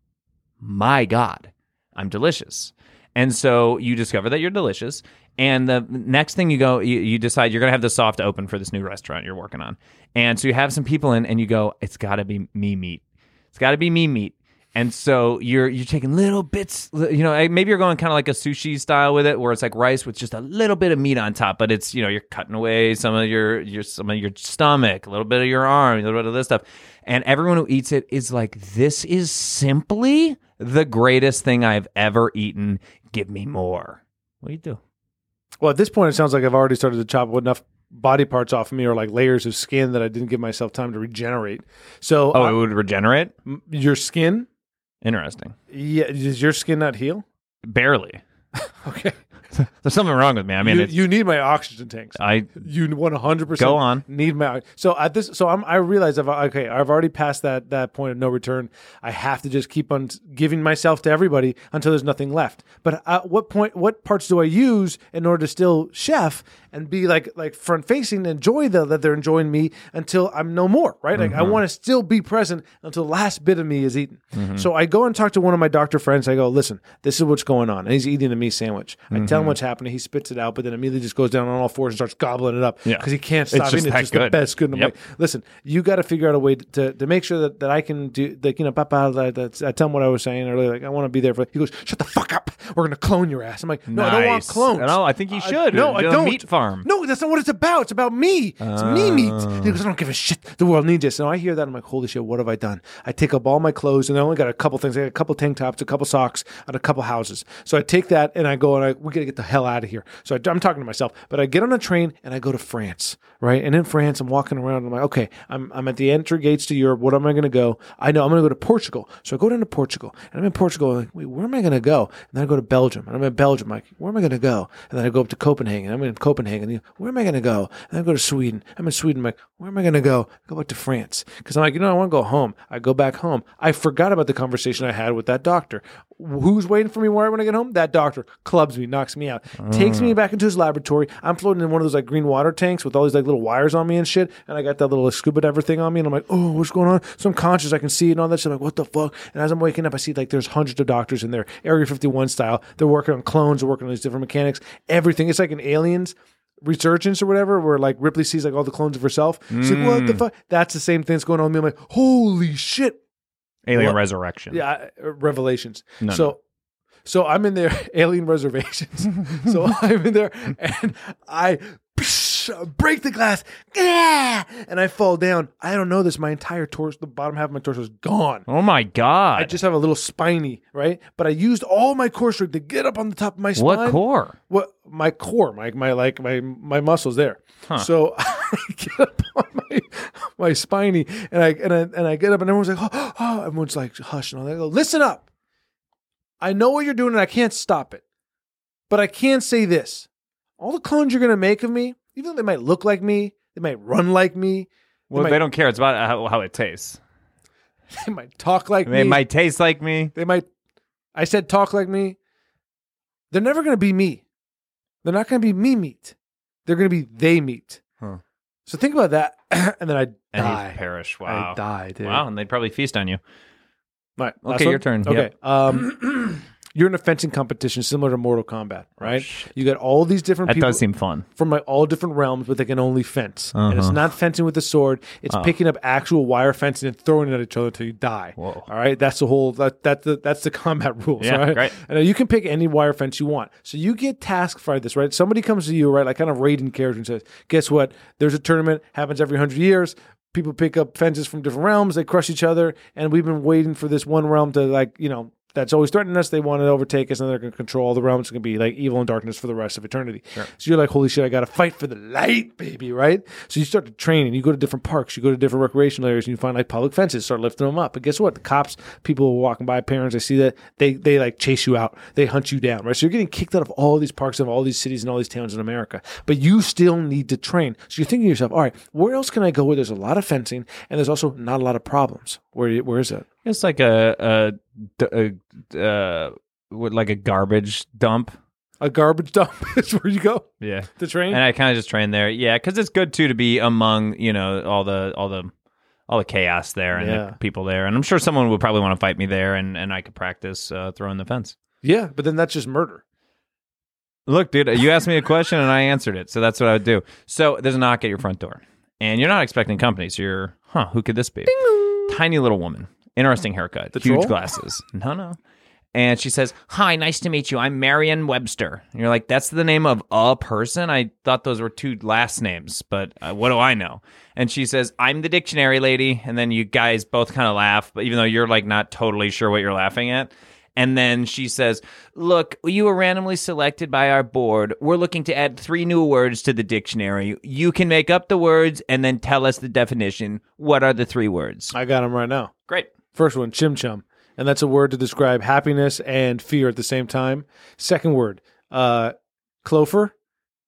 [SPEAKER 3] my God, I'm delicious. And so you discover that you're delicious. And the next thing you go, you, you decide you're going to have the soft open for this new restaurant you're working on. And so you have some people in and you go, it's got to be me meat. It's got to be me meat. And so you're you're taking little bits, you know. eh, Maybe you're going kind of like a sushi style with it, where it's like rice with just a little bit of meat on top, but it's you know you're cutting away some of your your some of your stomach, a little bit of your arm, a little bit of this stuff, and everyone who eats it is like, this is simply the greatest thing I've ever eaten. Give me more. What do you do?
[SPEAKER 4] Well, at this point, it sounds like I've already started to chop enough body parts off of me or like layers of skin that I didn't give myself time to regenerate. So,
[SPEAKER 3] Oh,
[SPEAKER 4] uh,
[SPEAKER 3] it would regenerate.
[SPEAKER 4] m- your skin,
[SPEAKER 3] Interesting.
[SPEAKER 4] yeah, does your skin not heal?
[SPEAKER 3] [LAUGHS] Barely.
[SPEAKER 4] Okay.
[SPEAKER 3] There's something wrong with me. I mean,
[SPEAKER 4] you,
[SPEAKER 3] it's, Uh,
[SPEAKER 4] you need my oxygen tanks.
[SPEAKER 3] I
[SPEAKER 4] you 100%
[SPEAKER 3] Go on.
[SPEAKER 4] need my so at this so i'm i realize i've okay i've already passed that that point of no return i have to just keep on giving myself to everybody until there's nothing left but at what point what parts do i use in order to still chef and be like like front facing enjoy the, that they're enjoying me until i'm no more right like i
[SPEAKER 3] Mm-hmm.
[SPEAKER 4] want to still be present until the last bit of me is eaten
[SPEAKER 3] Mm-hmm.
[SPEAKER 4] so i go and talk to one of my doctor friends i go listen this is what's going on and he's eating a meat sandwich i tell
[SPEAKER 3] Mm-hmm.
[SPEAKER 4] tongue what's happening. He spits it out, but then immediately just goes down on all fours and starts gobbling it up
[SPEAKER 3] Yeah.
[SPEAKER 4] because he can't
[SPEAKER 3] It's
[SPEAKER 4] stop
[SPEAKER 3] just
[SPEAKER 4] eating.
[SPEAKER 3] that
[SPEAKER 4] it's just
[SPEAKER 3] good.
[SPEAKER 4] the best good. And I'm
[SPEAKER 3] Yep.
[SPEAKER 4] like, listen, you got to figure out a way to, to make sure that, that I can do like you know, papa. That, that's, I tell him what I was saying earlier. Like I want to be there for. He goes, shut the fuck up. We're gonna clone your ass. I'm like, no, I don't want
[SPEAKER 3] Nice.
[SPEAKER 4] clones.
[SPEAKER 3] No, I think you should.
[SPEAKER 4] no, I
[SPEAKER 3] Do a
[SPEAKER 4] don't.
[SPEAKER 3] meat farm.
[SPEAKER 4] Mm-hmm. No, that's not what it's about. It's about me. It's me meat. He goes, I don't give a shit. The world needs this. And I hear that. I'm like, holy shit, what have I done? I take up all my clothes and I only got a couple things. I got a couple tank tops, a couple socks, and a couple houses. So I take that and I go and I, we got to get the hell out of here. So I, I'm talking to myself, but I get on a train and I go to France, right? And in France, I'm walking around. And I'm like, okay, I'm, I'm at the entry gates to Europe. What am I going to go? I know I'm going to go to Portugal. So I go down to Portugal and I'm in Portugal. I'm like, wait, where am I going to go? And then I go to Belgium and I'm in Belgium. like, where am I going to go? And then I go up to Copenhagen. I'm in Copenhagen. You know, Where am I going to go? And then I go to Sweden. I'm in Sweden. I'm like, where am I going to go? I go back to France because I'm like, you know, I want to go home. I go back home. I forgot about the conversation I had with that doctor. Who's waiting for me where when I get home? That doctor clubs me, knocks me out, takes me back into his laboratory. I'm floating in one of those like green water tanks with all these like little wires on me and shit. And I got that little scuba diver thing on me. And I'm like, oh, what's going on? So I'm conscious. I can see it and all that shit. I'm like, what the fuck? And as I'm waking up, I see like there's hundreds of doctors in there, Area 51 style. They're working on clones, they're working on these different mechanics, everything. It's like an aliens resurgence or whatever, where like Ripley sees like all the clones of herself. She's like, what
[SPEAKER 3] Mm.
[SPEAKER 4] the fuck? That's the same thing that's going on with me. I'm like, holy shit.
[SPEAKER 3] Alien
[SPEAKER 4] Well,
[SPEAKER 3] Resurrection.
[SPEAKER 4] Yeah, I- uh, Revelations.
[SPEAKER 3] No,
[SPEAKER 4] so, so I'm in there, [LAUGHS]
[SPEAKER 3] [LAUGHS]
[SPEAKER 4] Alien Reservations. so I'm in there, and I break the glass, yeah, and I fall down. I don't know this. My entire torso, the bottom half of my torso is gone.
[SPEAKER 3] Oh my god.
[SPEAKER 4] I just have a little spiny, right? But I used all my core strength to get up on the top of my spine
[SPEAKER 3] what core?
[SPEAKER 4] what my core, my my like my my muscles there. So [LAUGHS] I get up on my my spiny and I and I and I get up and everyone's like, oh, oh," everyone's like hush and all that. I go, listen up. I know what you're doing and I can't stop it. But I can say this. All the clones you're gonna make of me, even though they might look like me, they might run like me,
[SPEAKER 3] Well,
[SPEAKER 4] might-
[SPEAKER 3] they don't care. It's about how, how it tastes.
[SPEAKER 4] [LAUGHS] they might talk like
[SPEAKER 3] They
[SPEAKER 4] me.
[SPEAKER 3] might taste like me.
[SPEAKER 4] They might. I said talk like me. They're never going to be me. They're not going to be me meat. They're going to be they meat.
[SPEAKER 3] Huh.
[SPEAKER 4] So think about that, [CLEARS THROAT] and then I
[SPEAKER 3] And
[SPEAKER 4] die.
[SPEAKER 3] you perish. Wow.
[SPEAKER 4] I die, dude.
[SPEAKER 3] Wow, and they'd probably feast on you.
[SPEAKER 4] All right, last
[SPEAKER 3] Okay,
[SPEAKER 4] one?
[SPEAKER 3] your turn.
[SPEAKER 4] Okay.
[SPEAKER 3] Yep.
[SPEAKER 4] Um,
[SPEAKER 3] [CLEARS THROAT]
[SPEAKER 4] you're in a fencing competition similar to Mortal Kombat, right?
[SPEAKER 3] Oh, shit.
[SPEAKER 4] you got all these different
[SPEAKER 3] That
[SPEAKER 4] people
[SPEAKER 3] does seem fun.
[SPEAKER 4] from like all different realms, but they can only fence. And
[SPEAKER 3] Uh-huh.
[SPEAKER 4] it's not fencing with a sword. It's picking up actual wire fencing and throwing it at each other until you die.
[SPEAKER 3] Whoa.
[SPEAKER 4] All right. That's the whole that that's the that's the combat [LAUGHS] rules.
[SPEAKER 3] Yeah,
[SPEAKER 4] all right.
[SPEAKER 3] great.
[SPEAKER 4] And you can pick any wire fence you want. So you get tasked for this, right? Somebody comes to you, right, like kind of Raiden character and says, Guess what? There's a tournament, happens every hundred years. People pick up fences from different realms, they crush each other, and we've been waiting for this one realm to like, you know, that's always threatening us. They want to overtake us, and they're going to control all the realms. It's going to be like evil and darkness for the rest of eternity. So you're like, holy shit, I got to fight for the light, baby, right? So you start to train, and you go to different parks, you go to different recreational areas, and you find like public fences, start lifting them up. And guess what? The cops, people walking by, parents, they see that they they like chase you out, they hunt you down, right? So you're getting kicked out of all these parks and all these cities and all these towns in America, but you still need to train. So you're thinking to yourself, all right, where else can I go where there's a lot of fencing and there's also not a lot of problems? Where where is it?
[SPEAKER 3] It's like a, a, a, uh, what- like a garbage dump.
[SPEAKER 4] A garbage dump [LAUGHS] is where you go
[SPEAKER 3] Yeah.
[SPEAKER 4] to train.
[SPEAKER 3] And I kind of just train there. Yeah, because it's good too to be among you know all the all the all the chaos there and
[SPEAKER 4] Yeah.
[SPEAKER 3] the people there. And I'm sure someone would probably want to fight me there, and and I could practice uh, throwing the fence.
[SPEAKER 4] Yeah, but then that's just murder.
[SPEAKER 3] Look, dude, you asked me a question and I answered it. So that's what I would do. So there's a knock at your front door, and you're not expecting company. So you're, huh, who could this be? Tiny little woman, interesting haircut, huge
[SPEAKER 4] troll?
[SPEAKER 3] glasses. No, no. And she says, Hi, nice to meet you. I'm Marion Webster. And you're like, That's the name of a person? I thought those were two last names, but uh, what do I know? And she says, I'm the dictionary lady. And then you guys both kind of laugh, but even though you're like not totally sure what you're laughing at. And then she says, Look, you were randomly selected by our board. We're looking to add three new words to the dictionary. You can make up the words and then tell us the definition. What are the three words?
[SPEAKER 4] I got them right now.
[SPEAKER 3] Great.
[SPEAKER 4] First one, chim chum. And that's a word to describe happiness and fear at the same time. Second word, uh, clofer.
[SPEAKER 3] [LAUGHS]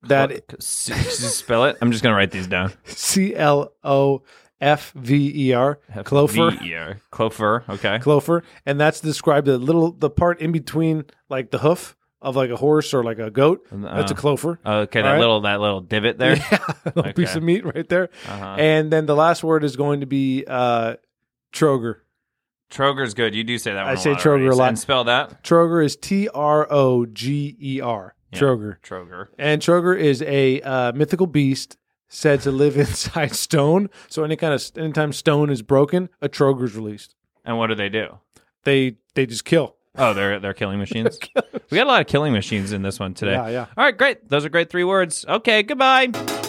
[SPEAKER 4] That
[SPEAKER 3] S- s- spell it. I'm just going to write these down.
[SPEAKER 4] [LAUGHS] C L O F V E R. Clofer.
[SPEAKER 3] V-E-R. Clofer. Okay.
[SPEAKER 4] Clofer. And that's to describe the little, the part in between like the hoof of like a horse or like a goat. That's a
[SPEAKER 3] uh,
[SPEAKER 4] clofer.
[SPEAKER 3] Okay, that
[SPEAKER 4] All right.
[SPEAKER 3] little that little divot
[SPEAKER 4] [LAUGHS]
[SPEAKER 3] there.
[SPEAKER 4] little piece
[SPEAKER 3] okay. Uh-huh.
[SPEAKER 4] of meat right there. [LAUGHS] And then the last word is going to be uh, troger.
[SPEAKER 3] Troger's good. You do say that. One
[SPEAKER 4] I
[SPEAKER 3] a
[SPEAKER 4] say
[SPEAKER 3] lot already.
[SPEAKER 4] Troger a lot.
[SPEAKER 3] And spell that.
[SPEAKER 4] Troger is T R O G E R. Troger.
[SPEAKER 3] Troger.
[SPEAKER 4] And Troger is a uh, mythical beast said to live [LAUGHS] inside stone. So any kind of anytime stone is broken, a Troger's released.
[SPEAKER 3] And what do they do?
[SPEAKER 4] They they just kill.
[SPEAKER 3] Oh, they're they're killing machines. we got a lot of killing machines in this one today.
[SPEAKER 4] Yeah, yeah.
[SPEAKER 3] All right, great. Those are great three words. Okay, goodbye.